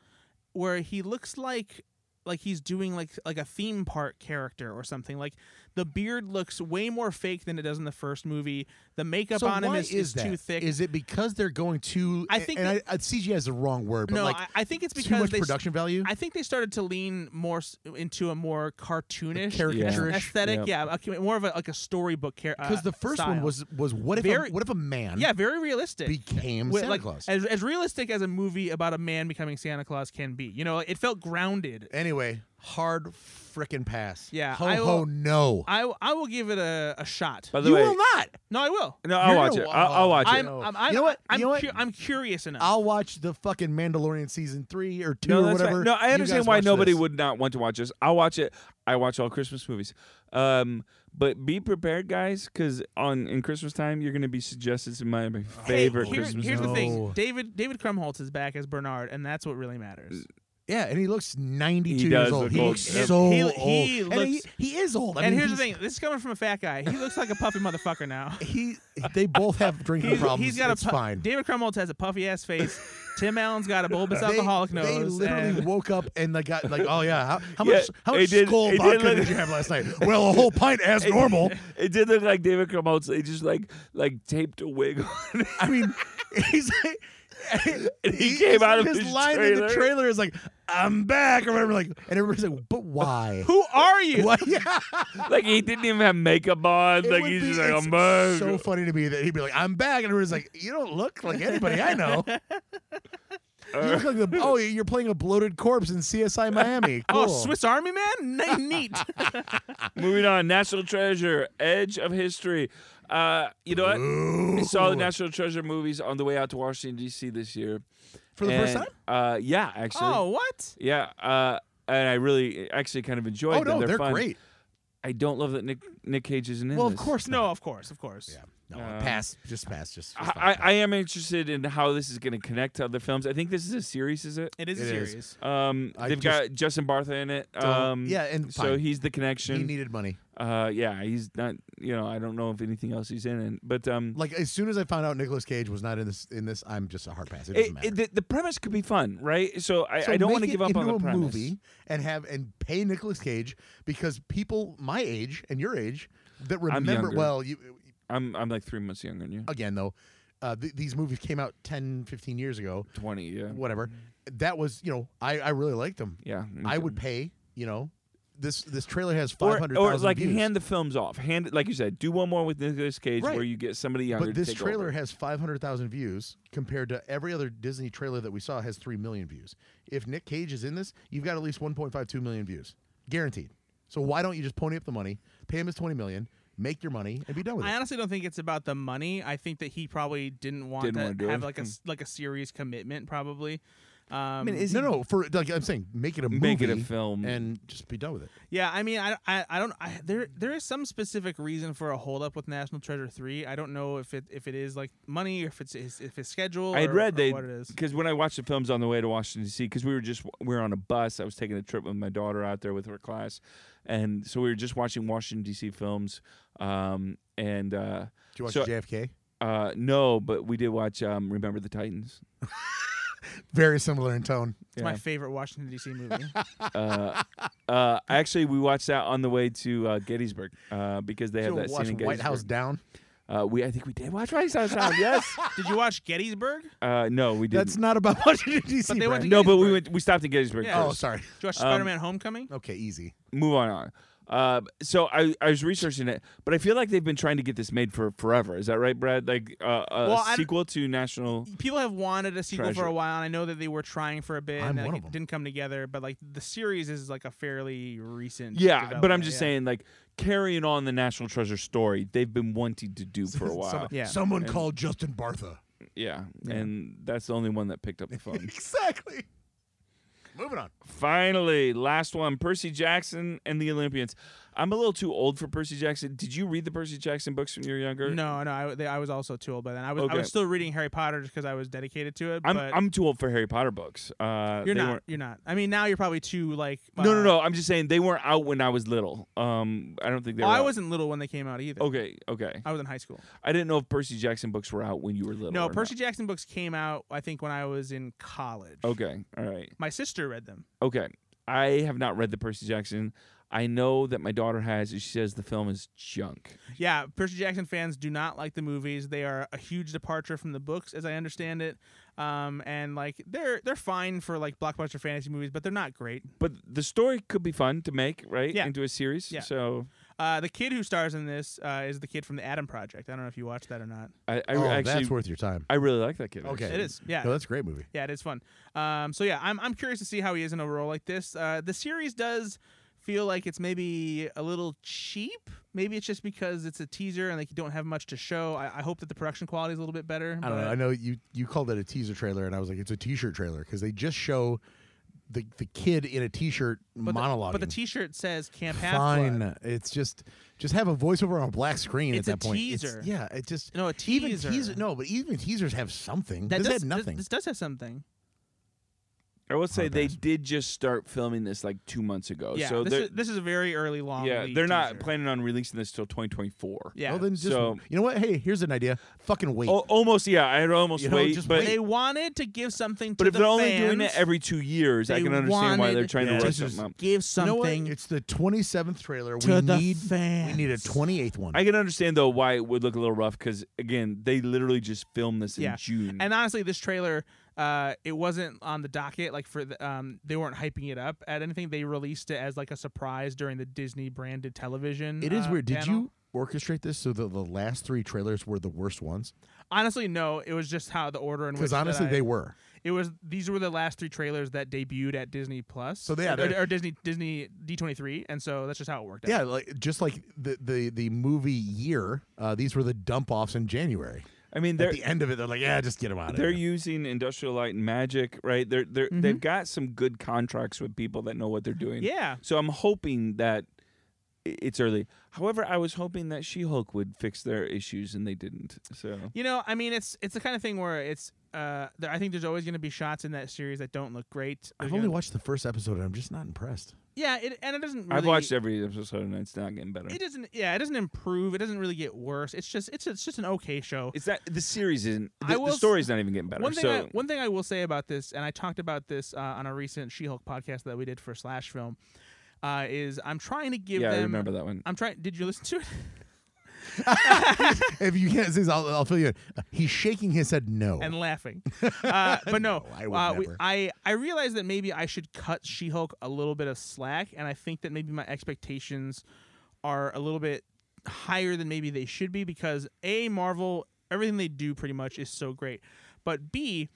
Speaker 3: where he looks like like he's doing like like a theme park character or something. Like the beard looks way more fake than it does in the first movie. The makeup
Speaker 2: so
Speaker 3: on him
Speaker 2: why
Speaker 3: is,
Speaker 2: is that?
Speaker 3: too thick.
Speaker 2: Is it because they're going too?
Speaker 3: I think
Speaker 2: and
Speaker 3: that-
Speaker 2: I, I, CGI is the wrong word, but
Speaker 3: no,
Speaker 2: like
Speaker 3: I, I think it's
Speaker 2: too
Speaker 3: because
Speaker 2: much
Speaker 3: they s-
Speaker 2: production value.
Speaker 3: I think they started to lean more s- into a more cartoonish
Speaker 2: caricaturish.
Speaker 3: aesthetic.
Speaker 4: Yeah.
Speaker 3: Yeah, okay, more of a, like a storybook character.
Speaker 2: Because the first one was was what if
Speaker 3: uh, Very-
Speaker 2: a, what if a man
Speaker 3: yeah, very realistic.
Speaker 2: became
Speaker 3: With,
Speaker 2: Santa
Speaker 3: like,
Speaker 2: Claus?
Speaker 3: As, as realistic as a movie about a man becoming Santa Claus can be. You know, it felt grounded.
Speaker 2: Anyway, hard frickin' pass.
Speaker 3: Yeah,
Speaker 2: ho
Speaker 3: I
Speaker 2: ho
Speaker 3: will-
Speaker 2: no.
Speaker 3: I, I will give it a, a shot.
Speaker 4: By the
Speaker 2: you
Speaker 4: way,
Speaker 2: will not.
Speaker 3: No, I will.
Speaker 4: no, I'll
Speaker 2: You're
Speaker 4: watch it.
Speaker 2: gonna-
Speaker 4: I'll, I'll watch
Speaker 3: I'm,
Speaker 4: it.
Speaker 2: no.
Speaker 3: I'm, I'm,
Speaker 2: You know what?
Speaker 3: I'm,
Speaker 2: You know what?
Speaker 3: cu- I'm curious enough.
Speaker 2: I'll watch the fucking Mandalorian season three or two
Speaker 4: No,
Speaker 2: or
Speaker 4: that's
Speaker 2: whatever.
Speaker 4: right. No, I
Speaker 2: You
Speaker 4: understand
Speaker 2: guys
Speaker 4: why
Speaker 2: watch
Speaker 4: nobody
Speaker 2: this.
Speaker 4: would not want to watch this. I'll watch it. I watch all Christmas movies. Um, but be prepared, guys, because on in Christmas time you're going to be suggested some of my
Speaker 3: Hey,
Speaker 4: favorite
Speaker 3: here-
Speaker 4: Christmas
Speaker 3: here's the
Speaker 4: movies.
Speaker 3: thing.
Speaker 2: No.
Speaker 3: David David Krumholtz is back as Bernard, and that's what really matters.
Speaker 2: Yeah, and he looks ninety two
Speaker 4: He
Speaker 2: years
Speaker 4: does
Speaker 2: old.
Speaker 4: look
Speaker 2: He
Speaker 4: old.
Speaker 2: looks
Speaker 4: Yep.
Speaker 2: so
Speaker 3: He-
Speaker 2: old.
Speaker 3: he
Speaker 2: and he,
Speaker 3: looks-
Speaker 2: he is old. I
Speaker 3: and
Speaker 2: mean,
Speaker 3: here's the
Speaker 2: he's-
Speaker 3: thing. This is coming from a fat guy. He looks like a puffy motherfucker now.
Speaker 2: He they both have drinking
Speaker 3: He's-
Speaker 2: problems.
Speaker 3: he's got
Speaker 2: it's
Speaker 3: a pu-
Speaker 2: fine.
Speaker 3: David Krumholtz has a puffy ass face. Tim Allen's got a bulbous
Speaker 2: They-
Speaker 3: alcoholic
Speaker 2: they,
Speaker 3: nose.
Speaker 2: literally
Speaker 3: and-
Speaker 2: woke up and they got like, oh yeah, how, how
Speaker 4: Yeah,
Speaker 2: much how
Speaker 4: it
Speaker 2: much
Speaker 4: did-
Speaker 2: skull
Speaker 4: it did
Speaker 2: vodka
Speaker 4: look-
Speaker 2: did you have last night? Well, a whole pint as normal.
Speaker 4: It did look like David Krumholtz. They just like like taped a wig on. it.
Speaker 2: I mean, he's like,
Speaker 4: And he
Speaker 2: he's
Speaker 4: came
Speaker 2: like-
Speaker 4: out of
Speaker 2: his
Speaker 4: his
Speaker 2: line in the
Speaker 4: trailer.
Speaker 2: trailer is like, "I'm back" or whatever. Like, and everybody's like, "But why?
Speaker 3: Who are you?
Speaker 2: why? Yeah,
Speaker 4: like he didn't even have makeup on.
Speaker 2: It
Speaker 4: like
Speaker 2: would
Speaker 4: he's
Speaker 2: be-
Speaker 4: just like
Speaker 2: it's
Speaker 4: I'm back.
Speaker 2: So funny to me that he'd be like, "I'm back," and everybody's like, "You don't look like anybody I know. You look like the oh, you're playing a bloated corpse in CSI Miami. Cool.
Speaker 3: Oh, Swiss Army Man? N- Neat.
Speaker 4: Moving on, National Treasure, Edge of History. Uh, you know what? I
Speaker 2: Ooh.
Speaker 4: saw the National Treasure movies on the way out to Washington D.C. this year.
Speaker 2: for the first
Speaker 4: And,
Speaker 2: time."
Speaker 4: Uh, yeah, actually.
Speaker 3: oh, what?
Speaker 4: Yeah, uh, and I really actually kind of enjoyed
Speaker 2: Oh
Speaker 4: them.
Speaker 2: no,
Speaker 4: they're,
Speaker 2: they're
Speaker 4: fun.
Speaker 2: great.
Speaker 4: I don't love that Nick Nick Cage isn't in
Speaker 2: Well, of
Speaker 4: this.
Speaker 2: course,
Speaker 3: No, of course, of course.
Speaker 2: Yeah. No,
Speaker 4: Um,
Speaker 2: pass. Just pass. Just. just
Speaker 4: I,
Speaker 2: pass.
Speaker 4: I I am interested in how this is going to connect to other films. I think this is a series, is it?
Speaker 3: It is a
Speaker 2: It is.
Speaker 3: series.
Speaker 4: Um,
Speaker 2: I
Speaker 4: they've
Speaker 2: just
Speaker 4: got Justin Bartha in it.
Speaker 2: Don't-
Speaker 4: Um,
Speaker 2: yeah, and
Speaker 4: so
Speaker 2: fine.
Speaker 4: he's the
Speaker 2: he
Speaker 4: connection.
Speaker 2: needed money.
Speaker 4: uh, yeah, he's not. You know, I don't know if anything else he's in, it, but um,
Speaker 2: Like as soon as I found out Nicolas Cage was not in this, in this, I'm just a hard pass. It doesn't
Speaker 4: it,
Speaker 2: matter.
Speaker 4: it, the, the premise could be fun, right? So I,
Speaker 2: So
Speaker 4: I don't
Speaker 2: make
Speaker 4: want to
Speaker 2: it
Speaker 4: give up
Speaker 2: into
Speaker 4: on the
Speaker 2: a
Speaker 4: premise.
Speaker 2: movie and have and pay Nicolas Cage because people my age and your age that remember
Speaker 4: younger.
Speaker 2: well. You
Speaker 4: I'm I'm like three months younger than you.
Speaker 2: again though, uh, th- these movies came out 10, 15 years ago.
Speaker 4: Twenty, yeah,
Speaker 2: Whatever. That was you know I I really liked them.
Speaker 4: Mm-hmm. yeah. me
Speaker 2: I
Speaker 4: too.
Speaker 2: would pay. You know, this this trailer has
Speaker 4: Or-
Speaker 2: five hundred
Speaker 4: or
Speaker 2: thousand
Speaker 4: like
Speaker 2: views.
Speaker 4: hand the films off. Hand it- like you said, do one more with Nicolas Cage
Speaker 2: Right.
Speaker 4: where you get somebody younger.
Speaker 2: but
Speaker 4: to
Speaker 2: this
Speaker 4: take
Speaker 2: trailer
Speaker 4: over.
Speaker 2: has 500,000 views compared to every other Disney trailer that we saw has 3 million views. If Nick Cage is in this, you've got at least 1.52 million views, guaranteed. So why don't you just pony up the money, pay him his 20 million, make your money, and be done with
Speaker 3: I
Speaker 2: it?
Speaker 3: honestly don't think it's about the money. I think that he probably didn't want
Speaker 4: Didn't wanna
Speaker 3: to
Speaker 4: do
Speaker 3: have
Speaker 4: it. Hmm.
Speaker 3: like a s- like a serious commitment. Probably, Um,
Speaker 4: I mean, is
Speaker 2: no,
Speaker 4: he-
Speaker 2: no. For like I'm saying, make it a
Speaker 4: Make it a
Speaker 2: movie
Speaker 4: film.
Speaker 2: and just be done with it.
Speaker 3: Yeah, I mean, I, I, I don't. I, there, there is some specific reason for a holdup with National Treasure Three. I don't know if it, if it is like money or if it's if it's schedule.
Speaker 4: I had
Speaker 3: or-
Speaker 4: read
Speaker 3: or
Speaker 4: they
Speaker 3: what it is.
Speaker 4: because when I watched the films on the way to Washington D.C. because we were just we were on a bus. I was taking a trip with my daughter out there with her class, and so we were just watching Washington D.C. films. Um, and uh,
Speaker 2: Do you watch
Speaker 4: So-
Speaker 2: JFK?
Speaker 4: uh, no, but we did watch um, Remember the Titans.
Speaker 2: Very similar in tone.
Speaker 3: It's my favorite Washington D.C. movie.
Speaker 4: uh, uh, actually, we watched that on the way to uh, Gettysburg uh, because they
Speaker 2: Do
Speaker 4: have
Speaker 2: you
Speaker 4: that
Speaker 2: watch
Speaker 4: scene in Gettysburg.
Speaker 2: White House Down.
Speaker 4: Uh, we I think we did watch White House Down. Yes.
Speaker 3: Did you watch Gettysburg? Did
Speaker 4: Uh, no, we didn't.
Speaker 2: That's not about Washington D.C.
Speaker 3: But they went
Speaker 2: Brad.
Speaker 3: to-
Speaker 4: no, but we went. We stopped in Gettysburg.
Speaker 3: Yeah.
Speaker 4: first.
Speaker 2: oh, sorry.
Speaker 3: you watch
Speaker 4: Um,
Speaker 3: Spider-Man: Homecoming?
Speaker 2: Okay, easy.
Speaker 4: move on. on. Uh, so I, I was researching it, but I feel like they've been trying to get this made for forever. Is that right, Brad? Like uh, a
Speaker 3: Well, I-
Speaker 4: sequel to National.
Speaker 3: People have wanted a sequel for
Speaker 4: Treasure.
Speaker 3: a while, and I know that they were trying for a bit,
Speaker 2: I'm
Speaker 3: and like,
Speaker 2: one of
Speaker 3: it
Speaker 2: them.
Speaker 3: didn't come together. But like the series is like a fairly recent.
Speaker 4: Yeah, but I'm
Speaker 3: development,
Speaker 4: just
Speaker 3: yeah.
Speaker 4: saying, like carrying on the National Treasure story, they've been wanting to do for a while.
Speaker 2: Someone,
Speaker 3: Yeah.
Speaker 2: someone
Speaker 4: And-
Speaker 2: called Justin Bartha.
Speaker 4: Yeah,
Speaker 3: Yeah.
Speaker 4: and that's the only one that picked up the phone.
Speaker 2: exactly. Moving on.
Speaker 4: Finally, last one: Percy Jackson and the Olympians. I'm a little too old for Percy Jackson. Did you read the Percy Jackson books when you were younger?
Speaker 3: No, no, I, they, I was also too old by then. I was I
Speaker 4: Okay.
Speaker 3: was still reading Harry Potter just because I was dedicated to it.
Speaker 4: I'm
Speaker 3: but
Speaker 4: I'm too old for Harry Potter books. Uh,
Speaker 3: you're
Speaker 4: they
Speaker 3: not.
Speaker 4: weren't-
Speaker 3: You're not. I mean, now you're probably too like.
Speaker 4: No, no,
Speaker 3: uh,
Speaker 4: no. I'm just saying they weren't out when I was little. Um, I don't think they.
Speaker 3: Well,
Speaker 4: were
Speaker 3: I
Speaker 4: out.
Speaker 3: wasn't little when they came out either.
Speaker 4: Okay, okay.
Speaker 3: I was in high school.
Speaker 4: I didn't know if Percy Jackson books were out when you were little. or
Speaker 3: No,
Speaker 4: not.
Speaker 3: Percy Jackson books came out I think when I was in college.
Speaker 4: Okay, all right.
Speaker 3: My sister read them.
Speaker 4: Okay, I have not read the Percy Jackson. I know that my daughter has. and She says the film is junk.
Speaker 3: Yeah, Percy Jackson fans do not like the movies. They are a huge departure from the books, as I understand it. Um, and like they're they're fine for like blockbuster fantasy movies, but they're not great.
Speaker 4: But the story could be fun to make, right?
Speaker 3: Yeah.
Speaker 4: Into a series.
Speaker 3: Yeah.
Speaker 4: So
Speaker 3: Uh, the kid who stars in this uh, is the kid from the Adam Project. I don't know if you watched that or not.
Speaker 4: I, I
Speaker 2: oh,
Speaker 4: actually,
Speaker 2: that's worth your time.
Speaker 4: I really like that kid.
Speaker 2: Okay.
Speaker 3: It
Speaker 4: actually.
Speaker 3: is. Yeah.
Speaker 2: No, that's a great movie.
Speaker 3: Yeah, it is fun. Um, so yeah, I'm I'm curious to see how he is in a role like this. Uh, the series does feel like it's maybe a little cheap. Maybe it's just because it's a teaser and like you don't have much to show. I, I hope that the production quality is a little bit better.
Speaker 2: I don't know.
Speaker 3: but-
Speaker 2: I know you you called it a teaser trailer, and I was like, it's a T-shirt trailer because they just show the the kid in a T-shirt
Speaker 3: but the-
Speaker 2: monologue.
Speaker 3: But the T-shirt says Camp Half
Speaker 2: fine. It's just just have a voiceover on a black screen
Speaker 3: It's
Speaker 2: at
Speaker 3: a
Speaker 2: that point.
Speaker 3: teaser.
Speaker 2: It's, yeah, it just
Speaker 3: No, a
Speaker 2: even
Speaker 3: teaser.
Speaker 2: teaser. No, but even teasers have something.
Speaker 3: That
Speaker 2: this
Speaker 3: does
Speaker 2: had nothing.
Speaker 3: This, does have something.
Speaker 4: I will say
Speaker 2: Hard
Speaker 4: they
Speaker 2: pass.
Speaker 4: did just start filming this like two months ago.
Speaker 3: yeah,
Speaker 4: Oh, So
Speaker 3: this
Speaker 4: they're
Speaker 3: is this is a very early long.
Speaker 4: yeah,
Speaker 3: lead
Speaker 4: they're not
Speaker 3: teaser.
Speaker 4: planning on releasing this till 2024.
Speaker 3: Yeah,
Speaker 2: Well, then just
Speaker 4: So-
Speaker 2: you know what? Hey, here's an idea. Fucking wait.
Speaker 4: Oh, almost, yeah. I had almost
Speaker 2: You know,
Speaker 4: wait,
Speaker 2: just
Speaker 4: but
Speaker 2: wait.
Speaker 3: they wanted to give something. To
Speaker 4: but if
Speaker 3: the
Speaker 4: they're only doing
Speaker 3: fans,
Speaker 4: it every two years, I
Speaker 3: they
Speaker 4: can understand why
Speaker 3: wanted
Speaker 4: they're trying
Speaker 2: Yeah.
Speaker 4: to rush
Speaker 2: This is-
Speaker 4: something up.
Speaker 3: give
Speaker 2: you know what?
Speaker 3: something
Speaker 2: It's the 27th trailer.
Speaker 3: to
Speaker 2: we
Speaker 3: the
Speaker 2: need
Speaker 3: fans.
Speaker 2: we need a 28th one.
Speaker 4: I can understand though why it would look a little rough because again, they literally just filmed this in
Speaker 3: Yeah.
Speaker 4: June.
Speaker 3: And honestly, this trailer, uh, it wasn't on the docket. Like for the, um, they weren't hyping it up at anything. They released it as like a surprise during the Disney branded television.
Speaker 2: it is
Speaker 3: uh,
Speaker 2: weird. Did
Speaker 3: panel.
Speaker 2: you orchestrate this so that the last three trailers were the worst ones?
Speaker 3: Honestly, no. It was just how the order in which.
Speaker 2: Because
Speaker 3: that
Speaker 2: honestly,
Speaker 3: I-
Speaker 2: they were.
Speaker 3: It was these were the last three trailers that debuted at Disney Plus.
Speaker 2: So they- yeah,
Speaker 3: or,
Speaker 2: they're-
Speaker 3: or Disney Disney D twenty three, and so that's just how it worked. out.
Speaker 2: Yeah, like just like the the the movie year. Uh, these were the dump offs in January.
Speaker 4: I mean,
Speaker 2: At
Speaker 4: they're
Speaker 2: the end of it, they're like, yeah, just get them out of
Speaker 4: they're
Speaker 2: here.
Speaker 4: using Industrial Light and Magic, right? They're they're
Speaker 3: Mm-hmm.
Speaker 4: they've got some good contracts with people that know what they're doing.
Speaker 3: Yeah.
Speaker 4: So I'm hoping that i- it's early. However, I was hoping that She-Hulk would fix their issues, and they didn't. So
Speaker 3: You know, I mean, it's it's the kind of thing where it's. Uh, there, I think there's always going to be shots in that series that don't look great.
Speaker 2: I've
Speaker 3: There's
Speaker 2: only
Speaker 3: gonna-
Speaker 2: watched the first episode, and I'm just not impressed.
Speaker 3: Yeah, it, and it doesn't. Really,
Speaker 4: I've watched every episode, and it's not getting better.
Speaker 3: it doesn't yeah it doesn't improve it doesn't really get worse it's just it's it's just an okay show
Speaker 4: It's that the series isn't.
Speaker 3: I
Speaker 4: The,
Speaker 3: will
Speaker 4: the
Speaker 3: s-
Speaker 4: story's not even getting better.
Speaker 3: one thing
Speaker 4: so
Speaker 3: I, one thing I will say about this and I talked about this uh, on a recent She-Hulk podcast that we did for Slash Film uh, is I'm trying to give
Speaker 4: yeah,
Speaker 3: them
Speaker 4: I remember that one.
Speaker 3: I'm trying did you listen to it
Speaker 2: if you can't see this, I'll, I'll fill you in. Uh, he's shaking his head no.
Speaker 3: and laughing uh, but no,
Speaker 2: Oh. No, I would
Speaker 3: uh, we-
Speaker 2: never.
Speaker 3: I I realized that maybe I should cut She-Hulk a little bit of slack and I think that maybe my expectations are a little bit higher than maybe they should be because a Marvel everything they do pretty much is so great, but b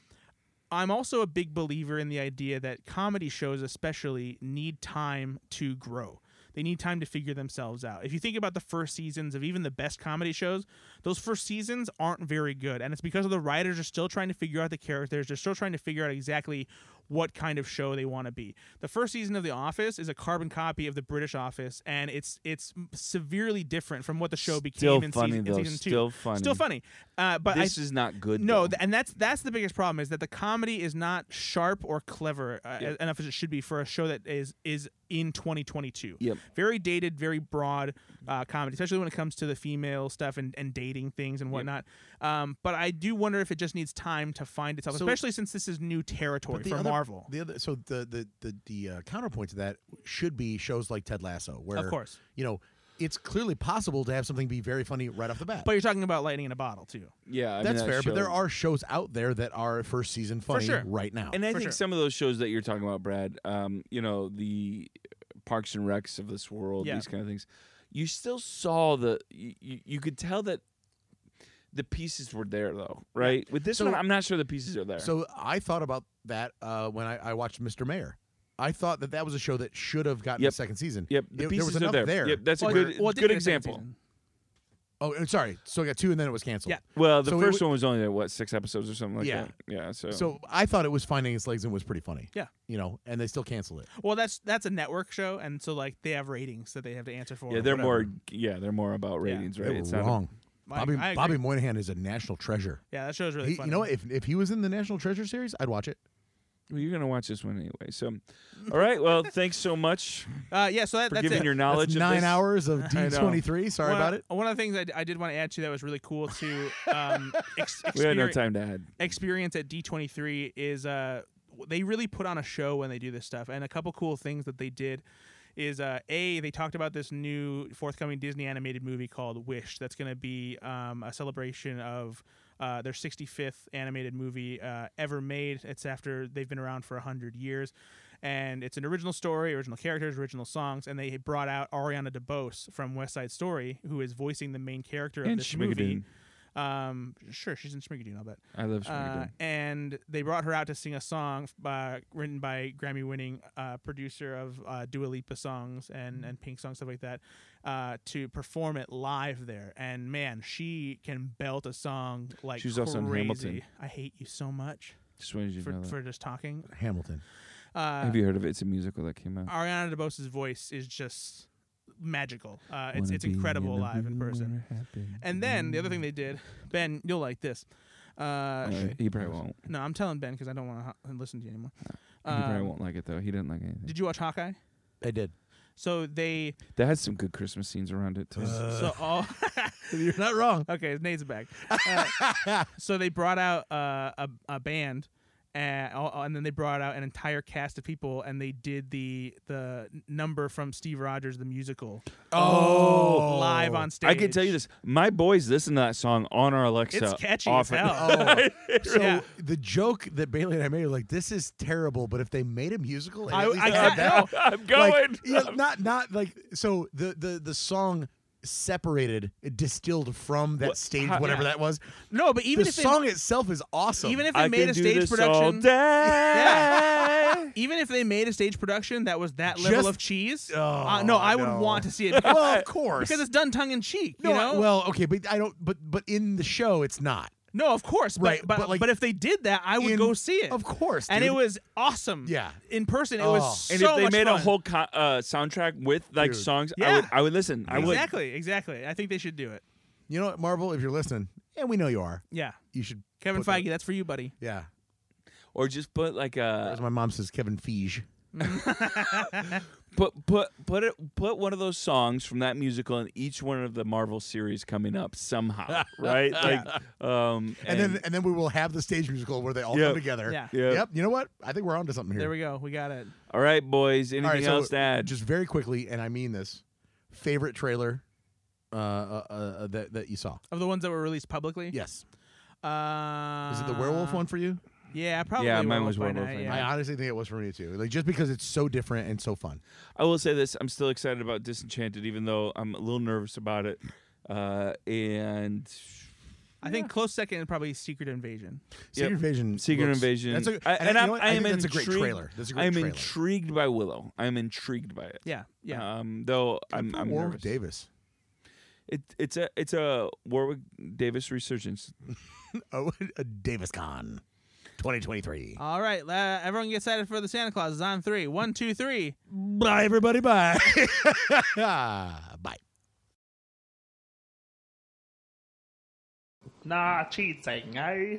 Speaker 3: I'm also a big believer in the idea that comedy shows especially need time to grow. They need time to figure themselves out. If you think about the first seasons of even the best comedy shows, those first seasons aren't very good. And it's because of the writers are still trying to figure out the characters. They're still trying to figure out exactly what kind of show they want to be. The first season of The Office is a carbon copy of the British Office, and it's it's severely different from what the show became
Speaker 4: Still
Speaker 3: in,
Speaker 4: funny
Speaker 3: season,
Speaker 4: though.
Speaker 3: in season two.
Speaker 4: Still funny.
Speaker 3: Still funny. Uh, but I
Speaker 4: this is not good.
Speaker 3: no,
Speaker 4: though.
Speaker 3: th- and that's that's the biggest problem is that the comedy is not sharp or clever uh,
Speaker 4: Yeah.
Speaker 3: enough as it should be for a show that is is in 2022.
Speaker 4: Yep.
Speaker 3: Very dated, very broad uh, comedy, especially when it comes to the female stuff and, and dating things and whatnot. Um, but I do wonder if it just needs time to find itself,
Speaker 2: So-
Speaker 3: especially since this is new territory
Speaker 2: But the
Speaker 3: for
Speaker 2: other-
Speaker 3: Marvel.
Speaker 2: The other, so the the the, the uh, counterpoint to that should be shows like Ted Lasso, where
Speaker 3: Of course.
Speaker 2: you know it's clearly possible to have something be very funny right off the bat.
Speaker 3: But you're talking about lightning in a bottle too.
Speaker 4: Yeah, I mean,
Speaker 2: That's
Speaker 4: that
Speaker 2: fair. But there
Speaker 4: show-
Speaker 2: are shows out there that are first season funny
Speaker 3: sure.
Speaker 2: right now.
Speaker 4: and I
Speaker 3: for
Speaker 4: think
Speaker 3: sure.
Speaker 4: some of those shows that you're talking about, Brad, um, you know, the Parks and Recs of this world,
Speaker 3: Yeah.
Speaker 4: these kind of things, you still saw the, you, you could tell that the pieces were there though, right? With this
Speaker 2: So-
Speaker 4: one, I'm not sure the pieces are there.
Speaker 2: So I thought about that uh, when I, I watched Mr. Mayor. I thought that that was a show that should have gotten
Speaker 4: Yep.
Speaker 2: a second season.
Speaker 4: yep, the
Speaker 2: There- there was
Speaker 4: pieces are
Speaker 2: enough
Speaker 4: there.
Speaker 2: there.
Speaker 4: Yep, that's a
Speaker 3: Well,
Speaker 4: good,
Speaker 3: well, it did
Speaker 4: good
Speaker 3: get a second
Speaker 4: example.
Speaker 3: season.
Speaker 2: Oh, and sorry. So I got two, and then it was canceled.
Speaker 3: Yeah.
Speaker 4: Well, the
Speaker 2: So we
Speaker 4: first
Speaker 2: would-
Speaker 4: one was only what six episodes or something like
Speaker 2: Yeah.
Speaker 4: that. Yeah, so
Speaker 2: So I thought it was finding its legs and was pretty funny.
Speaker 3: Yeah.
Speaker 2: You know, and they still canceled it.
Speaker 3: Well, that's that's a network show, and so like they have ratings that they have to answer for.
Speaker 4: yeah,
Speaker 3: or
Speaker 4: they're
Speaker 3: whatever.
Speaker 4: more yeah they're more about
Speaker 3: Yeah.
Speaker 4: ratings,
Speaker 2: They
Speaker 4: right?
Speaker 2: were
Speaker 4: It's not a-
Speaker 2: wrong.
Speaker 3: I-
Speaker 2: Bobby
Speaker 3: I agree.
Speaker 2: Bobby Moynihan is a national treasure.
Speaker 3: Yeah, that show is really
Speaker 2: He-
Speaker 3: funny.
Speaker 2: you know what? If if he was in the National Treasure series, I'd watch it.
Speaker 4: well, you're gonna watch this one anyway. So, all right. Well, thanks so much
Speaker 3: Uh, yeah, so that,
Speaker 4: for
Speaker 3: that's
Speaker 4: giving
Speaker 3: it.
Speaker 4: your
Speaker 2: That's
Speaker 4: knowledge. of
Speaker 2: nine
Speaker 4: this.
Speaker 2: hours of D
Speaker 4: know.
Speaker 2: twenty three. Sorry
Speaker 3: one,
Speaker 2: about it.
Speaker 3: One of the things I, d- I did want to add to that was really cool to um, ex-
Speaker 4: We had no
Speaker 3: experi-
Speaker 4: time to add.
Speaker 3: experience at D23 is uh, w- they really put on a show when they do this stuff. And a couple cool things that they did is uh, A, they talked about this new forthcoming Disney animated movie called Wish that's going to be um, a celebration of. Uh, their 65th animated movie uh, ever made. It's after they've been around for 100 years. And it's an original story, original characters, original songs. And they brought out Ariana DeBose from West Side Story, who is voicing the main character of
Speaker 4: And
Speaker 3: this movie.
Speaker 4: Schmigadoon.
Speaker 3: Um, sure, she's in Schmigadoon, I'll bet.
Speaker 4: I love
Speaker 3: Uh,
Speaker 4: Schmigadoon.
Speaker 3: and they brought her out to sing a song uh, written by Grammy-winning uh, producer of uh, Dua Lipa songs
Speaker 4: Mm-hmm.
Speaker 3: and and Pink songs stuff like that uh, to perform it live there. And man, she can belt a song like
Speaker 4: She was
Speaker 3: crazy.
Speaker 4: also in Hamilton.
Speaker 3: I hate you so much
Speaker 4: Just wanted you to
Speaker 3: for,
Speaker 4: know that.
Speaker 3: for just talking.
Speaker 2: Hamilton.
Speaker 3: Uh,
Speaker 4: Have you heard of it? It's a musical that came out.
Speaker 3: Ariana DeBose's voice is just magical. Uh, it's
Speaker 4: Wanna
Speaker 3: it's
Speaker 4: be
Speaker 3: incredible
Speaker 4: the
Speaker 3: live in
Speaker 4: room
Speaker 3: person.
Speaker 4: where it happened.
Speaker 3: And then the other thing they did, Ben, you'll like this. Uh,
Speaker 4: Uh, he probably won't.
Speaker 3: No, I'm telling Ben because I don't want to listen to you anymore.
Speaker 4: he probably
Speaker 3: Um,
Speaker 4: won't like it though. He didn't like anything.
Speaker 3: Did you watch Hawkeye?
Speaker 2: I did.
Speaker 3: So they
Speaker 4: that had some good Christmas scenes around it too.
Speaker 3: so all
Speaker 2: You're not wrong.
Speaker 3: okay. Nate's back. Uh, so they brought out uh, a a band. And, all- and then they brought out an entire cast of people, and they did the the number from Steve Rogers the musical
Speaker 2: Oh.
Speaker 3: live on stage.
Speaker 4: I can tell you this: my boys listen to that song on our Alexa.
Speaker 3: It's catchy as
Speaker 4: often.
Speaker 3: hell.
Speaker 2: Oh. So
Speaker 3: Yeah.
Speaker 2: the joke that Bailey and I made, like, this is terrible. But if they made a musical, and
Speaker 3: I-
Speaker 2: at least
Speaker 3: I
Speaker 2: had
Speaker 3: got-
Speaker 2: that,
Speaker 3: no.
Speaker 4: I'm going.
Speaker 2: like, yeah, not not like so the the the song separated distilled from that
Speaker 4: What-
Speaker 2: stage
Speaker 4: how-
Speaker 2: whatever
Speaker 3: yeah.
Speaker 2: that was
Speaker 3: No, but even
Speaker 2: the
Speaker 3: if they-
Speaker 2: song itself is awesome
Speaker 3: even if they
Speaker 4: I
Speaker 3: made
Speaker 4: can
Speaker 3: a
Speaker 4: do
Speaker 3: stage
Speaker 4: this
Speaker 3: production,
Speaker 4: all day.
Speaker 3: even if they made a stage production that was that
Speaker 2: Just-
Speaker 3: level of cheese,
Speaker 2: Oh,
Speaker 3: uh, no, I would
Speaker 2: no.
Speaker 3: want to see it because,
Speaker 2: well of course
Speaker 3: because it's done tongue in cheek.
Speaker 2: no
Speaker 3: you
Speaker 2: I-
Speaker 3: know?
Speaker 2: well okay but i don't but but in the show it's not
Speaker 3: no, of course, but
Speaker 2: Right,
Speaker 3: but,
Speaker 2: but, like,
Speaker 3: if they did that, I would
Speaker 2: in-
Speaker 3: go see it.
Speaker 2: of course
Speaker 3: and it
Speaker 2: dude.
Speaker 3: was awesome.
Speaker 2: Yeah.
Speaker 3: in person, it
Speaker 2: Oh.
Speaker 3: was so
Speaker 4: And if they
Speaker 3: much
Speaker 4: made a
Speaker 3: fun.
Speaker 4: whole co- uh, soundtrack with like
Speaker 2: Dude.
Speaker 4: songs, I
Speaker 3: Yeah.
Speaker 4: would. I would listen. I would.
Speaker 3: exactly, exactly. I think they should do it.
Speaker 2: you know what marvel if you're listening and we know you are
Speaker 3: Yeah,
Speaker 2: you should
Speaker 3: Kevin
Speaker 2: put that-
Speaker 3: Feige, that's for you, buddy.
Speaker 2: yeah
Speaker 4: Or just put like uh, a
Speaker 2: as my mom says kevin feige
Speaker 4: Put put put it put one of those songs from that musical in each one of the Marvel series coming up somehow, right? Like, um,
Speaker 2: and, then and then we will have the stage musical where they all
Speaker 4: Yep.
Speaker 2: come together
Speaker 3: Yeah.
Speaker 4: Yep.
Speaker 2: yep you know what i think we're onto something here
Speaker 3: There we go. We got it.
Speaker 4: all right, boys. Anything
Speaker 2: All right, so
Speaker 4: else to add?
Speaker 2: Just very quickly, and I mean this, favorite trailer uh, uh, uh, that that you saw?
Speaker 3: Of the ones that were released publicly,
Speaker 2: Yes,
Speaker 3: Uh,
Speaker 2: is it the werewolf one for you?
Speaker 3: Yeah, probably.
Speaker 4: Yeah, mine was
Speaker 3: by
Speaker 4: Werewolf
Speaker 3: Night,
Speaker 4: by
Speaker 3: yeah.
Speaker 2: I honestly think it was for me too. Like just because it's so different and so fun.
Speaker 4: I will say this: I'm still excited about Disenchanted, even though I'm a little nervous about it. Uh, and
Speaker 3: I think close second is probably Secret Invasion.
Speaker 2: Secret Invasion.
Speaker 4: Secret
Speaker 2: looks-
Speaker 4: Invasion.
Speaker 2: That's a,
Speaker 4: I-
Speaker 2: and,
Speaker 4: and
Speaker 2: I, you
Speaker 4: I'm-
Speaker 2: know what?
Speaker 4: I
Speaker 2: I
Speaker 4: am
Speaker 2: think that's a great
Speaker 4: intrigued-
Speaker 2: trailer. That's a great
Speaker 4: I'm
Speaker 2: trailer.
Speaker 4: intrigued by Willow. I'm intrigued by it.
Speaker 3: Yeah, yeah.
Speaker 4: Um, though I'm,
Speaker 2: For
Speaker 4: I'm
Speaker 2: Warwick
Speaker 4: nervous.
Speaker 2: Davis.
Speaker 4: It, it's a it's a Warwick Davis resurgence.
Speaker 2: uh, Oh, a Davis Con. 2023.
Speaker 3: All right, la- everyone get excited for the Santa Claus. It's on three. One, two, three.
Speaker 2: Bye, everybody. Bye. bye.
Speaker 1: Na, cheating, eh?